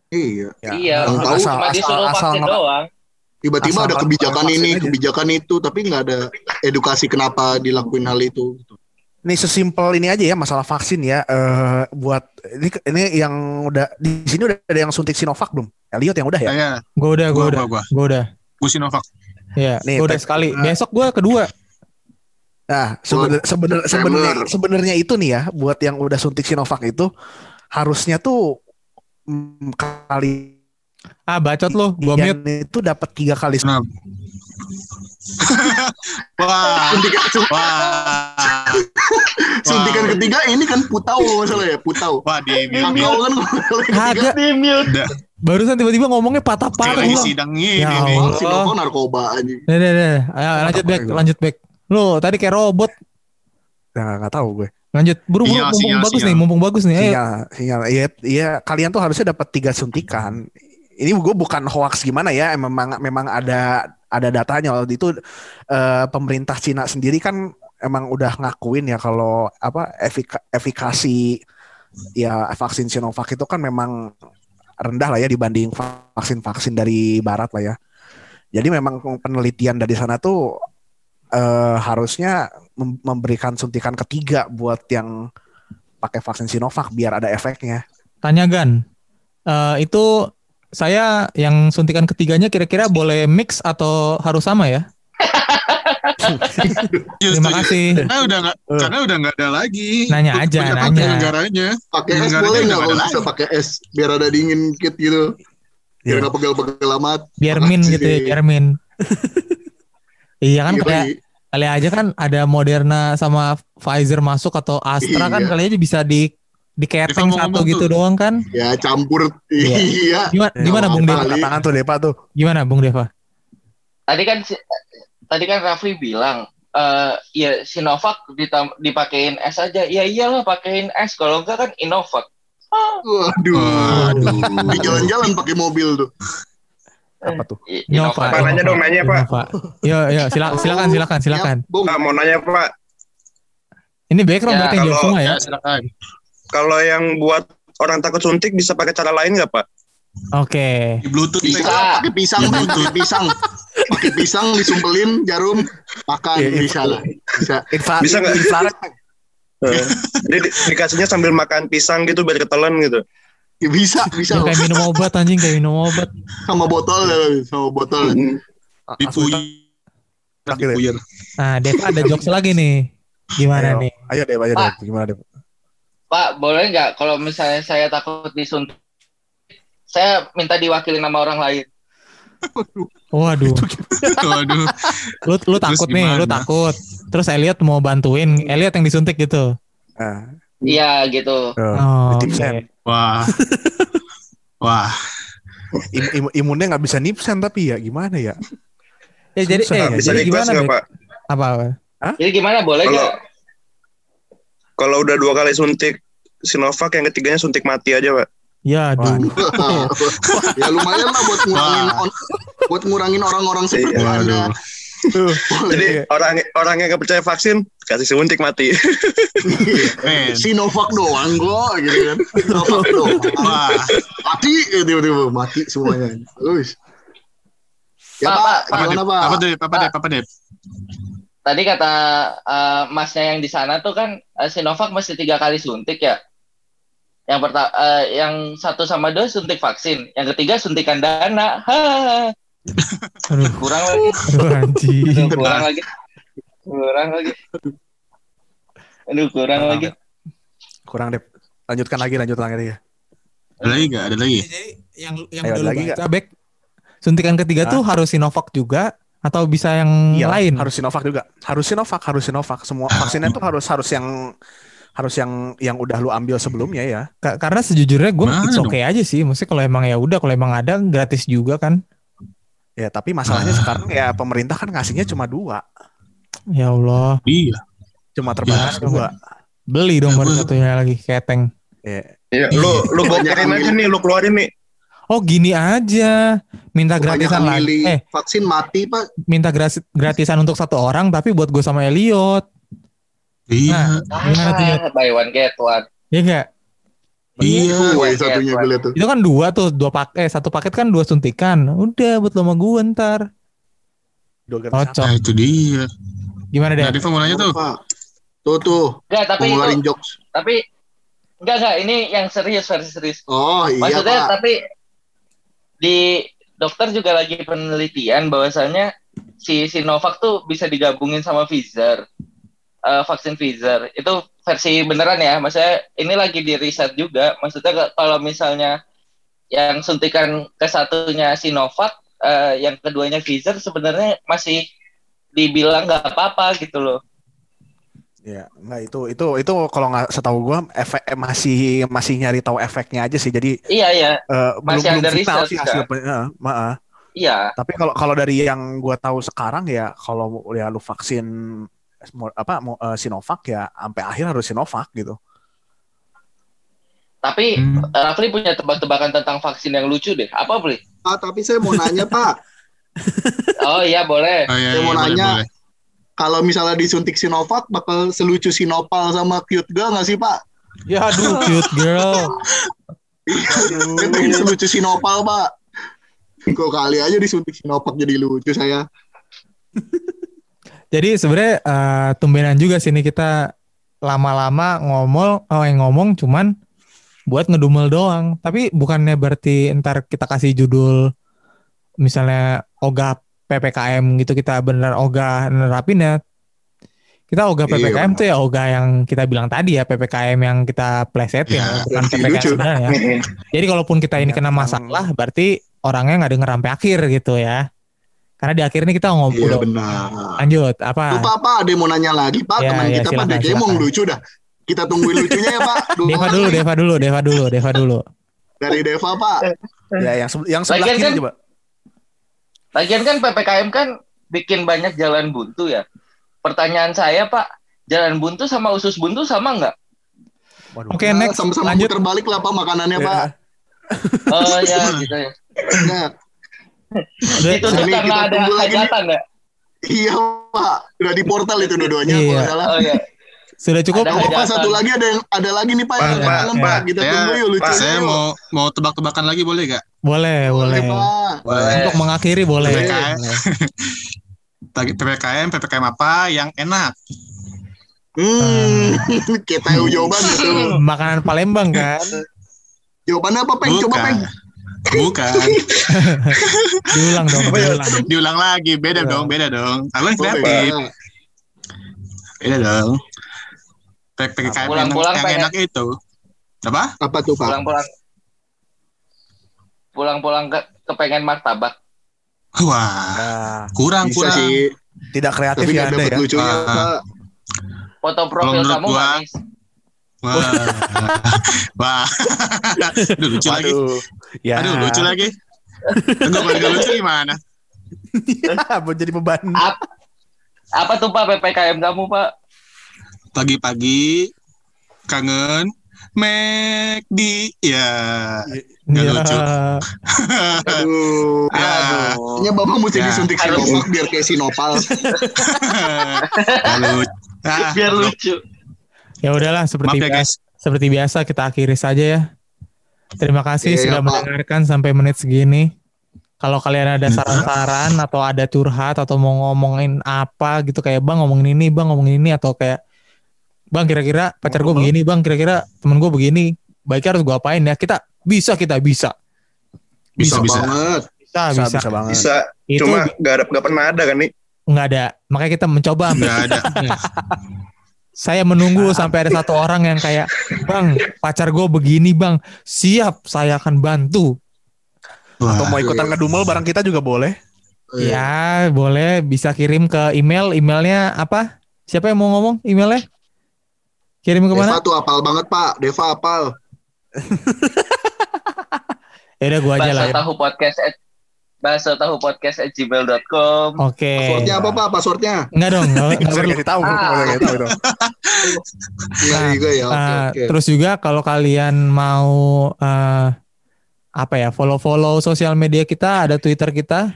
Speaker 3: Iya.
Speaker 4: Ya,
Speaker 8: Iya,
Speaker 3: Yang tahu
Speaker 8: cuma
Speaker 4: asal-
Speaker 8: disuruh
Speaker 4: asal
Speaker 8: vaksin
Speaker 4: nge-
Speaker 8: doang.
Speaker 3: Tiba-tiba
Speaker 4: Asal
Speaker 3: ada
Speaker 4: kalau
Speaker 3: kebijakan
Speaker 4: vaksin
Speaker 3: ini,
Speaker 4: aja.
Speaker 3: kebijakan itu, tapi nggak ada edukasi kenapa dilakuin hal itu.
Speaker 4: Ini sesimpel ini aja ya masalah vaksin ya. Eh buat ini ini yang udah di sini udah ada yang suntik Sinovac belum? Elliot yang udah ya.
Speaker 7: Saya,
Speaker 1: Gua udah, gua
Speaker 7: gua,
Speaker 1: udah,
Speaker 7: gua, gua.
Speaker 1: gua udah.
Speaker 7: Gua Sinovac.
Speaker 1: Iya,
Speaker 4: Nih,
Speaker 1: gua udah
Speaker 4: Pak.
Speaker 1: sekali. Besok gua kedua.
Speaker 4: Nah, sebener- sebener-
Speaker 3: Hammer.
Speaker 4: sebenarnya sebenarnya itu nih ya buat yang udah suntik Sinovac itu harusnya tuh mm, kali
Speaker 1: Ah, bacot lo. Gua
Speaker 4: Iya.
Speaker 1: mute.
Speaker 4: itu dapat tiga kali
Speaker 7: Kenapa? Wah. Wah.
Speaker 3: Suntikan ketiga ini kan putau kalau nggak salah ya, putau.
Speaker 7: Wah, di
Speaker 3: Putau kan kalau yang ketiga.
Speaker 1: Kagak. Barusan tiba-tiba ngomongnya patah-patah.
Speaker 7: lagi
Speaker 1: gua.
Speaker 7: sidang ini.
Speaker 1: Ya
Speaker 7: nih.
Speaker 1: Allah.
Speaker 3: Wah, Sinovac narkoba anjing.
Speaker 1: Dah, dah, dah. Ayo, lanjut back, lanjut back. Lo tadi kayak robot.
Speaker 4: Nah, nggak tahu gue.
Speaker 1: Lanjut, buru-buru.
Speaker 7: Sinyal,
Speaker 1: Mumpung
Speaker 7: sinyal,
Speaker 1: bagus
Speaker 7: sinyal.
Speaker 1: nih, mumpung bagus nih. Eh, Ayo,
Speaker 4: sinyal sinyal iya iya kalian tuh harusnya dapat tiga suntikan ini gue bukan hoax gimana ya memang memang ada ada datanya waktu itu eh, pemerintah Cina sendiri kan emang udah ngakuin ya kalau apa efika- efikasi ya vaksin Sinovac itu kan memang rendah lah ya dibanding vaksin vaksin dari Barat lah ya jadi memang penelitian dari sana tuh eh, harusnya mem- memberikan suntikan ketiga buat yang pakai vaksin Sinovac biar ada efeknya.
Speaker 1: Tanya Gan, eh, itu saya yang suntikan ketiganya kira-kira boleh mix atau harus sama ya? Terima kasih.
Speaker 9: Karena udah nggak, karena udah nggak ada lagi.
Speaker 1: Eh. Nanya aja, nanya.
Speaker 9: Negaranya.
Speaker 3: Pakai es
Speaker 9: Negara
Speaker 3: boleh
Speaker 9: kita
Speaker 3: nggak
Speaker 9: nggak
Speaker 3: kalau
Speaker 9: ada
Speaker 3: bisa pakai es biar ada dingin dikit gitu. Biar
Speaker 4: Iya.
Speaker 3: nggak pegel-pegel amat.
Speaker 1: Biar min gitu ya, biar min. iya kan
Speaker 3: Iya,
Speaker 1: kayak kali aja kan ada Moderna sama Pfizer masuk atau Astra kan
Speaker 3: Iya.
Speaker 1: kali aja bisa di
Speaker 9: Deva
Speaker 1: diketeng
Speaker 9: mau
Speaker 1: satu
Speaker 9: ngomong
Speaker 1: gitu
Speaker 9: tuh.
Speaker 1: doang kan?
Speaker 3: Ya campur.
Speaker 1: Iya.
Speaker 3: Iya.
Speaker 1: Gimana,
Speaker 4: Ya,
Speaker 1: gimana Bung
Speaker 3: apa-apa.
Speaker 1: Deva?
Speaker 4: Angkat tangan tuh Depa tuh.
Speaker 1: Gimana Bung Deva?
Speaker 8: Tadi kan si- tadi kan Rafli bilang eh ya Sinovac ditam- dipakein es aja. Ya iyalah pakein es kalau enggak kan Innovac.
Speaker 3: Waduh.
Speaker 1: Waduh.
Speaker 3: Di jalan-jalan pakai mobil tuh.
Speaker 4: Apa tuh?
Speaker 8: I-
Speaker 1: Innova.
Speaker 5: Pak, nanya Ya, dong, nanya, Pak.
Speaker 1: Innova. Yo, yo, sila- silakan, silakan, silakan.
Speaker 3: Ya, Bung.
Speaker 5: Pak, Ah, mau nanya Pak,
Speaker 1: Ini background
Speaker 8: Ya,
Speaker 1: berarti yang jawab
Speaker 5: kalau-
Speaker 1: semua ya.
Speaker 9: Ya silakan.
Speaker 5: kalau yang buat orang takut suntik bisa pakai cara lain nggak Pak?
Speaker 1: Oke.
Speaker 9: Di Bluetooth.
Speaker 3: Bisa pakai pisang, Bang. pakai pisang. Pakai pisang disumpelin jarum makan
Speaker 4: Iya, iya.
Speaker 3: bisa lah. Bisa.
Speaker 4: Infra-
Speaker 5: Bisa nggak?
Speaker 4: infrared.
Speaker 5: Eh, Jadi di- dikasihnya sambil makan pisang gitu biar ketelan gitu.
Speaker 3: Ya, bisa,
Speaker 1: Dia
Speaker 3: bisa. loh.
Speaker 1: kayak minum obat anjing kayak minum obat.
Speaker 3: Sama botol, ya, sama botol.
Speaker 1: Eh,
Speaker 9: Di Puyer. Di
Speaker 4: gitu ya.
Speaker 9: Puyer.
Speaker 1: Nah, Deva ada jokes lagi nih. Gimana
Speaker 4: Ayo,
Speaker 1: nih?
Speaker 4: ayo Depa, ayo
Speaker 8: Pak.
Speaker 4: Depa. Gimana Depa?
Speaker 8: Pak, boleh nggak kalau misalnya saya takut disuntik, saya minta diwakili nama orang lain.
Speaker 1: Waduh,
Speaker 9: Waduh.
Speaker 1: lu lu takut nih, lu
Speaker 9: gimana?
Speaker 1: takut. Terus Elliot mau bantuin, Elliot yang disuntik gitu.
Speaker 4: Ah,
Speaker 8: Iya gitu.
Speaker 4: tuh.
Speaker 1: Oh,
Speaker 4: Di tim
Speaker 1: oke.
Speaker 4: sen.
Speaker 9: Wah. Wah.
Speaker 4: Im- im- imunnya nggak bisa nipsen tapi ya gimana ya?
Speaker 1: Ya jadi
Speaker 4: Susah,
Speaker 1: eh,
Speaker 4: Ya,
Speaker 5: Ah, Bisa
Speaker 1: jadi
Speaker 5: request
Speaker 1: gimana?
Speaker 5: nggak
Speaker 1: Bek?
Speaker 5: Pak?
Speaker 1: Apa?
Speaker 8: Jadi gimana boleh
Speaker 10: Iya.
Speaker 5: Kalau-
Speaker 8: nggak?
Speaker 5: Kalau udah dua kali suntik Sinovac yang ketiganya suntik mati aja Pak.
Speaker 1: Ya, aduh.
Speaker 3: ya lumayan lah buat ngurangin on- buat ngurangin orang-orang seperti
Speaker 5: Iya,
Speaker 3: Anda.
Speaker 4: Tuh.
Speaker 10: Iya.
Speaker 5: Jadi orang orang yang nggak percaya vaksin kasih suntik mati.
Speaker 9: Men.
Speaker 3: Sinovac doang kok gitu kan. Sinovac doang.
Speaker 9: Wah.
Speaker 3: Mati eh, tiba-tiba mati semuanya. Bagus. Ya Pak,
Speaker 8: Pak, Pak,
Speaker 9: Apa
Speaker 3: gimana
Speaker 9: deh?
Speaker 3: Pak?
Speaker 9: Apa deh? Apa deh? Apa deh?
Speaker 8: Tadi kata eh, masnya yang di sana tuh kan eh, Sinovac mesti tiga kali suntik ya. Yang pertama, yang satu sama dua suntik vaksin, yang ketiga suntikan dana. Hahaha.
Speaker 1: Aduh.
Speaker 8: kurang lagi,
Speaker 1: Aduh, anjing.
Speaker 8: Aduh, kurang lagi, kurang lagi. Aduh kurang
Speaker 4: Kurang,
Speaker 8: lagi.
Speaker 4: Kurang Dep. Lanjutkan lagi, lanjutkan lagi ya.
Speaker 9: Ada lagi nggak? Ada lagi.
Speaker 1: Jadi yang yang
Speaker 4: Ayo,
Speaker 1: udah
Speaker 4: lagi
Speaker 1: lagi baca, Bek, suntikan ketiga
Speaker 4: Hah?
Speaker 1: tuh harus Sinovac juga atau bisa yang
Speaker 4: Iya,
Speaker 1: lain?
Speaker 4: harus Sinovac juga. Harus Sinovac, harus Sinovac. Semua vaksinnya tuh harus harus yang harus yang yang udah lu ambil sebelumnya ya.
Speaker 1: Ka- karena sejujurnya gue
Speaker 9: Mana
Speaker 1: it's
Speaker 9: dong?
Speaker 1: okay aja sih. Maksudnya kalau emang ya udah, kalau emang ada gratis juga kan.
Speaker 4: Ya, tapi masalahnya sekarang ya pemerintah kan ngasihnya cuma dua,
Speaker 1: Ya Allah,
Speaker 9: Iya.
Speaker 4: cuma terbatas
Speaker 1: Ya.
Speaker 4: dua.
Speaker 1: beli
Speaker 9: Ya,
Speaker 1: dong baru
Speaker 9: gua-
Speaker 1: satunya lagi keteng.
Speaker 4: Ya.
Speaker 5: Iya, lu lu bokerin aja nih, lu keluarin nih.
Speaker 1: Oh gini aja, minta
Speaker 3: Banyak
Speaker 1: gratisan
Speaker 3: yang
Speaker 1: lagi.
Speaker 3: milih
Speaker 1: Eh,
Speaker 3: vaksin mati Pak.
Speaker 1: minta gras- gratisan untuk satu orang, tapi buat gue sama Elliot.
Speaker 9: Iya.
Speaker 1: Gimana tuh? Yot?
Speaker 8: Ah, buy one get one.
Speaker 1: Iya nggak?
Speaker 9: Iya.
Speaker 3: Woi,
Speaker 8: Iya,
Speaker 3: satunya
Speaker 8: Pak.
Speaker 3: gue liat tuh.
Speaker 1: Itu kan dua tuh, dua paket, eh, satu paket kan dua suntikan. Udah buat lo sama gue ntar.
Speaker 4: Dua gratis
Speaker 1: Cocok.
Speaker 9: Nah itu dia.
Speaker 1: Gimana deh?
Speaker 9: Nah Deva mau nanya tuh.
Speaker 3: Pak. Tuh tuh,
Speaker 8: Enggak, tapi
Speaker 3: mau
Speaker 8: itu
Speaker 3: ngeluarin jokes.
Speaker 8: tapi enggak enggak ini yang serius versi serius.
Speaker 3: Oh iya
Speaker 8: Maksudnya
Speaker 3: Pak.
Speaker 8: tapi di dokter juga lagi penelitian bahwasannya si Sinovac tuh bisa digabungin sama Pfizer. Eh, vaksin Pfizer. Itu versi beneran ya. Maksudnya ini lagi di riset juga. Maksudnya ke- kalau misalnya yang suntikan ke satunya Sinovac, eh, yang keduanya Pfizer sebenarnya masih dibilang nggak apa-apa gitu loh.
Speaker 4: Ya, nggak itu itu itu kalau nggak setahu gua efek eh, masih masih nyari tahu efeknya aja sih. Jadi
Speaker 8: Iya ya,
Speaker 4: eh, belum
Speaker 8: Masih
Speaker 4: belum
Speaker 8: under
Speaker 4: final
Speaker 8: research,
Speaker 4: sih hasil pe- eh, ma- eh.
Speaker 8: iya.
Speaker 4: Tapi kalau kalau dari yang gua tahu sekarang ya kalau ya lu vaksin mo- apa mo- eh, Sinovac ya sampai akhir harus Sinovac gitu.
Speaker 8: Tapi
Speaker 9: Hmm.
Speaker 8: Rafli punya tebak-tebakan tentang vaksin yang lucu deh. Apa beli?
Speaker 3: Pak, Ah, tapi saya mau nanya Pak,
Speaker 8: Oh iya boleh.
Speaker 9: Oh, iya,
Speaker 3: Saya
Speaker 9: iya,
Speaker 3: mau
Speaker 9: boleh,
Speaker 3: nanya.
Speaker 9: boleh.
Speaker 3: kalau misalnya disuntik Sinovac bakal selucu Sinopal sama cute girl nggak sih Pak?
Speaker 1: Ya aduh, cute girl.
Speaker 3: Saya Kan pengen selucu Sinopal Pak. Kok kali aja disuntik Sinovac jadi lucu saya.
Speaker 1: Jadi sebenarnya eh, tumbenan juga sini kita lama-lama ngomong, oh yang ngomong cuman buat ngedumel doang. Tapi bukannya berarti ntar kita kasih judul misalnya ogah PPKM gitu kita beneran ogah nerapin ya. Kita ogah
Speaker 3: Iya,
Speaker 1: PPKM tuh ya ogah yang kita bilang tadi ya PPKM yang kita plesetin
Speaker 3: Iya,
Speaker 1: bukan
Speaker 3: yang
Speaker 1: PPKM
Speaker 3: lucu. Iya.
Speaker 1: sebenarnya. Jadi kalaupun kita ini kena masalah, berarti orangnya nggak denger sampai akhir gitu ya. Karena di akhir ini kita ngomong
Speaker 3: Iya
Speaker 1: udah
Speaker 3: benar.
Speaker 1: lanjut apa?
Speaker 3: Lupa Pak, ada yang mau nanya lagi Pak,
Speaker 1: Iya,
Speaker 3: teman
Speaker 1: iya,
Speaker 3: kita Pak
Speaker 1: silakan,
Speaker 3: Dekemong
Speaker 1: silakan.
Speaker 3: lucu dah. Kita tungguin lucunya ya Pak. Dua
Speaker 1: Deva
Speaker 3: orang
Speaker 1: dulu,
Speaker 3: nih.
Speaker 1: Deva dulu, Deva dulu, Deva dulu.
Speaker 3: Dari Deva Pak.
Speaker 1: Eh.
Speaker 4: Ya yang se- yang sebelah
Speaker 8: Lagian
Speaker 4: kiri
Speaker 8: kan-
Speaker 4: coba.
Speaker 8: Lagian kan PPKM kan bikin banyak jalan buntu ya. Pertanyaan saya Pak, jalan buntu sama usus buntu sama nggak?
Speaker 4: Waduh.
Speaker 1: Oke,
Speaker 3: Nah,
Speaker 1: next
Speaker 3: Sama-sama
Speaker 1: lanjut. Ya.
Speaker 3: puter balik lah Pak makanannya Pak.
Speaker 8: Oh ya gitu ya.
Speaker 3: Nah,
Speaker 8: Itu tuh
Speaker 3: Ini kita
Speaker 8: karena ada
Speaker 3: tunggu lagi nih.
Speaker 8: hajatan ya.
Speaker 3: iya Pak. Udah di portal itu dua-duanya
Speaker 1: Iya.
Speaker 3: kalau nggak salah.
Speaker 8: Oh ya.
Speaker 1: Sudah cukup?
Speaker 8: Ada
Speaker 3: Apa Pak
Speaker 8: hajatan.
Speaker 3: satu lagi ada yang ada lagi nih Pak.
Speaker 5: Pak,
Speaker 3: yang
Speaker 5: Pak,
Speaker 3: malam,
Speaker 1: Pak.
Speaker 3: Pak. Kita
Speaker 9: Saya-
Speaker 3: tunggu yuk lucu.
Speaker 9: Saya mau mau tebak-tebakan lagi boleh gak?
Speaker 1: Boleh, boleh.
Speaker 3: Pak.
Speaker 8: Boleh.
Speaker 1: Untuk mengakhiri boleh.
Speaker 9: Boleh, Kak.
Speaker 1: Boleh.
Speaker 7: Tadi PPKM, PPKM apa yang enak?
Speaker 3: Hmm,
Speaker 7: Ah.
Speaker 3: kita tahu jawaban itu.
Speaker 1: Makanan Palembang kan?
Speaker 3: Jawabannya apa Peng? Coba
Speaker 7: Bukan.
Speaker 3: Peng.
Speaker 7: Bukan.
Speaker 1: Diulang dong, diulang.
Speaker 7: Diulang lagi, beda
Speaker 1: Iya.
Speaker 7: dong, beda dong. Aku yang
Speaker 3: Boleh,
Speaker 7: kreatif,
Speaker 3: Pak.
Speaker 7: beda Iya
Speaker 3: Iya.
Speaker 7: dong. Pe-
Speaker 3: Nah,
Speaker 7: PPKM yang,
Speaker 8: Pulang-pulang
Speaker 7: yang
Speaker 8: pengen-
Speaker 7: enak itu. Apa?
Speaker 3: Apa tuh Pak?
Speaker 8: Pulang-pulang. Pulang-pulang ke kepengen martabak.
Speaker 7: Wah,
Speaker 4: Nah,
Speaker 7: kurang
Speaker 3: Bisa
Speaker 7: kurang.
Speaker 3: sih,
Speaker 4: tidak kreatif
Speaker 3: tapi
Speaker 4: ya
Speaker 3: nggak
Speaker 4: Anda
Speaker 3: dapat
Speaker 4: ya.
Speaker 3: lucunya
Speaker 7: Ah.
Speaker 3: Pak.
Speaker 8: Foto profil
Speaker 7: menurut
Speaker 8: kamu
Speaker 7: gua-
Speaker 8: manis.
Speaker 7: Wah. Wah. Aduh, lucu lagi.
Speaker 4: Waduh. Ya.
Speaker 7: Aduh, lucu lagi. Tunggu kalau nggak lucu gimana?
Speaker 4: Mau Ah, jadi beban.
Speaker 1: Ah,
Speaker 8: Ap- apa tuh Pak PPKM kamu Pak?
Speaker 7: Pagi-pagi kangen McD ya. Nggak
Speaker 1: Ya.
Speaker 7: lucu.
Speaker 3: Aduh.
Speaker 7: Ya.
Speaker 3: Kayaknya Bapak mesti
Speaker 7: Ya.
Speaker 3: disuntik
Speaker 8: Harus.
Speaker 3: Sinovac biar kayak Sinopal.
Speaker 7: Nggak lucu. Ah,
Speaker 8: Biar lucu.
Speaker 1: Ya udahlah seperti
Speaker 7: Maaf ya
Speaker 1: biasa,
Speaker 7: guys.
Speaker 1: seperti biasa kita akhiri saja ya. Terima kasih
Speaker 3: Iya,
Speaker 1: sudah
Speaker 3: Pak.
Speaker 1: mendengarkan sampai menit segini. Kalau kalian ada saran-saran atau ada curhat atau mau ngomongin apa gitu kayak Bang ngomongin ini, Bang ngomongin ini atau kayak Bang kira-kira pacar gue begini, Bang kira-kira temen gue begini, baiknya harus gue apain ya? Kita bisa, kita bisa.
Speaker 7: Bisa bisa.
Speaker 3: banget.
Speaker 1: Bisa,
Speaker 4: Bisa,
Speaker 1: bisa.
Speaker 4: bisa, banget.
Speaker 5: Ah. Bisa,
Speaker 1: Itu
Speaker 5: cuma nggak ada nggak pernah ada kan nih.
Speaker 1: nggak ada. Makanya kita mencoba.
Speaker 7: Nggak ada.
Speaker 1: Saya menunggu sampai ada satu orang yang kayak, "Bang, pacar gue begini, Bang. Siap, saya akan bantu."
Speaker 4: Atau mau ikutan ngedumel barang kita juga boleh.
Speaker 3: Iya.
Speaker 4: Iya.
Speaker 1: Ya, boleh bisa kirim ke email. Emailnya apa? Siapa yang mau ngomong emailnya? Kirim ke
Speaker 3: Eh, Deva
Speaker 1: mana?
Speaker 3: tuh apal banget Pak. Deva apal.
Speaker 1: Ya
Speaker 3: Iya,
Speaker 1: udah gua aja lah.
Speaker 8: Bahasa
Speaker 1: ya.
Speaker 8: tahu podcast at bahasa tahu podcast at gmail.com.
Speaker 1: Oke.
Speaker 4: Eh.
Speaker 3: Passwordnya apa Pak? Passwordnya?
Speaker 1: Enggak dong. nggak- nggak
Speaker 4: Bisa
Speaker 1: perlu.
Speaker 4: dikasih tahu. gitu.
Speaker 8: Ah.
Speaker 4: Bisa dikasih tahu itu.
Speaker 3: Enggak
Speaker 1: Nah,
Speaker 3: juga ya. Oke,
Speaker 4: Ah,
Speaker 1: Eh,
Speaker 3: oke.
Speaker 1: Terus juga kalau kalian mau eh, apa ya follow-follow sosial media kita ada Twitter kita.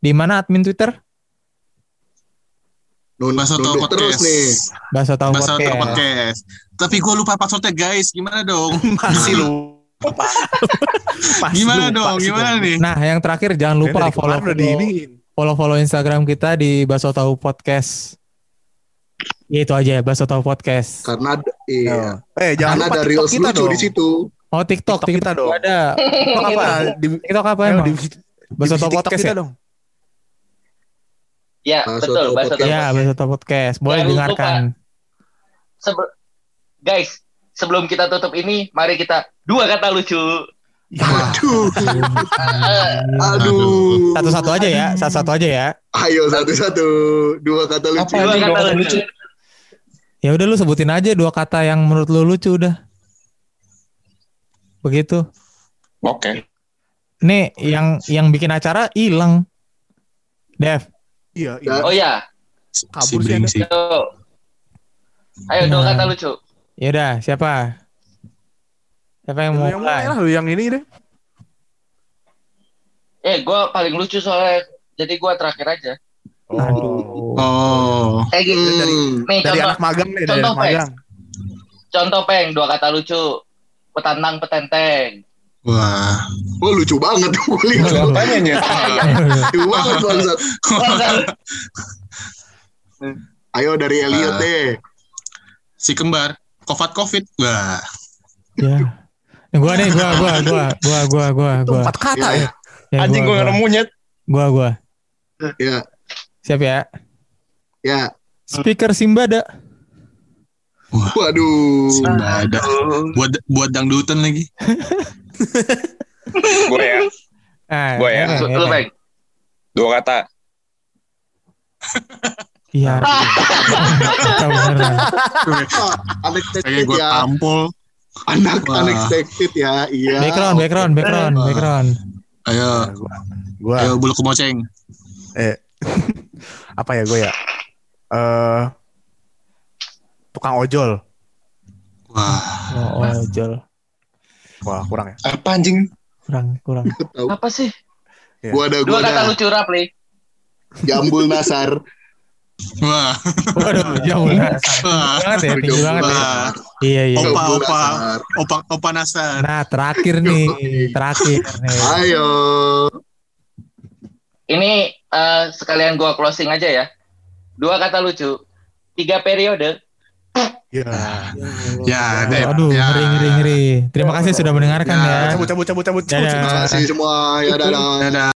Speaker 1: Di mana admin Twitter?
Speaker 3: Nun-
Speaker 7: Bahasa Tol
Speaker 3: nunduk terus
Speaker 7: Podcast.
Speaker 3: nih.
Speaker 1: Bahasa tahu
Speaker 7: Bahasa Tol
Speaker 1: podcast.
Speaker 7: Podcast. Tapi gue lupa passwordnya guys. Gimana dong?
Speaker 4: Masih lu.
Speaker 7: Gimana dong? Gimana nih?
Speaker 1: Nah, yang terakhir jangan lupa follow
Speaker 4: udah di ini.
Speaker 1: follow follow Instagram kita di Baso Tahu Podcast. Ya itu aja ya Baso Tahu Podcast.
Speaker 3: Karena ada- iya.
Speaker 4: Eh jangan
Speaker 3: Karena
Speaker 4: lupa
Speaker 3: ada
Speaker 4: TikTok
Speaker 3: reels
Speaker 4: kita
Speaker 3: lucu
Speaker 4: dong.
Speaker 3: di situ.
Speaker 1: Oh TikTok,
Speaker 4: TikTok kita
Speaker 1: TikTok,
Speaker 4: dong.
Speaker 1: ada. TikTok apa?
Speaker 4: Di,
Speaker 1: TikTok apa
Speaker 4: ayo,
Speaker 1: emang?
Speaker 4: di,
Speaker 1: Bahasa Tol Podcast ya?
Speaker 4: dong.
Speaker 8: Ya,
Speaker 3: Bahasa
Speaker 8: betul
Speaker 3: Tahu
Speaker 8: bahasa tahu.
Speaker 3: Podcast.
Speaker 1: Iya, Bahasa Tol Podcast. Boleh
Speaker 8: Jangan lupa.
Speaker 1: dengarkan.
Speaker 8: Sebe- Guys, sebelum kita tutup ini, mari kita dua kata lucu.
Speaker 4: Iya,
Speaker 3: Aduh. Aduh.
Speaker 7: Aduh.
Speaker 1: Satu-satu aja ya, satu-satu aja ya.
Speaker 3: Ayo satu-satu. Dua kata lucu.
Speaker 8: Dua
Speaker 5: Aduh,
Speaker 8: kata
Speaker 5: dua kata
Speaker 8: lucu.
Speaker 1: Ya udah lu sebutin aja dua kata yang menurut lu lucu udah. Begitu.
Speaker 5: Oke.
Speaker 1: Nih yang yang bikin acara hilang. Dev,
Speaker 4: Iya,
Speaker 3: Ya.
Speaker 4: iya.
Speaker 8: Oh ya,
Speaker 7: Si Bring Nah, sih.
Speaker 8: yuk. Ayo dua
Speaker 1: Nah.
Speaker 8: kata lucu.
Speaker 1: ya udah siapa? Siapa yang
Speaker 4: Lu
Speaker 1: mau
Speaker 4: yang mulai
Speaker 1: mulai?
Speaker 4: lah, lu yang ini deh.
Speaker 8: Eh, gue paling lucu soalnya jadi gue terakhir aja.
Speaker 4: Oh.
Speaker 7: Oh.
Speaker 8: Kayak gitu.
Speaker 3: Hmm.
Speaker 8: Nih
Speaker 4: Dari
Speaker 8: contoh,
Speaker 4: anak magang nih, dari
Speaker 8: Contoh,
Speaker 4: anak magang.
Speaker 8: contoh peng dua kata lucu. Petantang petenteng.
Speaker 7: Wah.
Speaker 3: Oh lucu banget. Gua lihat.
Speaker 5: Apanya nya?
Speaker 3: Lucu banget bangsat.
Speaker 8: Kalau nggak-
Speaker 3: Ayo dari Elliot
Speaker 7: Ah.
Speaker 3: deh.
Speaker 7: Si kembar, kovat covid. Wah,
Speaker 1: Ya. Gua nih, gua, gua, gua, gua, gua, gua, gua.
Speaker 4: Empat kata ya.
Speaker 3: Ya,
Speaker 1: Ya,
Speaker 10: Anjing gue
Speaker 1: gua, gua,
Speaker 10: nemu nyet.
Speaker 1: gua, gua.
Speaker 3: ya,
Speaker 1: Siap ya.
Speaker 3: ya.
Speaker 1: Speaker Simbada.
Speaker 3: Waduh.
Speaker 7: Simba ada. Buat buat dangdutan lagi.
Speaker 5: Gue ya,
Speaker 1: Ah,
Speaker 5: Gua ya.
Speaker 1: enak,
Speaker 8: Lu
Speaker 1: enak.
Speaker 8: baik.
Speaker 5: dua kata.
Speaker 1: Iya. Tahu beneran.
Speaker 3: Ah,
Speaker 7: Kayak
Speaker 3: unexpected
Speaker 7: gue
Speaker 3: ya.
Speaker 7: tampol.
Speaker 3: Anak
Speaker 7: Wah.
Speaker 3: unexpected ya. Iya.
Speaker 1: Background, background, background,
Speaker 7: Wah.
Speaker 1: background.
Speaker 7: Ayo,
Speaker 4: Gua
Speaker 7: ayo bulu kemoceng.
Speaker 4: apa ya gue ya? Eh tukang ojol.
Speaker 7: Wah,
Speaker 1: Oh, ojol.
Speaker 4: Wah, kurang ya.
Speaker 10: Apa anjing?
Speaker 1: Kurang, kurang.
Speaker 8: Apa sih?
Speaker 1: ya?
Speaker 3: Gua ada,
Speaker 8: Dua
Speaker 3: gua
Speaker 8: kata
Speaker 3: ada.
Speaker 8: lucu Rapli.
Speaker 3: Jambul Nasar.
Speaker 7: wah,
Speaker 1: Waduh, jauh banget.
Speaker 7: wah.
Speaker 1: Tinggi banget ya, tinggi banget ya.
Speaker 7: Wah.
Speaker 1: Iya, iya.
Speaker 7: Opa,
Speaker 3: Jambul
Speaker 7: opa.
Speaker 3: Nasar.
Speaker 7: Opa, opa Nasar.
Speaker 1: Nah, terakhir nih, terakhir nih.
Speaker 3: Ayo.
Speaker 8: Ini eh, sekalian gua closing aja ya. Dua kata lucu. Tiga periode.
Speaker 4: Iya.
Speaker 7: Ya,
Speaker 4: Eh,
Speaker 7: Dep,
Speaker 1: Aduh,
Speaker 7: ya.
Speaker 1: ngeri, ngeri, ngeri. Terima kasih sudah mendengarkan
Speaker 7: Ya,
Speaker 1: ya.
Speaker 4: Nah, Cabut cabut cabut cabut cabut.
Speaker 1: Dadah.
Speaker 3: Terima kasih semua. Ya dadah.
Speaker 7: Dadah.